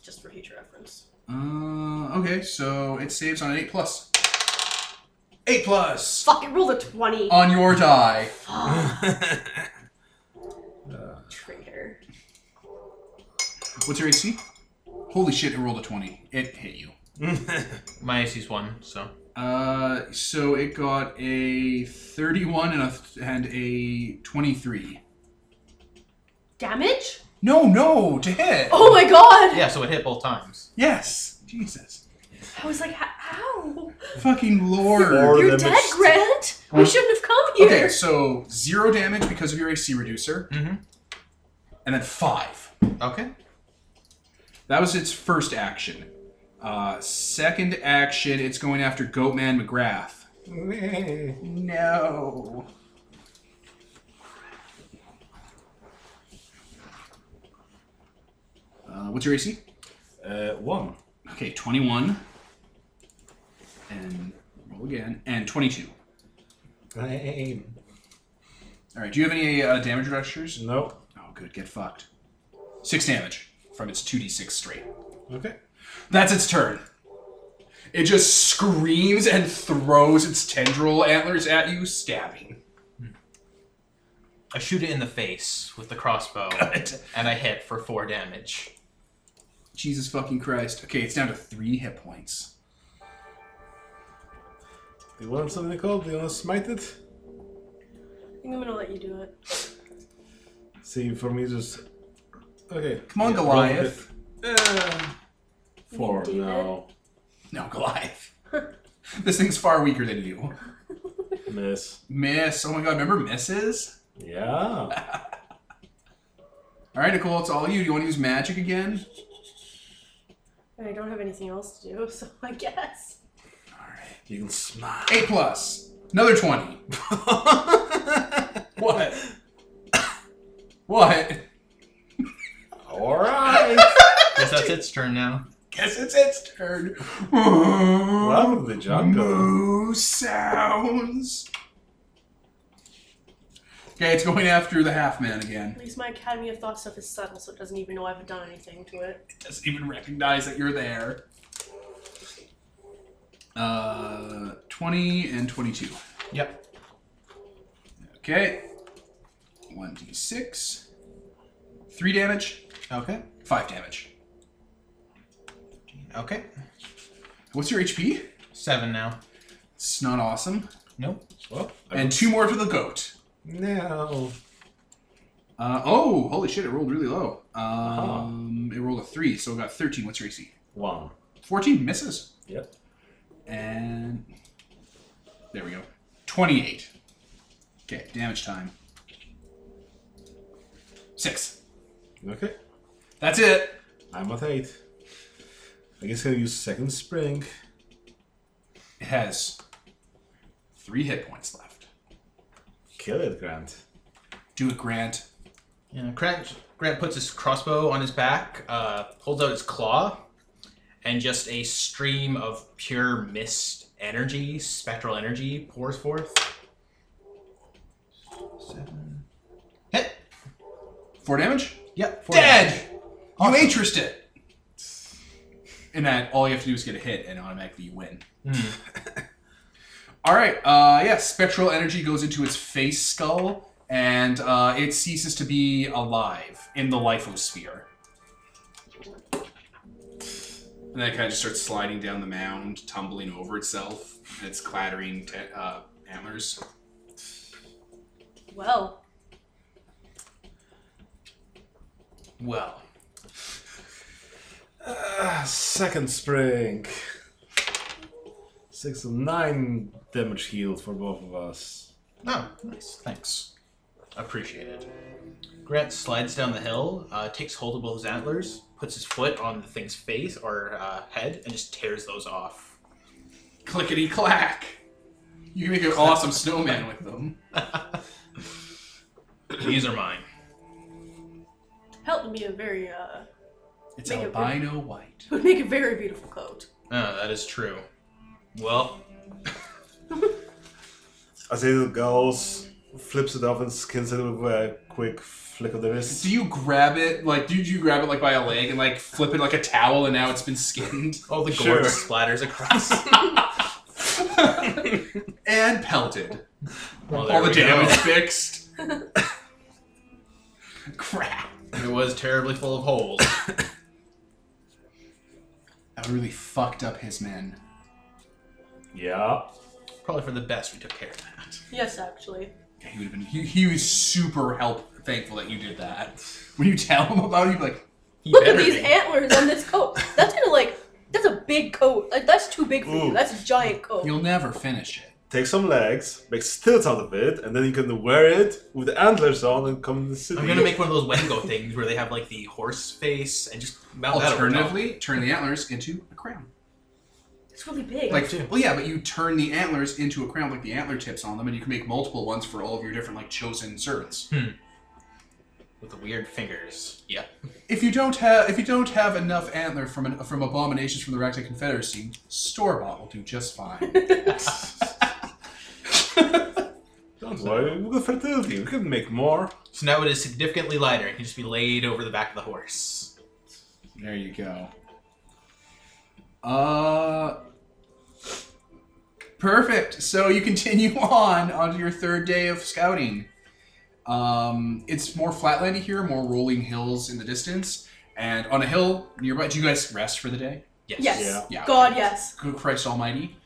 Speaker 2: just for future reference.
Speaker 1: Uh, okay, so it saves on an 8 plus. 8 plus!
Speaker 2: Fuck! It rolled a twenty.
Speaker 1: On your die. Oh.
Speaker 2: Fuck,
Speaker 4: Uh,
Speaker 2: traitor.
Speaker 1: What's your AC? Holy shit, it rolled a 20. It hit you.
Speaker 3: My AC's one, so
Speaker 1: Uh, so it got a 31 and a, and a 23.
Speaker 2: Damage?
Speaker 1: No, no, to hit!
Speaker 2: Oh my god!
Speaker 3: yeah, so it hit both times.
Speaker 1: Yes! Jesus.
Speaker 2: I was like, "H- how?
Speaker 1: Fucking lord.
Speaker 4: Lord. Or
Speaker 2: You're
Speaker 4: damage.
Speaker 2: dead, Grant. We shouldn't have come here.
Speaker 1: Okay, so zero damage because of your AC reducer,
Speaker 3: Mm-hmm.
Speaker 1: and then five.
Speaker 3: Okay.
Speaker 1: That was its first action. Uh, second action, it's going after Goatman McGrath. No. Uh, what's your AC?
Speaker 5: Uh, one.
Speaker 1: Okay, 21. And roll again. And 22.
Speaker 5: Aim.
Speaker 1: Alright, do you have any uh, damage reducers?
Speaker 4: no.
Speaker 1: Oh, good. Get fucked. Six damage from its 2d6 straight.
Speaker 5: Okay.
Speaker 1: That's its turn. It just screams and throws its tendril antlers at you, stabbing.
Speaker 3: I shoot it in the face with the crossbow, and I hit for four damage.
Speaker 1: Jesus fucking Christ. Okay, it's down to three hit points.
Speaker 4: Do you want something called? Do you want to smite it?
Speaker 2: I think I'm gonna let you do it.
Speaker 4: See, for me, just. Okay.
Speaker 1: Come on, Goliath. Uh,
Speaker 4: Yeah. Four.
Speaker 2: David?
Speaker 4: No.
Speaker 1: No, Goliath. this thing's far weaker than you.
Speaker 4: Miss.
Speaker 1: Miss. Oh my god, remember misses?
Speaker 4: Yeah.
Speaker 1: Alright, Nicole, it's all you. Do you want to use magic again?
Speaker 2: I don't have anything else to do, so I guess.
Speaker 1: Alright.
Speaker 4: You can smile.
Speaker 1: Eight plus. Another 20. What? what?
Speaker 4: All right.
Speaker 3: Guess that's its turn now.
Speaker 1: Guess it's its turn.
Speaker 4: Love the jungle.
Speaker 1: Moo sounds. Okay, it's going after the half man again.
Speaker 2: At least my Academy of Thought stuff is subtle, so it doesn't even know I've done anything to it.
Speaker 1: It doesn't even recognize that you're there. Uh, 20 and 22.
Speaker 3: Yep.
Speaker 1: Okay. 1d6. 3 damage,
Speaker 3: Okay.
Speaker 1: 5 damage.
Speaker 3: Okay.
Speaker 1: What's your HP?
Speaker 3: Seven now.
Speaker 1: It's not awesome.
Speaker 3: Nope.
Speaker 4: Well,
Speaker 1: And 2 more for the goat.
Speaker 4: no.
Speaker 1: Uh, oh, holy shit, it rolled really low. Um, It rolled a 3, so it got 13. What's your AC?
Speaker 4: One.
Speaker 1: 14 misses.
Speaker 4: Yep.
Speaker 1: And there we go. 28. Okay, damage time. Six.
Speaker 4: Okay.
Speaker 1: That's it.
Speaker 4: I'm at eight. I guess I'll use second spring.
Speaker 1: It has three hit points left.
Speaker 4: Kill it, Grant.
Speaker 1: Do it, Grant.
Speaker 3: Yeah. Grant, Grant puts his crossbow on his back, uh, holds out his claw, and just a stream of pure mist energy, spectral energy, pours forth. Seven. Hit.
Speaker 1: Four damage?
Speaker 3: Yep. Four damage.
Speaker 1: Dead!
Speaker 3: Awesome.
Speaker 1: You interest it! And that all you have to do is get a hit and automatically you win.
Speaker 3: Mm.
Speaker 1: All right. Uh, yeah, spectral energy goes into its face skull, and uh, it ceases to be alive in the lithosphere. And then it kind of just starts sliding down the mound, tumbling over itself, and it's clattering t- uh, antlers.
Speaker 2: Well,
Speaker 3: Well.
Speaker 4: Ah, second spring. Six and nine damage healed for both of us.
Speaker 3: Oh, nice. Thanks. Appreciate it. Grant slides down the hill, uh, takes hold of both his antlers, puts his foot on the thing's face or uh, head, and just tears those off.
Speaker 1: Clickety clack! You can make an awesome snowman with them.
Speaker 3: These are mine.
Speaker 2: help would be a very uh,
Speaker 1: It's
Speaker 2: Make it
Speaker 1: albino white.
Speaker 2: would make a
Speaker 3: Uh,
Speaker 2: very beautiful coat.
Speaker 3: Ah, that is true. Well,
Speaker 4: As it goes, flips it off and skins it with a quick flick of the wrist.
Speaker 1: Do you grab it like? Did you grab it like by a leg and like flip it like a towel, and now it's been skinned
Speaker 3: All the gore
Speaker 4: Sure.
Speaker 3: just splatters across.
Speaker 1: and pelted?
Speaker 3: Well, there
Speaker 1: All the
Speaker 3: we
Speaker 1: damage
Speaker 3: go.
Speaker 1: fixed. Crap.
Speaker 3: It was terribly full of holes.
Speaker 1: That really fucked up his men.
Speaker 4: Yeah.
Speaker 3: Probably for the best we took care of that.
Speaker 2: Yes, actually.
Speaker 1: Yeah, he would have been. He, he was super help thankful that you did that. When you tell him about it, he'd be like,
Speaker 3: He
Speaker 2: Look at
Speaker 3: better
Speaker 2: these
Speaker 3: be.
Speaker 2: antlers on this coat. That's gonna like. That's a big coat. Like that's too big for you.
Speaker 4: Ooh.
Speaker 2: That's a giant coat.
Speaker 1: "You'll never finish it."
Speaker 4: Take some legs, make stilts out of it, and then you can wear it with the antlers on and come to the city.
Speaker 3: I'm gonna make one of those Wengo things where they have like the horse face and just mount that over top.
Speaker 1: Alternatively, turn the antlers into a crown.
Speaker 2: It's really big.
Speaker 1: Like,
Speaker 3: too.
Speaker 1: well, yeah, but you turn the antlers into a crown, like the antler tips on them, and you can make multiple ones for all of your different like chosen servants.
Speaker 3: with the weird fingers. Yeah.
Speaker 1: If you don't have, if you don't have enough antler from an, from abominations from the Ragtag Confederacy, store bought will do just fine.
Speaker 4: Don't worry, we've got fertility. We can make more.
Speaker 3: So now it is significantly lighter and can just be laid over the back of the horse.
Speaker 1: there you go. Uh. Perfect. So you continue on onto your third day of scouting. Um, it's more flatlandy here, more rolling hills in the distance, and on a hill nearby. Do you guys rest for the day?
Speaker 3: Yes.
Speaker 2: yes.
Speaker 4: Yeah.
Speaker 1: Yeah.
Speaker 2: God, yes.
Speaker 1: Good Christ Almighty.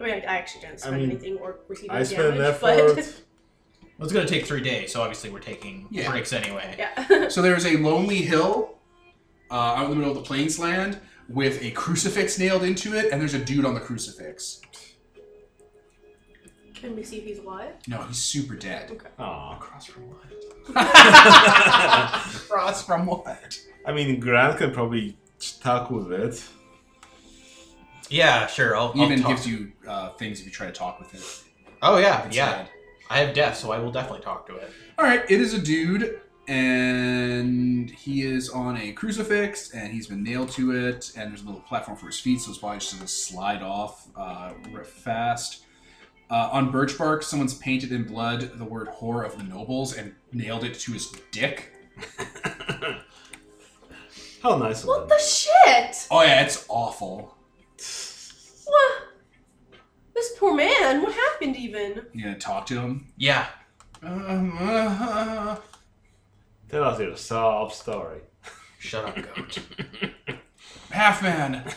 Speaker 2: I mean, I, I actually didn't spend
Speaker 4: mean,
Speaker 2: anything or receive
Speaker 4: I
Speaker 2: any
Speaker 4: spent an
Speaker 2: damage,
Speaker 4: effort.
Speaker 2: but
Speaker 3: Well, it's gonna take three days, so obviously we're taking
Speaker 1: Yeah.
Speaker 3: breaks anyway.
Speaker 2: yeah.
Speaker 1: So there is a lonely hill uh, out in the middle of the plains land with a crucifix nailed into it, and there's a dude on the crucifix.
Speaker 2: Can we see if he's alive?
Speaker 1: No, he's super dead.
Speaker 4: Aw.
Speaker 1: Across from what?
Speaker 4: I
Speaker 1: Across from what?
Speaker 4: mean, Grant can probably talk with it.
Speaker 3: Yeah, sure. I'll, I'll
Speaker 1: Even
Speaker 3: talk.
Speaker 1: gives you uh, things if you try to talk with it.
Speaker 3: Oh yeah,
Speaker 1: It's
Speaker 3: yeah.
Speaker 1: sad.
Speaker 3: I have death, so I will definitely talk to it.
Speaker 1: All right, it is a dude, and he is on a crucifix, and he's been nailed to it, and there's a little platform for his feet, so his body just doesn't slide off uh, r- fast. Uh, on birch bark, someone's painted in blood the word "whore of the nobles" and nailed it to his dick.
Speaker 4: How nice of
Speaker 2: What
Speaker 4: him.
Speaker 2: the shit?
Speaker 1: Oh yeah, it's awful.
Speaker 2: What? This poor man. What happened? Even
Speaker 1: You gonna talk to him?
Speaker 3: Yeah.
Speaker 1: Um, uh,
Speaker 4: Tell us your sob story.
Speaker 3: Shut up, goat.
Speaker 1: half man.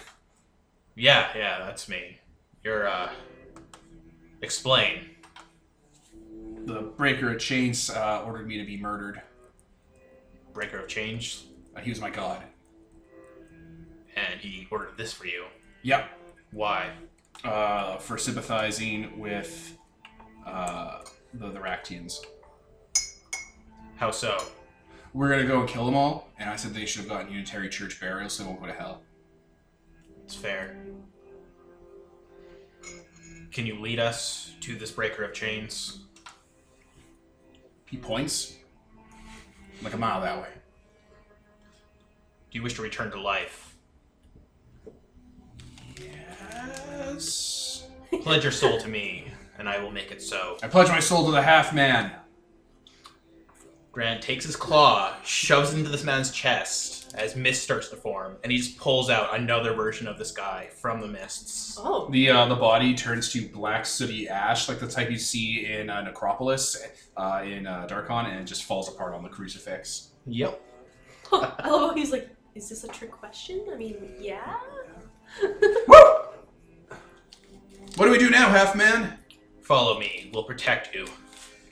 Speaker 3: yeah, yeah, that's me. You're uh. Explain.
Speaker 1: The breaker of chains uh, ordered me to be murdered.
Speaker 3: Breaker of change,
Speaker 1: Uh, he was my god.
Speaker 3: and he ordered this for you.
Speaker 1: Yep.
Speaker 3: Why?
Speaker 1: uh, for sympathizing with uh, the, the Raktians.
Speaker 3: How so?
Speaker 1: We're gonna go and kill them all, and I said they should have gotten Unitary Church burial so they won't go to hell.
Speaker 3: It's fair. Can you lead us to this breaker of chains?
Speaker 1: He points like a mile that way.
Speaker 3: Do you wish to return to life?
Speaker 1: Yes.
Speaker 3: Pledge your soul to me, and I will make it so.
Speaker 1: I pledge my soul to the half man.
Speaker 3: Grant takes his claw, shoves it into this man's chest as mist starts to form, and he just pulls out another version of this guy from the mists.
Speaker 2: oh,
Speaker 1: The uh, the body turns to black sooty ash, like the type you see in uh, Necropolis, uh, in uh, Darkon, and it just falls apart on the crucifix.
Speaker 3: Yep.
Speaker 2: I love how he's like, is this a trick question? I mean, yeah.
Speaker 1: What do we do now, half man?
Speaker 3: Follow me. We'll protect you.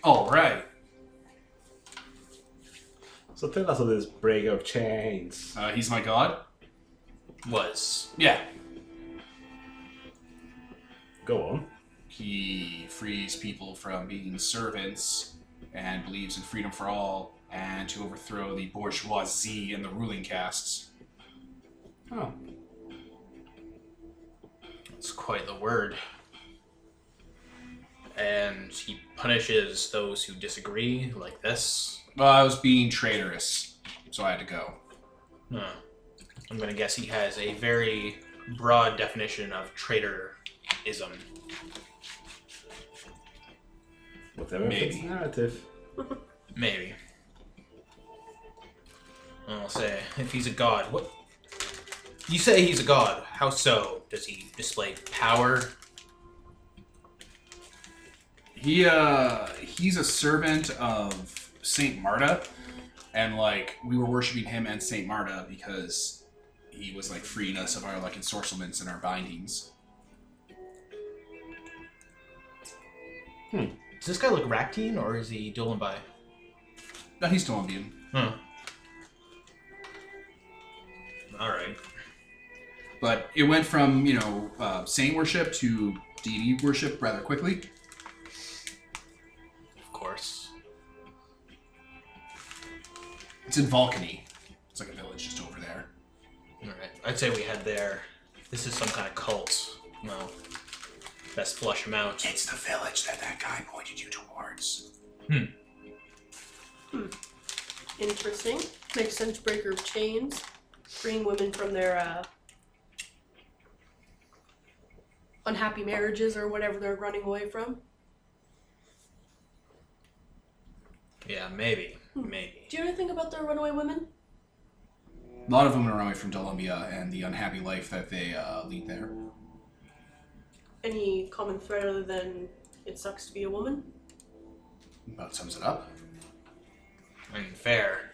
Speaker 1: All right.
Speaker 4: So tell us of this break of chains.
Speaker 1: Uh, he's my god.
Speaker 3: Was.
Speaker 1: Yeah.
Speaker 4: Go on.
Speaker 1: He frees people from being servants and believes in freedom for all and to overthrow the bourgeoisie and the ruling castes.
Speaker 4: Oh.
Speaker 3: It's quite the word. And he punishes those who disagree, like this.
Speaker 1: Well, I was being traitorous, so I had to go.
Speaker 3: Huh. I'm gonna guess he has a very broad definition of traitorism.
Speaker 5: Whatever fits
Speaker 1: Maybe.
Speaker 5: narrative.
Speaker 3: Maybe. I'll say, if he's a god, what? You say he's a god. How so? Does he display power?
Speaker 1: He uh he's a servant of Saint Marta, and like we were worshiping him and Saint Marta because he was like freeing us of our like ensorcelments and our bindings.
Speaker 3: Does this guy look Raktian or is he Dolan by?
Speaker 1: But he's Colombian.
Speaker 3: Huh. All right.
Speaker 1: But it went from you know uh, Saint worship to deity worship rather quickly.
Speaker 3: Of course.
Speaker 1: It's in Vulcany. It's like a village just over there.
Speaker 3: All right. I'd say we head there. This is some kind of cult. Well, best flush him out.
Speaker 1: It's the village that that guy pointed you towards.
Speaker 2: Interesting. Makes sense. Breaker of chains, freeing women from their uh, unhappy marriages or whatever they're running away from.
Speaker 3: Yeah, maybe. Maybe.
Speaker 2: Do you know anything about their runaway women?
Speaker 1: A lot of them are away from Dolombia and the unhappy life that they uh, lead there.
Speaker 2: Any common thread other than it sucks to be a woman?
Speaker 1: About sums it up.
Speaker 3: I mean, fair.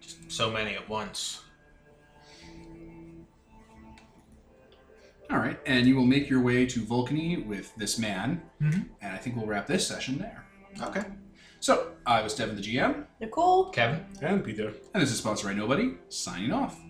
Speaker 3: Just so many at once.
Speaker 1: All right, and you will make your way to Vulcany with this man,
Speaker 3: Mhm.
Speaker 1: and I think we'll wrap this session there.
Speaker 3: Okay.
Speaker 1: So I was Devin, the GM,
Speaker 2: Nicole?
Speaker 3: Kevin?
Speaker 4: And Peter.
Speaker 1: and this is sponsored by Nobody. Signing off.